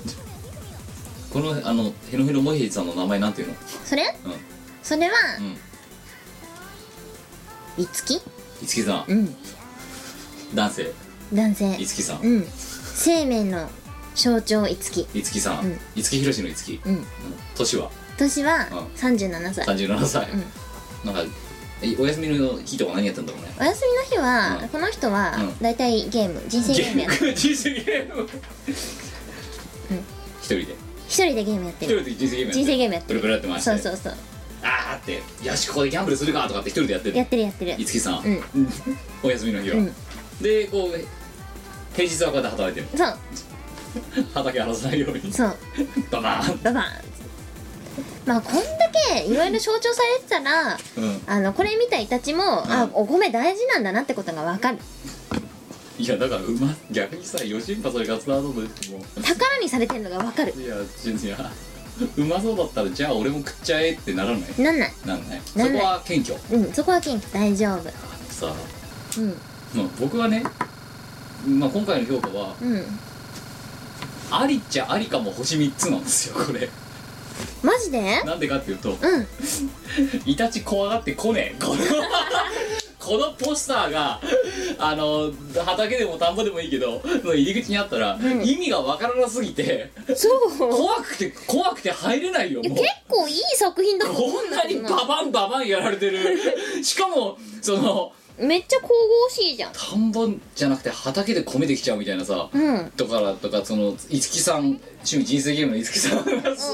[SPEAKER 1] このあのヘロヘロモヘイさんの名前なんていうの
[SPEAKER 2] それ
[SPEAKER 1] うん
[SPEAKER 2] それは
[SPEAKER 1] うん
[SPEAKER 2] いつき
[SPEAKER 1] 五木さん
[SPEAKER 2] うん
[SPEAKER 1] 男性
[SPEAKER 2] 男性
[SPEAKER 1] 五木さん
[SPEAKER 2] うん生命の象徴いつき
[SPEAKER 1] 五木さ
[SPEAKER 2] うんん
[SPEAKER 1] 五木ひろしの五木うん
[SPEAKER 2] うん
[SPEAKER 1] 年は
[SPEAKER 2] 年は
[SPEAKER 1] うん
[SPEAKER 2] 37歳
[SPEAKER 1] 37歳
[SPEAKER 2] うん
[SPEAKER 1] なんかえお休みの日とか何やったんだろうね
[SPEAKER 2] お休みの日は、
[SPEAKER 1] うん
[SPEAKER 2] この人は
[SPEAKER 1] うん
[SPEAKER 2] 大体ゲーム人生ゲームや
[SPEAKER 1] ム人生ゲーム
[SPEAKER 2] うん
[SPEAKER 1] 一人で
[SPEAKER 2] 一人でゲームやって
[SPEAKER 1] 一
[SPEAKER 2] る
[SPEAKER 1] 人で人生ゲームやって
[SPEAKER 2] 人生ゲームやっ
[SPEAKER 1] ブ
[SPEAKER 2] て
[SPEAKER 1] ル
[SPEAKER 2] る
[SPEAKER 1] ブルやってまし
[SPEAKER 2] そ
[SPEAKER 1] て
[SPEAKER 2] うそうそう
[SPEAKER 1] あーってよしここでギャンブルするかとかって一人でやって
[SPEAKER 2] や
[SPEAKER 1] る
[SPEAKER 2] ってるやってる
[SPEAKER 1] 五木さん、
[SPEAKER 2] うん
[SPEAKER 1] お休みの日は、
[SPEAKER 2] うん
[SPEAKER 1] でこう平日はこうやって働いてる
[SPEAKER 2] そう
[SPEAKER 1] 畑荒らさないように
[SPEAKER 2] そう
[SPEAKER 1] ババーン
[SPEAKER 2] ババーンまあこんだけいろいろ象徴されてたら
[SPEAKER 1] うん
[SPEAKER 2] あのこれ見たイタチも、あお米大事なんだなってことが分かる
[SPEAKER 1] いやだからうま逆にさヨシンパそれガツナードでも
[SPEAKER 2] 宝にされてるのが分かる
[SPEAKER 1] ういやい やうまそうだったらじゃあ俺も食っちゃえってならない
[SPEAKER 2] なんない
[SPEAKER 1] なんない そこ
[SPEAKER 2] なんない
[SPEAKER 1] は謙虚
[SPEAKER 2] うんそこは元気大丈
[SPEAKER 1] あ
[SPEAKER 2] 夫
[SPEAKER 1] のさ、
[SPEAKER 2] うん
[SPEAKER 1] まあ、僕はね、まあ、今回の評価は
[SPEAKER 2] うん
[SPEAKER 1] ありっちゃありかも星3つなんですよこれ
[SPEAKER 2] マジで
[SPEAKER 1] なんでかっていうと
[SPEAKER 2] うん
[SPEAKER 1] イタチ怖がってこねえこのこのポスターがあの畑でも田んぼでもいいけどの入り口にあったら、
[SPEAKER 2] ん
[SPEAKER 1] 意味がわからなすぎて
[SPEAKER 2] そう
[SPEAKER 1] 怖くて怖くて入れないよ
[SPEAKER 2] いや
[SPEAKER 1] もう
[SPEAKER 2] 結構いい作品だと思
[SPEAKER 1] こ
[SPEAKER 2] うんんだ
[SPEAKER 1] な
[SPEAKER 2] け
[SPEAKER 1] に
[SPEAKER 2] どな
[SPEAKER 1] ババンババンやられて るしかもその
[SPEAKER 2] めっちゃ神々しいじゃん
[SPEAKER 1] 田んぼじゃなくて畑で米できちゃうみたいなさ
[SPEAKER 2] うんうん
[SPEAKER 1] とからとかその五木さん趣味人生ゲームの五木さんがさ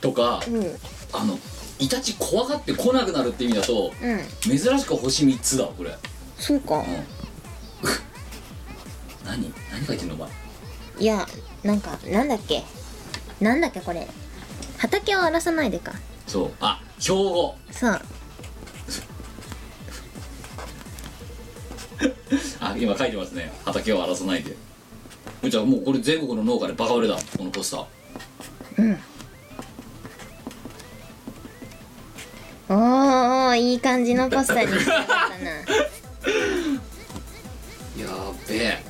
[SPEAKER 1] とか
[SPEAKER 2] うんうん
[SPEAKER 1] あのイタチ怖がって来なくなるって意味だと
[SPEAKER 2] う
[SPEAKER 1] 珍
[SPEAKER 2] ん
[SPEAKER 1] しく星3つだわこれ
[SPEAKER 2] そうか
[SPEAKER 1] 何何書いてんのお前
[SPEAKER 2] いやなんかなんだっけなんだっけこれ畑を荒らさないでか
[SPEAKER 1] そうあ標語
[SPEAKER 2] そう
[SPEAKER 1] あ今書いてますね畑を荒らさないでじゃあもうこれ全国の農家でバカ売れだこのポスター
[SPEAKER 2] うんおーおーいい感じのポスターに仕上がったな
[SPEAKER 1] やーべえ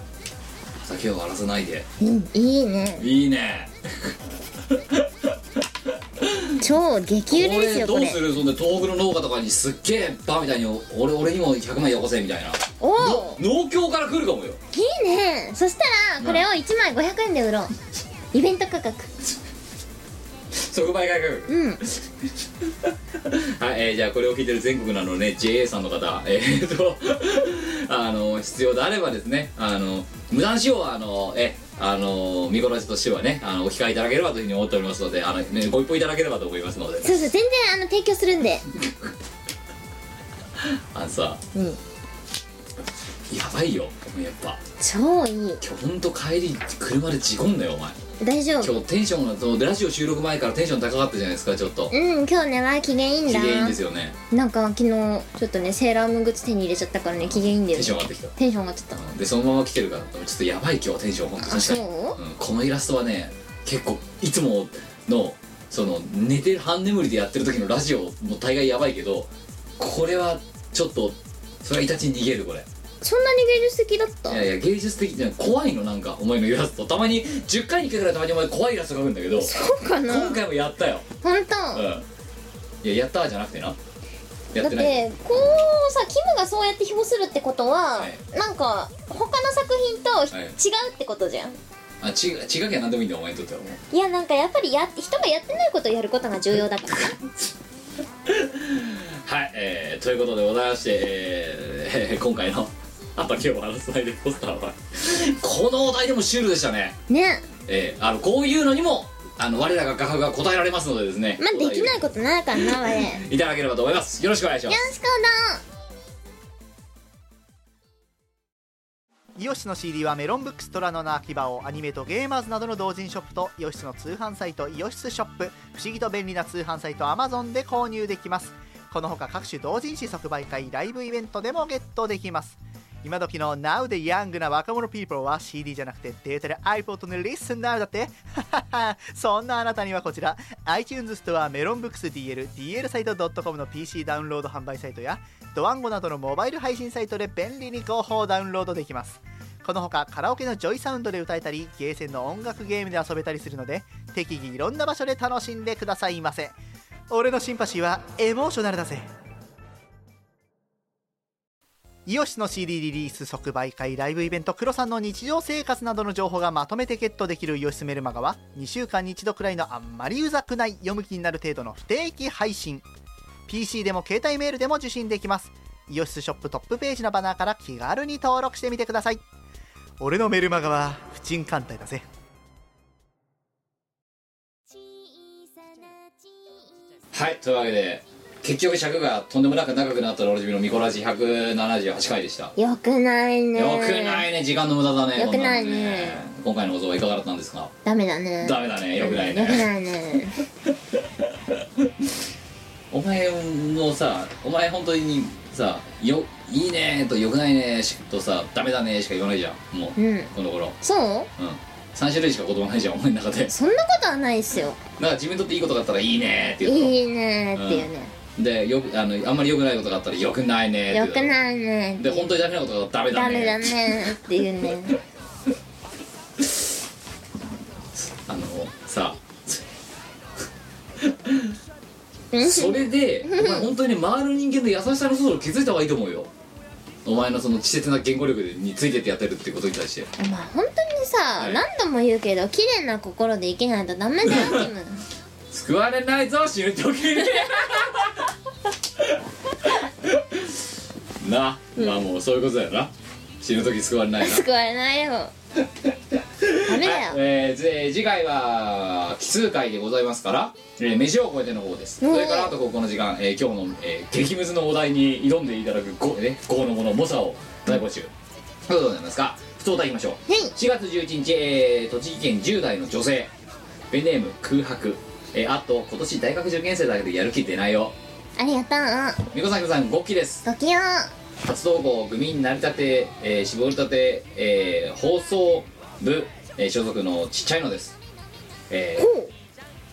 [SPEAKER 1] 畑を荒らさないで
[SPEAKER 2] うんいいね
[SPEAKER 1] いいね
[SPEAKER 2] 超激売れですよ
[SPEAKER 1] ど
[SPEAKER 2] こ
[SPEAKER 1] う
[SPEAKER 2] れ
[SPEAKER 1] するそんで東北の農家とかにすっげえバーみたいに俺俺にも100万よこせみたいな
[SPEAKER 2] お
[SPEAKER 1] の
[SPEAKER 2] お
[SPEAKER 1] 農協から来るかもよ
[SPEAKER 2] いいねそしたらこれを1枚500円で売ろうイベント価格
[SPEAKER 1] 即売会価格
[SPEAKER 2] う
[SPEAKER 1] は
[SPEAKER 2] ん
[SPEAKER 1] い、えーじゃあこれを聞いてる全国のあのね JA さんの方えー、っと あの必要であればですねあの無断使用はあのえあの見殺しとしてはねあのお控えいただければというふうに思っておりますのであの、ね、ご一報いただければと思いますので
[SPEAKER 2] そうそう全然あの提供するんで
[SPEAKER 1] あのさ
[SPEAKER 2] うん
[SPEAKER 1] やばいよお前やっぱ
[SPEAKER 2] 超いい
[SPEAKER 1] 今日ほんと帰り車で事故んだよお前
[SPEAKER 2] 大丈夫
[SPEAKER 1] 今日テンションがそのラジオ収録前からテンション高かったじゃないですかちょっと
[SPEAKER 2] うん今日ねは機嫌いいん
[SPEAKER 1] 機
[SPEAKER 2] だ
[SPEAKER 1] 嫌いいんですよね
[SPEAKER 2] なんか昨日ちょっとねセーラームーングッズ手に入れちゃったからね機嫌いいんだ
[SPEAKER 1] テン
[SPEAKER 2] よね
[SPEAKER 1] ション上がってきた
[SPEAKER 2] テンション上がっちゃっ
[SPEAKER 1] でそのまま来てるからちょっとやばい今日テンション本当
[SPEAKER 2] たあ
[SPEAKER 1] 確かに
[SPEAKER 2] そう
[SPEAKER 1] うんこのイラストはね結構いつものその寝てる半眠りでやってる時のラジオも大概やばいけどこれはちょっとそれはいたちに逃げるこれ
[SPEAKER 2] そんなに芸術的だった
[SPEAKER 1] いやいや芸術的じゃない怖いのなんかお前のイラストたまに10回に1回ぐらいたまにお前怖いイラスト描くんだけど
[SPEAKER 2] そうかな
[SPEAKER 1] 今回もやったよ、
[SPEAKER 2] 本
[SPEAKER 1] う
[SPEAKER 2] 当
[SPEAKER 1] ん、いややったじゃなくてなや
[SPEAKER 2] だ
[SPEAKER 1] っ
[SPEAKER 2] って
[SPEAKER 1] ない
[SPEAKER 2] てこうさキムがそうやってひもするってことは、
[SPEAKER 1] はい
[SPEAKER 2] なんか他の作品と、
[SPEAKER 1] い
[SPEAKER 2] 違うってことじゃん
[SPEAKER 1] あち違うきゃ何でもいいんだよお前にとってはもう
[SPEAKER 2] いやなんかやっぱりや人がやってないことをやることが重要だから
[SPEAKER 1] はい、えー、ということでございまして、えー 今回の「あと今日話さないでポスターは」このお題でもシュールでしたね、
[SPEAKER 2] ね
[SPEAKER 1] えー、あのこういうのにもあの我らが画伯が答えられますのでですね
[SPEAKER 2] まあできないことないからな
[SPEAKER 1] お
[SPEAKER 2] 我よ
[SPEAKER 1] 題をいただければと思いますよろしくお願いします
[SPEAKER 2] ろしくおどん
[SPEAKER 6] イオシスの CD はメロンブックストラノの秋葉をアニメとゲーマーズなどの同人ショップとイオシスの通販サイトイオシスショップ不思議と便利な通販サイト Amazon で購入できますこのほか各種同人誌即売会ライブイベントでもゲットできます今時の Now でヤングな若者 people は CD じゃなくてデータで iPod の Listen Now だって そんなあなたにはこちら iTunes ストアメロンブックス DL、DL サイト .com の PC ダウンロード販売サイトやドワンゴなどのモバイル配信サイトで便利に広報ダウンロードできますこのほかカラオケのジョイサウンドで歌えたりゲーセンの音楽ゲームで遊べたりするので適宜いろんな場所で楽しんでくださいませ俺のシンパシーはエモーショナルだぜイオシスの CD リリース即売会ライブイベントクロさんの日常生活などの情報がまとめてゲットできるイオシスメルマガは2週間に一度くらいのあんまりうざくない読む気になる程度の不定期配信 PC でも携帯メールでも受信できますイオシスショップトップページのバナーから気軽に登録してみてください俺のメルマガは不沈艦隊だぜ
[SPEAKER 1] はいというわけで結局尺がとんでもなく長くなったらおなじみのミコラジ178回でした
[SPEAKER 2] よくないね
[SPEAKER 1] よくないね時間の無駄だね
[SPEAKER 2] よくないね
[SPEAKER 1] こんなの今回の放送はいかがだったんですか
[SPEAKER 2] ダメだね
[SPEAKER 1] ダメだねよくない
[SPEAKER 2] よく
[SPEAKER 1] ね
[SPEAKER 2] ないね
[SPEAKER 1] お前のさお前本当にさよいいねとよくないねしとさダメだねしか言わないじゃんもう、
[SPEAKER 2] うん
[SPEAKER 1] この頃
[SPEAKER 2] そう
[SPEAKER 1] うん3種類しか言葉ないじゃんお前の中で
[SPEAKER 2] そんなことはないっすよ
[SPEAKER 1] なんか自分にとっていいことがあったらいいねって言う
[SPEAKER 2] いいねーっていうね、
[SPEAKER 1] とでよくあのあんまりよくないことがあったらよくないねって
[SPEAKER 2] よ
[SPEAKER 1] 言う
[SPEAKER 2] くないねーって
[SPEAKER 1] で本当にダメなことがあったらダ
[SPEAKER 2] ダ
[SPEAKER 1] メだね
[SPEAKER 2] メだねーっていうね
[SPEAKER 1] あのさ
[SPEAKER 2] うん
[SPEAKER 1] それでお前本当にね回る人間の優しさの外を気づいた方がいいと思うよお前のその稚拙な言語力についてってやってるってことに対して
[SPEAKER 2] お前本当にさ、
[SPEAKER 1] はい
[SPEAKER 2] 何度も言うけど綺麗な心で生きないとダメだよキム
[SPEAKER 1] 救われないぞ死ぬ時になまあもうそういうことだよな死ぬ時救われないな
[SPEAKER 2] 救われないよダメだよ
[SPEAKER 1] えーぜ次回は奇数回でございますから、えー飯を超えての方です
[SPEAKER 2] う
[SPEAKER 1] そ
[SPEAKER 2] ん
[SPEAKER 1] れからあとここの時間、えー今日の、えー激ムズのお題に挑んでいただく 5,、ね、5のもの猛者を大募集どうでございますか不登いきましょう
[SPEAKER 2] はい
[SPEAKER 1] 4月11日、えー栃木県10代の女性ペンネーム空白、えーあと今年大学受験生だけどやる気出ないよ
[SPEAKER 2] ありがとう
[SPEAKER 1] みこさんきこさん5期です
[SPEAKER 2] ごきよ
[SPEAKER 1] 活動後組になりたて、えー絞りたて、えー放送部、えー所属のちっちゃいのです、えー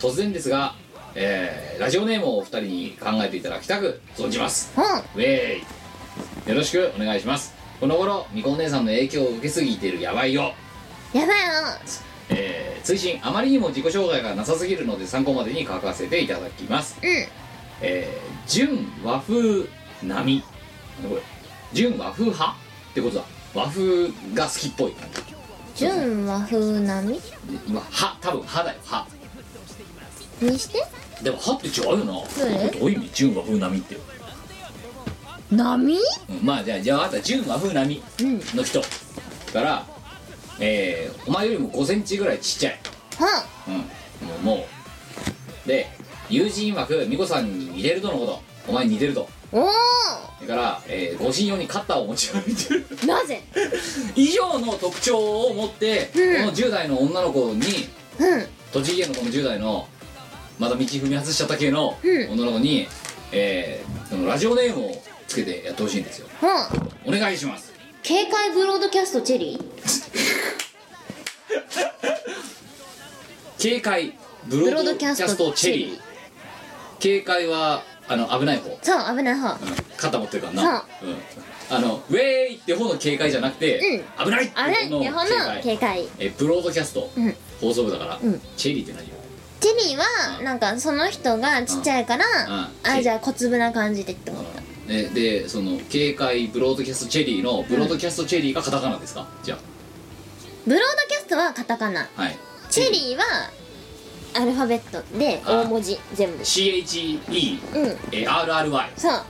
[SPEAKER 2] ほ
[SPEAKER 1] 突然ですが、えーラジオネームをお二人に考えていただきたく存じます
[SPEAKER 2] うほう
[SPEAKER 1] ウェイよろしくお願いしますこの頃みこお姉さんの影響を受けすぎているやばいよ
[SPEAKER 2] やばいよ
[SPEAKER 1] えー、追伸あまりにも自己紹介がなさすぎるので参考までに書かせていただきます
[SPEAKER 2] うん
[SPEAKER 1] えー純和風並みなんだこれ純和風派ってことだ和風が好きっぽい
[SPEAKER 2] 純和風並
[SPEAKER 1] 今派多分派だよ派
[SPEAKER 2] みにして
[SPEAKER 1] でも派って違うよな
[SPEAKER 2] え
[SPEAKER 1] どういう意味純和風並みって、
[SPEAKER 2] 波
[SPEAKER 1] うんまあじゃあじゃああとは純和風並
[SPEAKER 2] うん
[SPEAKER 1] みの人からえー、お前よりも5センチぐらいちっちゃい
[SPEAKER 2] は
[SPEAKER 1] うんもうもうで友人枠美子さんに似てるとのことお前似てると
[SPEAKER 2] お
[SPEAKER 1] それから、えー、護身用にカッターを持ち歩いてる
[SPEAKER 2] おなぜ
[SPEAKER 1] 以上の特徴を持って、
[SPEAKER 2] うん
[SPEAKER 1] この10代の女の子に
[SPEAKER 2] うん
[SPEAKER 1] 栃木県のこの10代のまだ道踏み外しちゃった系の
[SPEAKER 2] うん
[SPEAKER 1] 女の子に、えーそのラジオネームをつけてやってほしいんですよ
[SPEAKER 2] はう
[SPEAKER 1] お願いします
[SPEAKER 2] 警戒ブロードキャストチェリー
[SPEAKER 1] 警戒ブ
[SPEAKER 2] ブ
[SPEAKER 1] ロ
[SPEAKER 2] ロ
[SPEAKER 1] ード
[SPEAKER 2] ード
[SPEAKER 1] キ
[SPEAKER 2] キ
[SPEAKER 1] ャ
[SPEAKER 2] ャ
[SPEAKER 1] ス
[SPEAKER 2] ス
[SPEAKER 1] ト
[SPEAKER 2] ト
[SPEAKER 1] チ
[SPEAKER 2] チ
[SPEAKER 1] ェ
[SPEAKER 2] ェ
[SPEAKER 1] リ
[SPEAKER 2] リ
[SPEAKER 1] ー
[SPEAKER 2] ー
[SPEAKER 1] 警戒はあの危ない方、うん、
[SPEAKER 2] そう危ない方
[SPEAKER 1] 肩持ってるからなう、ん、あのウェーイって方の警戒じゃなくて、危ないって
[SPEAKER 2] あれ
[SPEAKER 1] 方の
[SPEAKER 2] 日本の
[SPEAKER 1] 警戒
[SPEAKER 2] 警戒
[SPEAKER 1] えブロードキャスト、
[SPEAKER 2] うん
[SPEAKER 1] 放送部だから、
[SPEAKER 2] うん
[SPEAKER 1] チェリーって何よ
[SPEAKER 2] チェリーはなんかその人がちっちゃいから
[SPEAKER 1] うん
[SPEAKER 2] あじゃあ小粒な感じでって思った
[SPEAKER 1] えでその警戒ブロードキャストチェリーのブロードキャストチェリーがカタカナですか、じゃ
[SPEAKER 2] ブロードキャストはカタカナ
[SPEAKER 1] あはい
[SPEAKER 2] チェリーはアルファベットで大文字全部
[SPEAKER 1] CHERRY
[SPEAKER 2] うんそう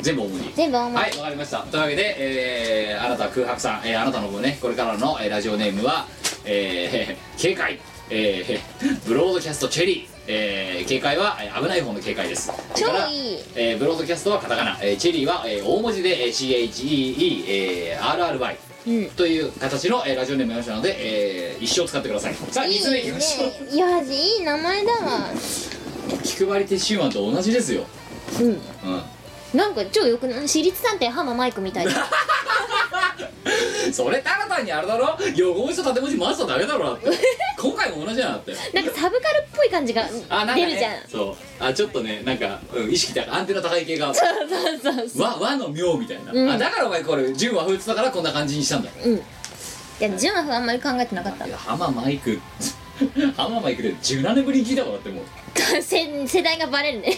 [SPEAKER 1] 全部大文字
[SPEAKER 2] 全部大文
[SPEAKER 1] は
[SPEAKER 2] 字
[SPEAKER 1] いわかりましたというわけで、えーあなたは空白さん、えーあなたの分ねこれからの、えーラジオネームは、えー 警戒、えー ブロードキャストチェリー、えー警戒はえー危ない方の警戒です
[SPEAKER 2] 超
[SPEAKER 1] それから
[SPEAKER 2] いい
[SPEAKER 1] えーブロードキャストはカタカナ、えーチェリーは、えー大文字で、えー CHEERRY
[SPEAKER 2] うん
[SPEAKER 1] という形の、えーラジオネームを読みましたので、えー一生使ってくださいさあ
[SPEAKER 2] い
[SPEAKER 1] 3つ目いき
[SPEAKER 2] いね
[SPEAKER 1] ましょう
[SPEAKER 2] いやじいい名前だわ
[SPEAKER 1] 気配り鉄手腕と同じですよ
[SPEAKER 2] うん
[SPEAKER 1] うん
[SPEAKER 2] なんか超よくない私立探偵浜マイクみたいだ
[SPEAKER 1] それただ単にあれだろ横文字と縦文字混ぜただけだろだ って今回も同じじゃんだって
[SPEAKER 2] なんかサブカルっぽい感じが
[SPEAKER 1] あなんか、ね、
[SPEAKER 2] 出るじゃん
[SPEAKER 1] そうあちょっとねなんか、うん、意識高いアンテナ高い系が
[SPEAKER 2] そうそうそう
[SPEAKER 1] 和和の妙みたいな、
[SPEAKER 2] うん
[SPEAKER 1] あだからお前これ純和風って言ったからこんな感じにしたんだ
[SPEAKER 2] うんいや純和風あんまり考えてなかった
[SPEAKER 1] いや浜マイク 浜マイクで17年ぶりに聞いたもんだって もう
[SPEAKER 2] 世世代がバレるね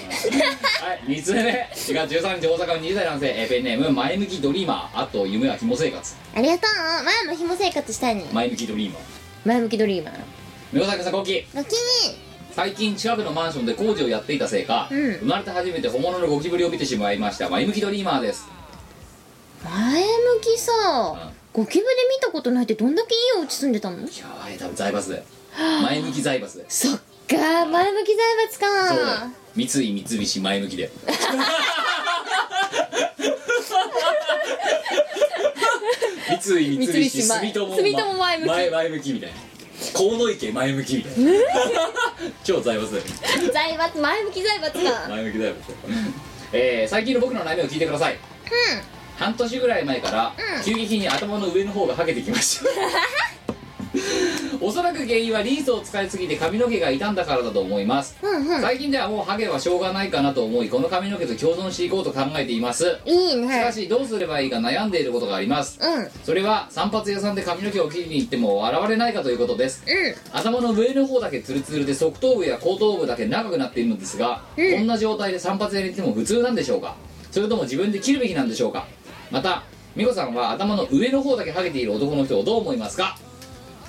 [SPEAKER 1] はい3つ目ね4月13日大阪の20代男性えーペンネーム前向きドリーマーあと夢は肝生活
[SPEAKER 2] ありがとう前も紐生活したいに
[SPEAKER 1] 前向きドリーマー
[SPEAKER 2] 前向きドリーマー
[SPEAKER 1] 目をさんごき
[SPEAKER 2] ごき
[SPEAKER 1] 最近近くのマンションで工事をやっていたせいか、
[SPEAKER 2] うん
[SPEAKER 1] 生まれて初めて本物のゴキブリを見てしまいました前向きドリーマーです
[SPEAKER 2] 前向きさ
[SPEAKER 1] ん
[SPEAKER 2] ゴキブリ見たことないってどんだけいいお家住んでたの
[SPEAKER 1] いやーあれ多分財 閥だよ前向き財閥だよ
[SPEAKER 2] そっか前向き財閥
[SPEAKER 1] そうだよ
[SPEAKER 2] か
[SPEAKER 1] 三井三菱前向き で三井三
[SPEAKER 2] 三
[SPEAKER 1] 菱
[SPEAKER 2] 菱前
[SPEAKER 1] 住友
[SPEAKER 2] 住友前向き
[SPEAKER 1] 前前向きみたいな河野池前向きみた いな超財閥だよ
[SPEAKER 2] 財閥前向き財閥か
[SPEAKER 1] 前向きだよ、えー、最近の僕の悩みを聞いてください半年ぐらい前から、
[SPEAKER 2] うん
[SPEAKER 1] 急激に頭の上の方がはげてきました おそらく原因はリンスを使いすぎて髪の毛が傷んだからだと思います、
[SPEAKER 2] うんうん
[SPEAKER 1] 最近ではもうハゲはしょうがないかなと思いこの髪の毛と共存していこうと考えていますし
[SPEAKER 2] いいね
[SPEAKER 1] かしどうすればいいか悩んでいることがあります
[SPEAKER 2] うんうん
[SPEAKER 1] それは散髪屋さんで髪の毛を切りに行っても現れないかということです頭の上の方だけツルツルで側頭部や後頭部だけ長くなっているのですが、
[SPEAKER 2] うん
[SPEAKER 1] こんな状態で散髪屋に行っても普通なんでしょうかそれとも自分で切るべきなんでしょうかまた美子さんは頭の上の方だけハゲている男の人をどう思いますか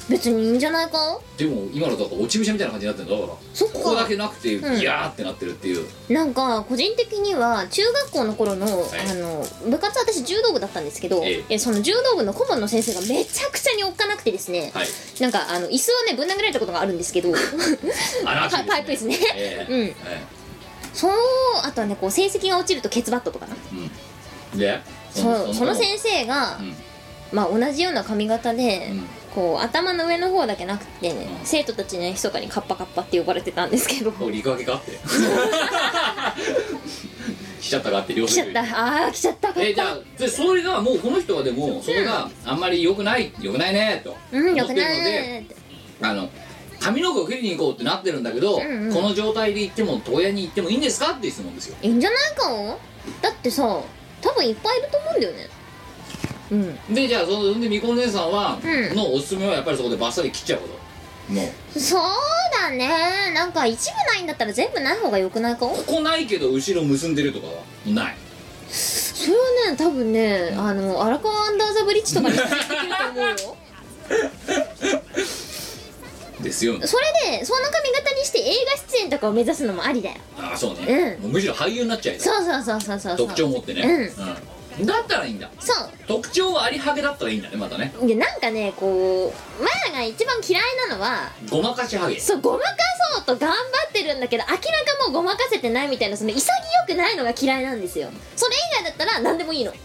[SPEAKER 2] 別にいいんじゃないか
[SPEAKER 1] でも今のとこ落ち武者みたいな感じになってるんだだから
[SPEAKER 2] そっ
[SPEAKER 1] ここだ
[SPEAKER 2] か
[SPEAKER 1] けなくてギ
[SPEAKER 2] うん
[SPEAKER 1] ャーってなってるっていう、
[SPEAKER 2] なんか個人的には中学校の頃のあ
[SPEAKER 1] い
[SPEAKER 2] の部活私柔道部だったんですけど
[SPEAKER 1] ええ
[SPEAKER 2] えその柔道部の顧問の先生がめちゃくちゃにおっかなくてですね
[SPEAKER 1] はい
[SPEAKER 2] なんかあの椅子をねぶん殴 られたことがあるんですけど
[SPEAKER 1] アナーキー
[SPEAKER 2] パイプですね
[SPEAKER 1] ええ
[SPEAKER 2] うん
[SPEAKER 1] え
[SPEAKER 2] そうあとはねこう成績が落ちるとケツバットとかな
[SPEAKER 1] えで
[SPEAKER 2] そうその先生が、
[SPEAKER 1] うん
[SPEAKER 2] まあ、同じような髪型で、
[SPEAKER 1] うん
[SPEAKER 2] こう頭の上の方だけなくて、ね
[SPEAKER 1] うん
[SPEAKER 2] 生徒たちには密かにカッパカッパって呼ばれてたんですけど
[SPEAKER 1] お陸揚げか って来ちゃったかって両
[SPEAKER 2] 来
[SPEAKER 1] 手
[SPEAKER 2] ちゃったああ来ちゃったカ
[SPEAKER 1] えー
[SPEAKER 2] ッ
[SPEAKER 1] じゃ
[SPEAKER 2] パ
[SPEAKER 1] あでそれがもうこの人はでもそれがあんまり良くない良くないねと
[SPEAKER 2] う
[SPEAKER 1] 思って
[SPEAKER 2] ん
[SPEAKER 1] る
[SPEAKER 2] よ
[SPEAKER 1] の
[SPEAKER 2] く
[SPEAKER 1] で、
[SPEAKER 2] ないって
[SPEAKER 1] あの髪の毛を切りに行こうってなってるんだけど、
[SPEAKER 2] んうん
[SPEAKER 1] この状態で行っても床屋に行ってもいいんですかっていう質問ですよ
[SPEAKER 2] いいんじゃないかもだってさ多分いっぱいいると思うんだよねうん
[SPEAKER 1] でじゃあそのでみこお姉さんは、
[SPEAKER 2] うん
[SPEAKER 1] のおすすめはやっぱりそこでバッサリ切っちゃうこともう
[SPEAKER 2] そうだねなんか一部ないんだったら全部ない方がよくないか
[SPEAKER 1] ここないけど後ろ結んでるとかはない
[SPEAKER 2] それはね多分ねあの荒川アンダーザブリッジとかにできると思うよ
[SPEAKER 1] ですよね
[SPEAKER 2] それでその髪型にして映画出演とかを目指すのもありだよ
[SPEAKER 1] ああそうね、
[SPEAKER 2] うん
[SPEAKER 1] もうむしろ俳優になっちゃうよ
[SPEAKER 2] そうそうそうそうそうそう
[SPEAKER 1] 特徴を持ってね、うんだったらいいんだ
[SPEAKER 2] そ
[SPEAKER 1] 特徴はありはげだったらいいんだねまたね
[SPEAKER 2] ういやなんかねこうマヤが一番嫌いなのは
[SPEAKER 1] ごまかしはげ
[SPEAKER 2] そうごまかそうと頑張ってるんだけど明らかもうごまかせてないみたいなその潔くないのが嫌いなんですよそれ以外だったら何でもいいの
[SPEAKER 1] だか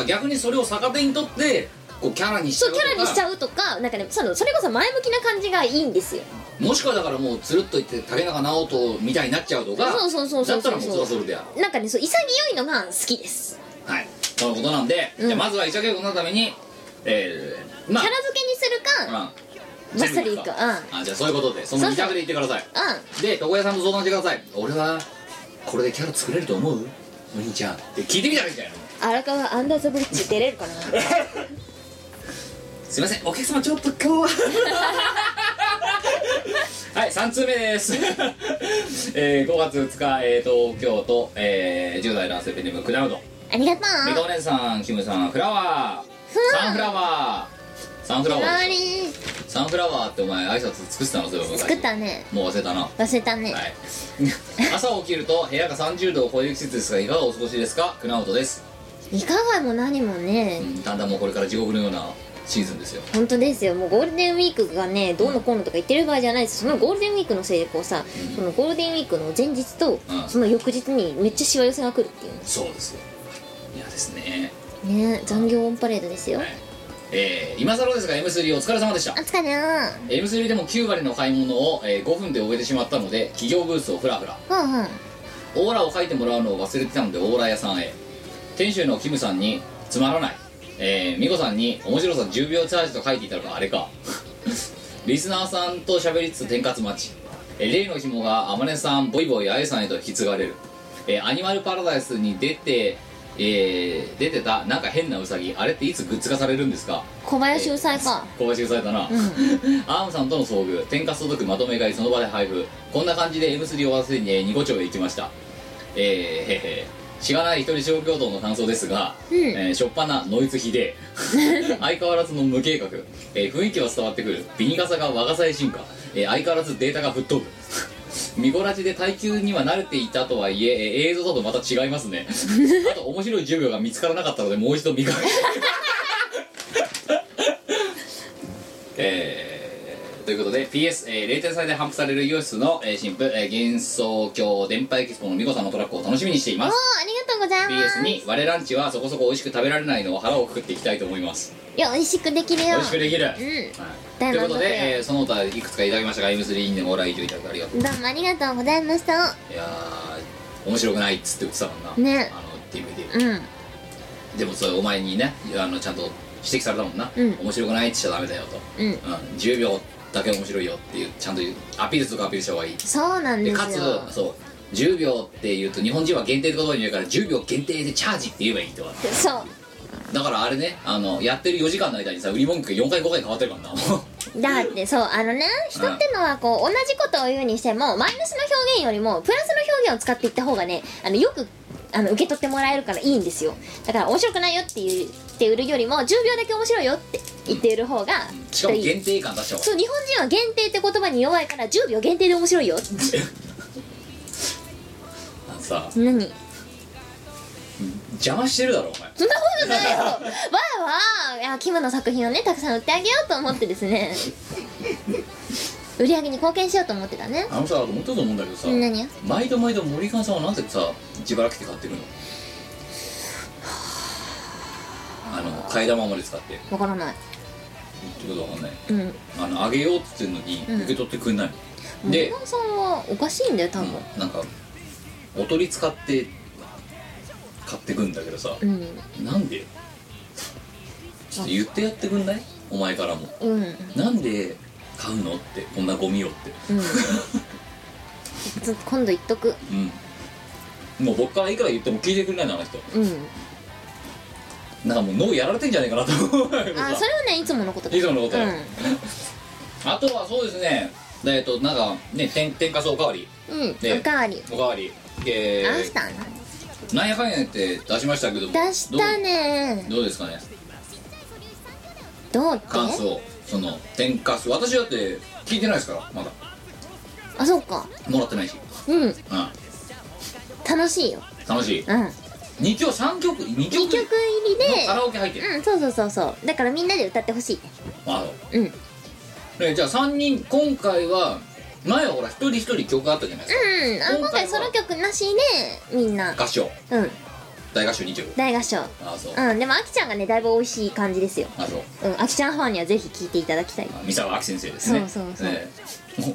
[SPEAKER 1] ら逆にそれを逆手にとってこうキャラにしちゃ
[SPEAKER 2] そうう
[SPEAKER 1] と
[SPEAKER 2] キ
[SPEAKER 1] か
[SPEAKER 2] ャラにしちゃうとかなんかねそのそれこそ前向きな感じがいいんですよ
[SPEAKER 1] もしくはだからもうつるっといって竹中直人みたいになっちゃうとか
[SPEAKER 2] そうそうそうそうそう
[SPEAKER 1] だったらもうそれはそれでやろ
[SPEAKER 2] なんかねそう潔いのが好きです
[SPEAKER 1] うはいとのことなんで、
[SPEAKER 2] うん
[SPEAKER 1] じゃあまずは潔くなるためにえー、ま
[SPEAKER 2] キ
[SPEAKER 1] あ
[SPEAKER 2] ャラ付けにするか
[SPEAKER 1] うん
[SPEAKER 2] バッサリいくか
[SPEAKER 1] あじゃあそういうことでその二択で言ってくださいで床屋さんと相談してください俺はこれでキャラ作れると思うお兄ちゃんって聞いてみたらいいんじゃないの
[SPEAKER 2] うん荒川アンダーザブリッジ出れるかな
[SPEAKER 1] すいませんお客様ちょっと 今日ははい3通目です、えー、5月2日、えー、東京都、えー、10代男性ペンネームクラウド
[SPEAKER 2] ありがと
[SPEAKER 1] メガ
[SPEAKER 2] う
[SPEAKER 1] お姉さんキムさんフラワーサンフラワーサンフラワー
[SPEAKER 2] 周
[SPEAKER 1] でし
[SPEAKER 2] り
[SPEAKER 1] ょサンフラワーってお前挨拶作ってたのそれは昔
[SPEAKER 2] 作ったね
[SPEAKER 1] もう忘れた な
[SPEAKER 2] 忘れたね、
[SPEAKER 1] はい朝起きると部屋が30度を超える季節ですがいかがお過ごしですかクナウトです、
[SPEAKER 2] い、かがも何もね
[SPEAKER 1] うん、だんだんもうこれから地獄のようなシーズンですよ
[SPEAKER 2] 本当ですよもうゴールデンウィークがねどうのこうのとか言ってる場合じゃないですそのゴールデンウィークのせいでこうさ、そのゴールデンウィークの前日と、
[SPEAKER 1] うん
[SPEAKER 2] その翌日にめっちゃしわ寄せが来るってい
[SPEAKER 1] そうですよいやですね
[SPEAKER 2] うね残業オンパレードですよ、
[SPEAKER 1] はいえー、今更ですが M3 お疲れ様でした
[SPEAKER 2] あつかね
[SPEAKER 1] M3 でも9割の買い物を、えー5分で終えてしまったので企業ブースをフラフラ
[SPEAKER 2] うんうん
[SPEAKER 1] オーラを書いてもらうのを忘れてたのでオーラ屋さんへ店主のキムさんに「つまらないえー、美子さんに「面白さ10秒チャージ」と書いていたのがあれか リスナーさんと喋りつつ天活待ち、えー、例の紐が天音さんボイボイあゆさんへと引き継がれる、えーアニマルパラダイスに出て、えー出てたなんか変なウサギあれっていつグッズ化されるんですか
[SPEAKER 2] 小林うさいか
[SPEAKER 1] 小林されたな、アームさんとの遭遇天下届くまとめ買いその場で配布こんな感じで M3 終わらせに2個町へ行きましたえー、へへしがない一人小京都の感想ですが、
[SPEAKER 2] ん
[SPEAKER 1] えーしょっぱなノイズひでえ相変わらずの無計画、えー雰囲気は伝わってくるビニ傘が和傘へ進化、えー相変わらずデータが吹っ飛ぶ見こらちで耐久には慣れていたとはいええー映像だとまた違います ねあと面白い10秒が見つからなかったのでもう一度見返 してえーということで PS、えー、0点差で頒布されるイオシスの、えー、新婦、えー、幻想郷電波エキスポの美子さんのトラックを楽しみにしていま
[SPEAKER 2] おー
[SPEAKER 1] す
[SPEAKER 2] ありがとうございます
[SPEAKER 1] PS に我ランチはそこそこ美味しく食べられないのを腹をくくっていきたいと思います
[SPEAKER 2] いや美味しくできる
[SPEAKER 1] 美
[SPEAKER 2] よ
[SPEAKER 1] 味しくできる、はい
[SPEAKER 2] うん
[SPEAKER 1] ということ
[SPEAKER 2] 大満足だよ
[SPEAKER 1] で、えーその他いくつかいただきましたが M3 インでもご来場いただきありがとう
[SPEAKER 2] どうもありがとうございました
[SPEAKER 1] いやー面白くないっつって言ってたもんな
[SPEAKER 2] ね
[SPEAKER 1] あの DVD、
[SPEAKER 2] うん
[SPEAKER 1] でもそれお前にねあのちゃんと指摘されたもんな、
[SPEAKER 2] うん
[SPEAKER 1] 面白くないって言っちゃダメだよと、
[SPEAKER 2] う
[SPEAKER 1] う
[SPEAKER 2] ん
[SPEAKER 1] ん、10秒だけ面白いよっていうちゃんと言うアピールとかアピールした方がいい
[SPEAKER 2] そうなん
[SPEAKER 1] で
[SPEAKER 2] で
[SPEAKER 1] か
[SPEAKER 2] す
[SPEAKER 1] つ
[SPEAKER 2] よ
[SPEAKER 1] そう10秒っていうと日本人は限定ってことに言うから10秒限定でチャージって言えばいいってこと
[SPEAKER 2] そ
[SPEAKER 1] だからあれねあのやってる4時間の間にさ売り文句が4回5回変わってるからな
[SPEAKER 2] うだってそうあのね人ってのはこう同じことを言うにしてもマイナスの表現よりもプラスの表現を使っていった方がねあのよくあの受け取ってもらえるからいいんですよだから面白くないよって言って売るよりも10秒だけ面白いよって言って売る方が
[SPEAKER 1] しかも限定感出した方が
[SPEAKER 2] そう日本人は限定って言葉に弱いから10秒限定で面白いよ
[SPEAKER 1] あのさ
[SPEAKER 2] 何
[SPEAKER 1] 邪魔してるだろお前
[SPEAKER 2] そんなことないよわーわーいやキムの作品をねたくさん売ってあげようと思ってですね売り上げに貢献しようと思ってたね
[SPEAKER 1] あのさあともう一つ思うんだけどさ
[SPEAKER 2] 何よ
[SPEAKER 1] 毎度毎度森川さんはなんでさ自腹切って買ってるのあの替え玉まで使って
[SPEAKER 2] わからない
[SPEAKER 1] ってことは分かんない
[SPEAKER 2] うん
[SPEAKER 1] あのあげようって言ってるの
[SPEAKER 2] うん
[SPEAKER 1] に受け取ってくんない、
[SPEAKER 2] 森
[SPEAKER 1] で
[SPEAKER 2] 川さんはおかしいんだよ多分
[SPEAKER 1] うんなんかおとり使って買ってくんだけどさ、
[SPEAKER 2] うん
[SPEAKER 1] なんでちょっと言ってやってくんないお前からも
[SPEAKER 2] うんうん
[SPEAKER 1] なんで買うのってこんなゴミをって
[SPEAKER 2] ちょっと今度言っとく
[SPEAKER 1] うんもう僕からいくら言っても聞いてくれないのあの人
[SPEAKER 2] うん
[SPEAKER 1] なんかもう脳やられてんじゃないかなと思うんだけ どさ
[SPEAKER 2] あそれはねいつものことだ
[SPEAKER 1] いつものことだ
[SPEAKER 2] うん
[SPEAKER 1] よあとはそうですねえっとなんかね天天かすおかわり
[SPEAKER 2] うん
[SPEAKER 1] ね
[SPEAKER 2] おかわり
[SPEAKER 1] おかわりえ
[SPEAKER 2] あしたな
[SPEAKER 1] ー、なんやかんやって出しましたけども
[SPEAKER 2] 出したね
[SPEAKER 1] どうどうですかね
[SPEAKER 2] どうって
[SPEAKER 1] 感想その天かす私だって聞いてないですからまだ
[SPEAKER 2] あそうか
[SPEAKER 1] もらってないし
[SPEAKER 2] うん
[SPEAKER 1] うん
[SPEAKER 2] 楽しいよ
[SPEAKER 1] 楽しい
[SPEAKER 2] うん
[SPEAKER 1] 2曲3曲2
[SPEAKER 2] 2
[SPEAKER 1] 曲
[SPEAKER 2] 曲入りで
[SPEAKER 1] カラオケ入ってる、
[SPEAKER 2] うんそうそうそうそうだからみんなで歌ってほしい
[SPEAKER 1] あの
[SPEAKER 2] うん
[SPEAKER 1] ねじゃあ3人今回は前はほら一人一人曲あったじゃないです
[SPEAKER 2] うんあ今
[SPEAKER 1] 今回
[SPEAKER 2] 回
[SPEAKER 1] は
[SPEAKER 2] ソロ曲なしでみんな
[SPEAKER 1] か、合唱
[SPEAKER 2] うん
[SPEAKER 1] 大合唱2曲
[SPEAKER 2] 大合唱
[SPEAKER 1] あそう、
[SPEAKER 2] うんでもあきちゃんがねだいぶ美味しい感じですよ
[SPEAKER 1] あそう
[SPEAKER 2] うんあきちゃんファンにはぜひ聴いていただきたい
[SPEAKER 1] あ三沢亜紀先生ですね
[SPEAKER 2] そうそうそう
[SPEAKER 1] ね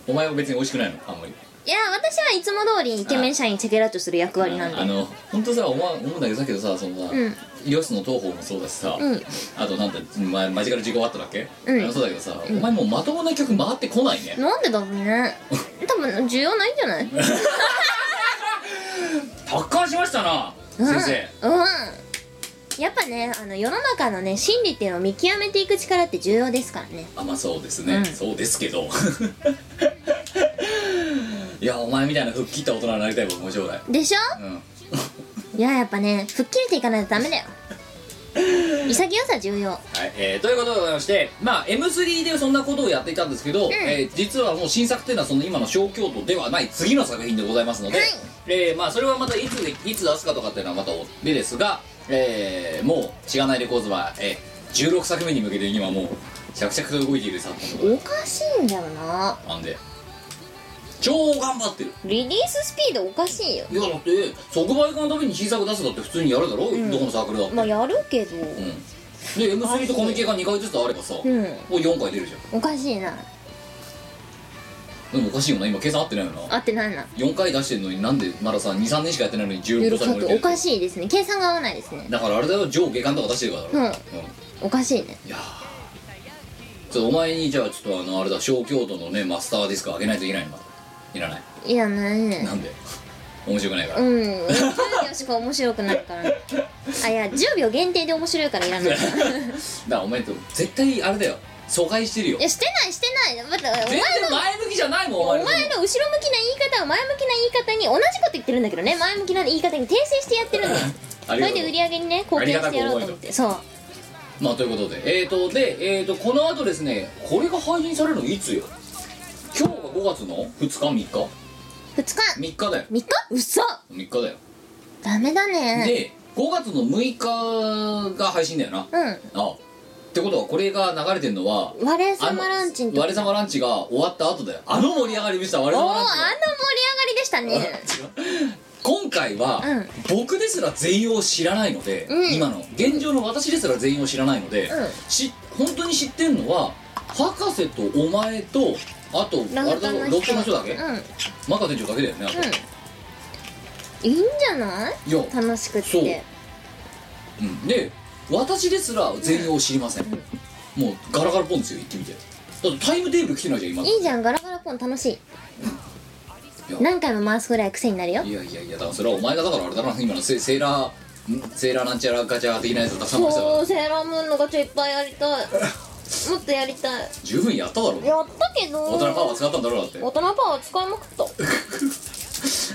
[SPEAKER 1] おお前は別に美味しくないのあんまり
[SPEAKER 2] いや私はいつも通りイケメン社員チェケラッチョする役割なん
[SPEAKER 1] あ
[SPEAKER 2] で
[SPEAKER 1] の本当さ思わ思うんだけどさけどさそのさ、
[SPEAKER 2] うん
[SPEAKER 1] ヨシの東方もそうだしさ、
[SPEAKER 2] うん
[SPEAKER 1] あとなんだ、ま、マジカル事故あっただっけ、
[SPEAKER 2] うん
[SPEAKER 1] あのそうだけどさ、お前もうまともな曲回ってこないね、
[SPEAKER 2] なんでだろ うね多分需要ないんじゃないうん
[SPEAKER 1] 達観しましたな先生、
[SPEAKER 2] うんやっぱねあの世の中のね心理っていうのを見極めていく力って重要ですからね
[SPEAKER 1] あまあそうですね、
[SPEAKER 2] うん
[SPEAKER 1] そうですけど いやお前みたいな吹っ切った大人になりたい僕も将来
[SPEAKER 2] でしょ
[SPEAKER 1] うん
[SPEAKER 2] いややっぱね吹っ切れていかないと ダメだよ潔さ重要
[SPEAKER 1] はいえーということでございまして、まあ、M3 でそんなことをやっていたんですけど、えー実はもう新作っていうのはその今の小京都ではない次の作品でございますので、
[SPEAKER 2] はい
[SPEAKER 1] えーまあ、それはまたいつでいつ出すかとかっていうのはまたおでですが、えーもう「しがないレコーズは」えー16作目に向けて今もう着々と動いている作品でござい
[SPEAKER 2] おかしいんだよな
[SPEAKER 1] ますなんで超頑張ってる
[SPEAKER 2] リリーススピードおかしいよ
[SPEAKER 1] いやだって即売会のために新作出すだって普通にやるだろ、
[SPEAKER 2] ん
[SPEAKER 1] どこのサークルだって、
[SPEAKER 2] まあやるけど
[SPEAKER 1] うんで M3 とコミケが2回ずつあればさ、
[SPEAKER 2] うん
[SPEAKER 1] もう4回出るじゃん
[SPEAKER 2] おかしいな
[SPEAKER 1] でもおかしいよな今今朝会ってないよな
[SPEAKER 2] 合ってないな
[SPEAKER 1] 4回出してるのになんでまださ23年しかやってないのに
[SPEAKER 2] ユ
[SPEAKER 1] 15
[SPEAKER 2] ーロ
[SPEAKER 1] 歳
[SPEAKER 2] カ
[SPEAKER 1] に置
[SPEAKER 2] ッ
[SPEAKER 1] い
[SPEAKER 2] プ
[SPEAKER 1] てる
[SPEAKER 2] おかしいですね計算が合わないですね
[SPEAKER 1] だからあれだよ上下巻とか出してるからだろ、
[SPEAKER 2] うん
[SPEAKER 1] うん
[SPEAKER 2] おかしいね
[SPEAKER 1] いやーちょっとお前にじゃあちょっとあのあれだ小京都のねマスターディスクあげないといけないのいらない
[SPEAKER 2] いやね
[SPEAKER 1] なんで面白くないから、
[SPEAKER 2] うん10秒しか面白くないから ねあいや10秒限定で面白いからいらない
[SPEAKER 1] だからお前と絶対あれだよ疎開してるよ
[SPEAKER 2] いやしてないしてないまたお前
[SPEAKER 1] 全然
[SPEAKER 2] の
[SPEAKER 1] 前向きじゃないもんお
[SPEAKER 2] お
[SPEAKER 1] 前
[SPEAKER 2] 前
[SPEAKER 1] の
[SPEAKER 2] の後ろ向きな言い方は前向きな言い方に同じこと言ってるんだけどね前向きな言い方に訂正してやってるんだよ
[SPEAKER 1] あ
[SPEAKER 2] そ
[SPEAKER 1] りが
[SPEAKER 2] れ
[SPEAKER 1] と
[SPEAKER 2] で
[SPEAKER 1] う
[SPEAKER 2] 売り上げにね貢献してやろうと思ってそう
[SPEAKER 1] まあということでえーとでえーとこの後ですねこれが配信されるのいつよ今日が5月の2日3
[SPEAKER 2] 2日
[SPEAKER 1] 日3日だよ
[SPEAKER 2] 3日嘘
[SPEAKER 1] 3日だよ、
[SPEAKER 2] ダメだね
[SPEAKER 1] で5月の6日が配信だよな、あ
[SPEAKER 2] うん
[SPEAKER 1] あってことはこれが流れてるのは
[SPEAKER 2] 我れ
[SPEAKER 1] あの
[SPEAKER 2] 様ランチの時
[SPEAKER 1] 我様ランチが終わった後だよあの盛り上がり見せた我
[SPEAKER 2] おおー
[SPEAKER 1] 様
[SPEAKER 2] あの
[SPEAKER 1] ラン
[SPEAKER 2] 盛り上がりでした
[SPEAKER 1] チ
[SPEAKER 2] ね
[SPEAKER 1] の今回は、
[SPEAKER 2] うん
[SPEAKER 1] 僕ですら全容を知らないので、
[SPEAKER 2] うん
[SPEAKER 1] 今の現状の私ですら全容を知らないので、
[SPEAKER 2] うん
[SPEAKER 1] し本当に知ってるのは博士とお前とあとあ
[SPEAKER 2] ラ
[SPEAKER 1] れ
[SPEAKER 2] フ
[SPEAKER 1] だ
[SPEAKER 2] タ
[SPEAKER 1] ろ
[SPEAKER 2] の
[SPEAKER 1] ロッ
[SPEAKER 2] 人
[SPEAKER 1] トの人だけ、
[SPEAKER 2] うんうん
[SPEAKER 1] マカ店長だけだよねあと、
[SPEAKER 2] いいんじゃない
[SPEAKER 1] いや
[SPEAKER 2] 楽しくっ
[SPEAKER 1] そう
[SPEAKER 2] て
[SPEAKER 1] うんで私ですら全容を知りません、もうガラガラポンですよ言ってみてだってタイムテーブル来てないじゃん今の
[SPEAKER 2] いいじゃんガラガラポン楽し
[SPEAKER 1] いや
[SPEAKER 2] い何回も回すぐらい癖になるよ
[SPEAKER 1] いやいやいやだからそれはお前がだからあれだな今のセセーラーんセーラーなんちゃらガチャ的なやつたくさん回したか
[SPEAKER 2] そ
[SPEAKER 1] ら
[SPEAKER 2] うセーラームーンのガチャいっぱいやりたいもっとやりたい
[SPEAKER 1] 十分やっただろ
[SPEAKER 2] やったけど
[SPEAKER 1] 大人パワー使ったんだろうだって
[SPEAKER 2] 大人パワー使いまくった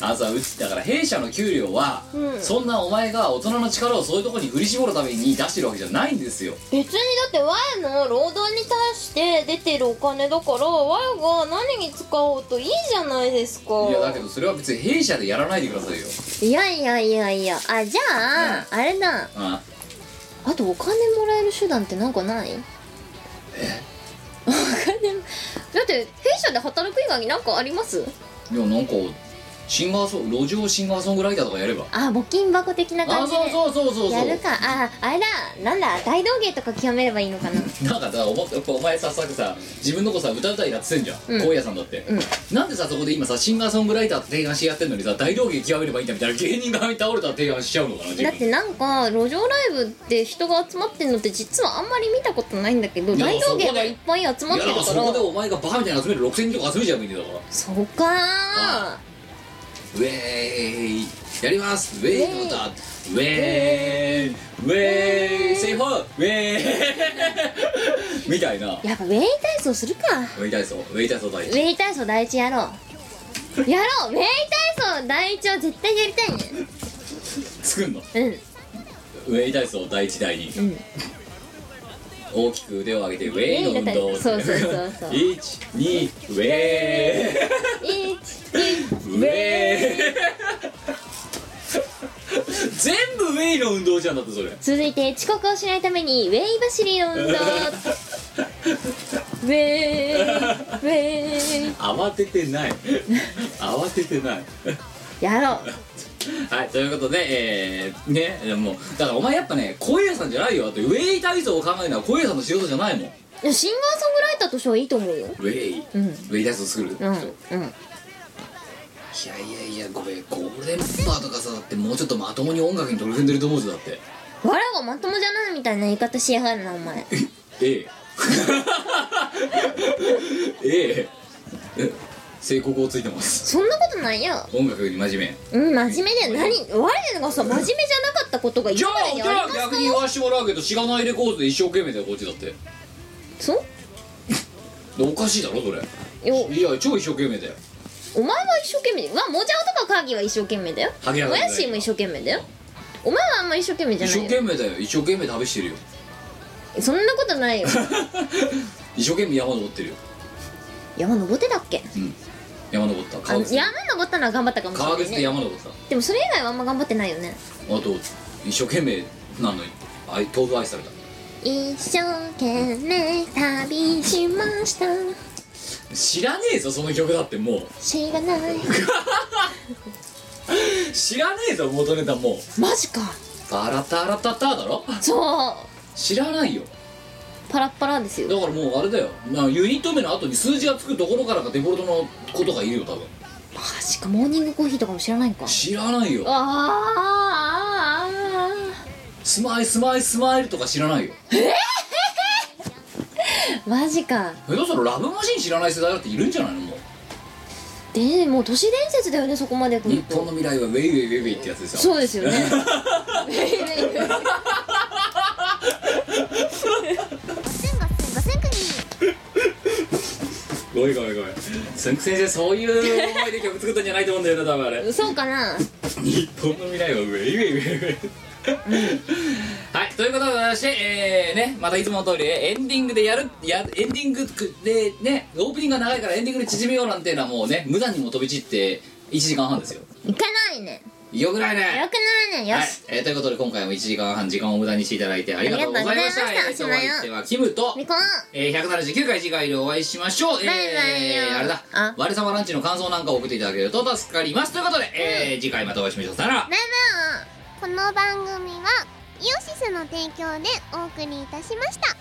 [SPEAKER 1] あのさうちだから弊社の給料は、
[SPEAKER 2] うん
[SPEAKER 1] そんなお前が大人の力をそういうところに振り絞るために出してるわけじゃないんですよ
[SPEAKER 2] 別にだって Y の労働に対して出てるお金だから Y が何に使おうといいじゃないですか
[SPEAKER 1] いやだけどそれは別に弊社でやらないでくださいよ
[SPEAKER 2] いやいやいやいやあじゃあ、あれだ
[SPEAKER 1] あ
[SPEAKER 2] あとお金もらえる手段ってなんかないお金だって弊社で働く以外になんかあります
[SPEAKER 1] いやなんかシンガーソン路上シンガーソングライターとかやれば
[SPEAKER 2] あ募金箱的な
[SPEAKER 1] あ
[SPEAKER 2] 感じで
[SPEAKER 1] そうそうそうそうそう
[SPEAKER 2] やるかああれだなんだ大道芸とか極めればいいのかな
[SPEAKER 1] なんかさおもお前ささっきさ自分の子さ歌うたいなって言ってんじゃん、
[SPEAKER 2] うん
[SPEAKER 1] 荒野さんだって、なんでさそこで今さシンガーソングライターって提案してやってんのにさ大道芸極めればいいんだみたいな芸人が倒れたら提案しちゃうのかな自
[SPEAKER 2] だ
[SPEAKER 1] 分
[SPEAKER 2] ってなんか路上ライブって人が集まってんのって実はあんまり見たことないんだけど
[SPEAKER 1] いや
[SPEAKER 2] 大道芸がいっぱい集まっ
[SPEAKER 1] い
[SPEAKER 2] て
[SPEAKER 1] やだか
[SPEAKER 2] るか
[SPEAKER 1] ら
[SPEAKER 2] ら
[SPEAKER 1] そこでお前がバカみたいに集める6000人とか集めちゃうみたいだから
[SPEAKER 2] そうかー
[SPEAKER 1] ウェーイやりますウェーイの歌ウェーイウェーイセイフォーウェーイみたいなウ
[SPEAKER 2] やっぱウェイ体操するか
[SPEAKER 1] ェイ体操ウェイ体操第
[SPEAKER 2] ウ
[SPEAKER 1] 一
[SPEAKER 2] ェイ体操第一やろうやろうウェイ体操第一は絶対やりたいね
[SPEAKER 1] 作んの
[SPEAKER 2] うん
[SPEAKER 1] ウェイ体操第一第二
[SPEAKER 2] うん
[SPEAKER 1] 大きく腕を上げてウェイの運動
[SPEAKER 2] そうそうそうそう
[SPEAKER 1] 一二ウェイ
[SPEAKER 2] 一
[SPEAKER 1] ウェイ全部ウェイの運動じゃんだってそれ
[SPEAKER 2] 続いて遅刻をしないためにウェイ走り の運動ウェイウェイ
[SPEAKER 1] 慌ててない慌ててない
[SPEAKER 2] やろう
[SPEAKER 1] はいということでえー、ねでもだからお前やっぱね小屋さんじゃないよだってウェイ体操を考えるのは小屋さんの仕事じゃないもんウ
[SPEAKER 2] いやシンガーソングライターとしてはいいと思うよ
[SPEAKER 1] ェイ、
[SPEAKER 2] ん
[SPEAKER 1] ウェイ体操作る人、
[SPEAKER 2] うんう
[SPEAKER 1] い
[SPEAKER 2] ん
[SPEAKER 1] やいやいやごめんゴールデンパーとかさだってもうちょっとまともに音楽に取り組んでると思うぞだって
[SPEAKER 2] わらがまともじゃないみたいな言い方しやがるなお前
[SPEAKER 1] え ええええ成功をついてます
[SPEAKER 2] そんなことないよ
[SPEAKER 1] 音楽に真面目
[SPEAKER 2] うん真面目だよ何我らがさ真面目じゃなかったことが
[SPEAKER 1] じゃ
[SPEAKER 2] 今まで
[SPEAKER 1] あ
[SPEAKER 2] に
[SPEAKER 1] じ
[SPEAKER 2] あ
[SPEAKER 1] ゃ
[SPEAKER 2] り
[SPEAKER 1] あ
[SPEAKER 2] ます
[SPEAKER 1] 逆
[SPEAKER 2] か
[SPEAKER 1] に言わしてもらうけど知らないレコードで一生懸命だよこっちだって
[SPEAKER 2] そう
[SPEAKER 1] でおかしいだろそれ
[SPEAKER 2] よ
[SPEAKER 1] いや超一生懸命だよ
[SPEAKER 2] お前は一生懸命だよわもじゃおとかカーギーは一生懸命だよ
[SPEAKER 1] 萩原
[SPEAKER 2] も
[SPEAKER 1] 君
[SPEAKER 2] やしーも一生懸命だよお前はあんま一生懸命じゃ
[SPEAKER 1] 一
[SPEAKER 2] な
[SPEAKER 1] 生
[SPEAKER 2] いよ
[SPEAKER 1] 懸命だよ一生懸命旅してる よ
[SPEAKER 2] そんなことないよ
[SPEAKER 1] 一生懸命山登ってるよ
[SPEAKER 2] 山登ってたっけ
[SPEAKER 1] 山登った
[SPEAKER 2] あ
[SPEAKER 1] 川
[SPEAKER 2] の
[SPEAKER 1] 口で
[SPEAKER 2] 山登ったのは頑張ったかもしれ
[SPEAKER 1] 川
[SPEAKER 2] な
[SPEAKER 1] 口
[SPEAKER 2] い
[SPEAKER 1] で
[SPEAKER 2] ね
[SPEAKER 1] 山登ったあ
[SPEAKER 2] でもそれ以外はあんま頑張ってないよね
[SPEAKER 1] と一生懸命なのにあい豆腐愛された
[SPEAKER 2] 一生懸命旅しました
[SPEAKER 1] 知らねえぞその曲だってもう
[SPEAKER 2] 知らない
[SPEAKER 1] 知らねえぞ元ネタもう
[SPEAKER 2] マジか
[SPEAKER 1] タラタラタタだろ
[SPEAKER 2] そ
[SPEAKER 1] 知らないよ
[SPEAKER 2] うパラッパラですよ
[SPEAKER 1] だからもうあれだよなユニット名の後に数字がつくところからかデフォルトのことがいるよ多分
[SPEAKER 2] マジかモーニングコーヒーとかも知らないんか
[SPEAKER 1] 知らないよ
[SPEAKER 2] あ
[SPEAKER 1] スマイルスマイルスマイルとか知らないよ
[SPEAKER 2] あマジか
[SPEAKER 1] 下手したらラブマシン知らない世代だっているんじゃないのもう
[SPEAKER 2] でもう都市伝説だよねそこまで来る
[SPEAKER 1] 日本
[SPEAKER 2] と
[SPEAKER 1] の未来はウェイウェイウェイウェイってやつですよ
[SPEAKER 2] そうですよね
[SPEAKER 1] ごめんごめんごめんつんく先生そういう思いで曲作ったんじゃないと思うんだよな多分あれ
[SPEAKER 2] そうかな
[SPEAKER 1] 日本の未来はウェイウェイウェイウェイはいということでございましてえー、ねまたいつもの通りえエンディングでやるやエンディングでねオープニングが長いからエンディングで縮めようなんていうのはもうね無駄にも飛び散って1時間半ですよ
[SPEAKER 2] 行かないね
[SPEAKER 1] よくないね
[SPEAKER 2] よくないねよ
[SPEAKER 1] はい
[SPEAKER 2] し、
[SPEAKER 1] えーということで今回も1時間半時間を無駄にしていただいてありがとうございました
[SPEAKER 2] ありがとうございま
[SPEAKER 1] え
[SPEAKER 2] した
[SPEAKER 1] ーとお相手はキムと
[SPEAKER 2] みこ
[SPEAKER 1] えー、179回次回でお会いしましょう
[SPEAKER 2] バイバイよ
[SPEAKER 1] えー、あれだ
[SPEAKER 2] あ
[SPEAKER 1] 我様ランチの感想なんかを送っていただけると助かりますということで、えー、次回またお会いしましょうさよなら
[SPEAKER 7] ラブこの番組はイオシスの提供でお送りいたしました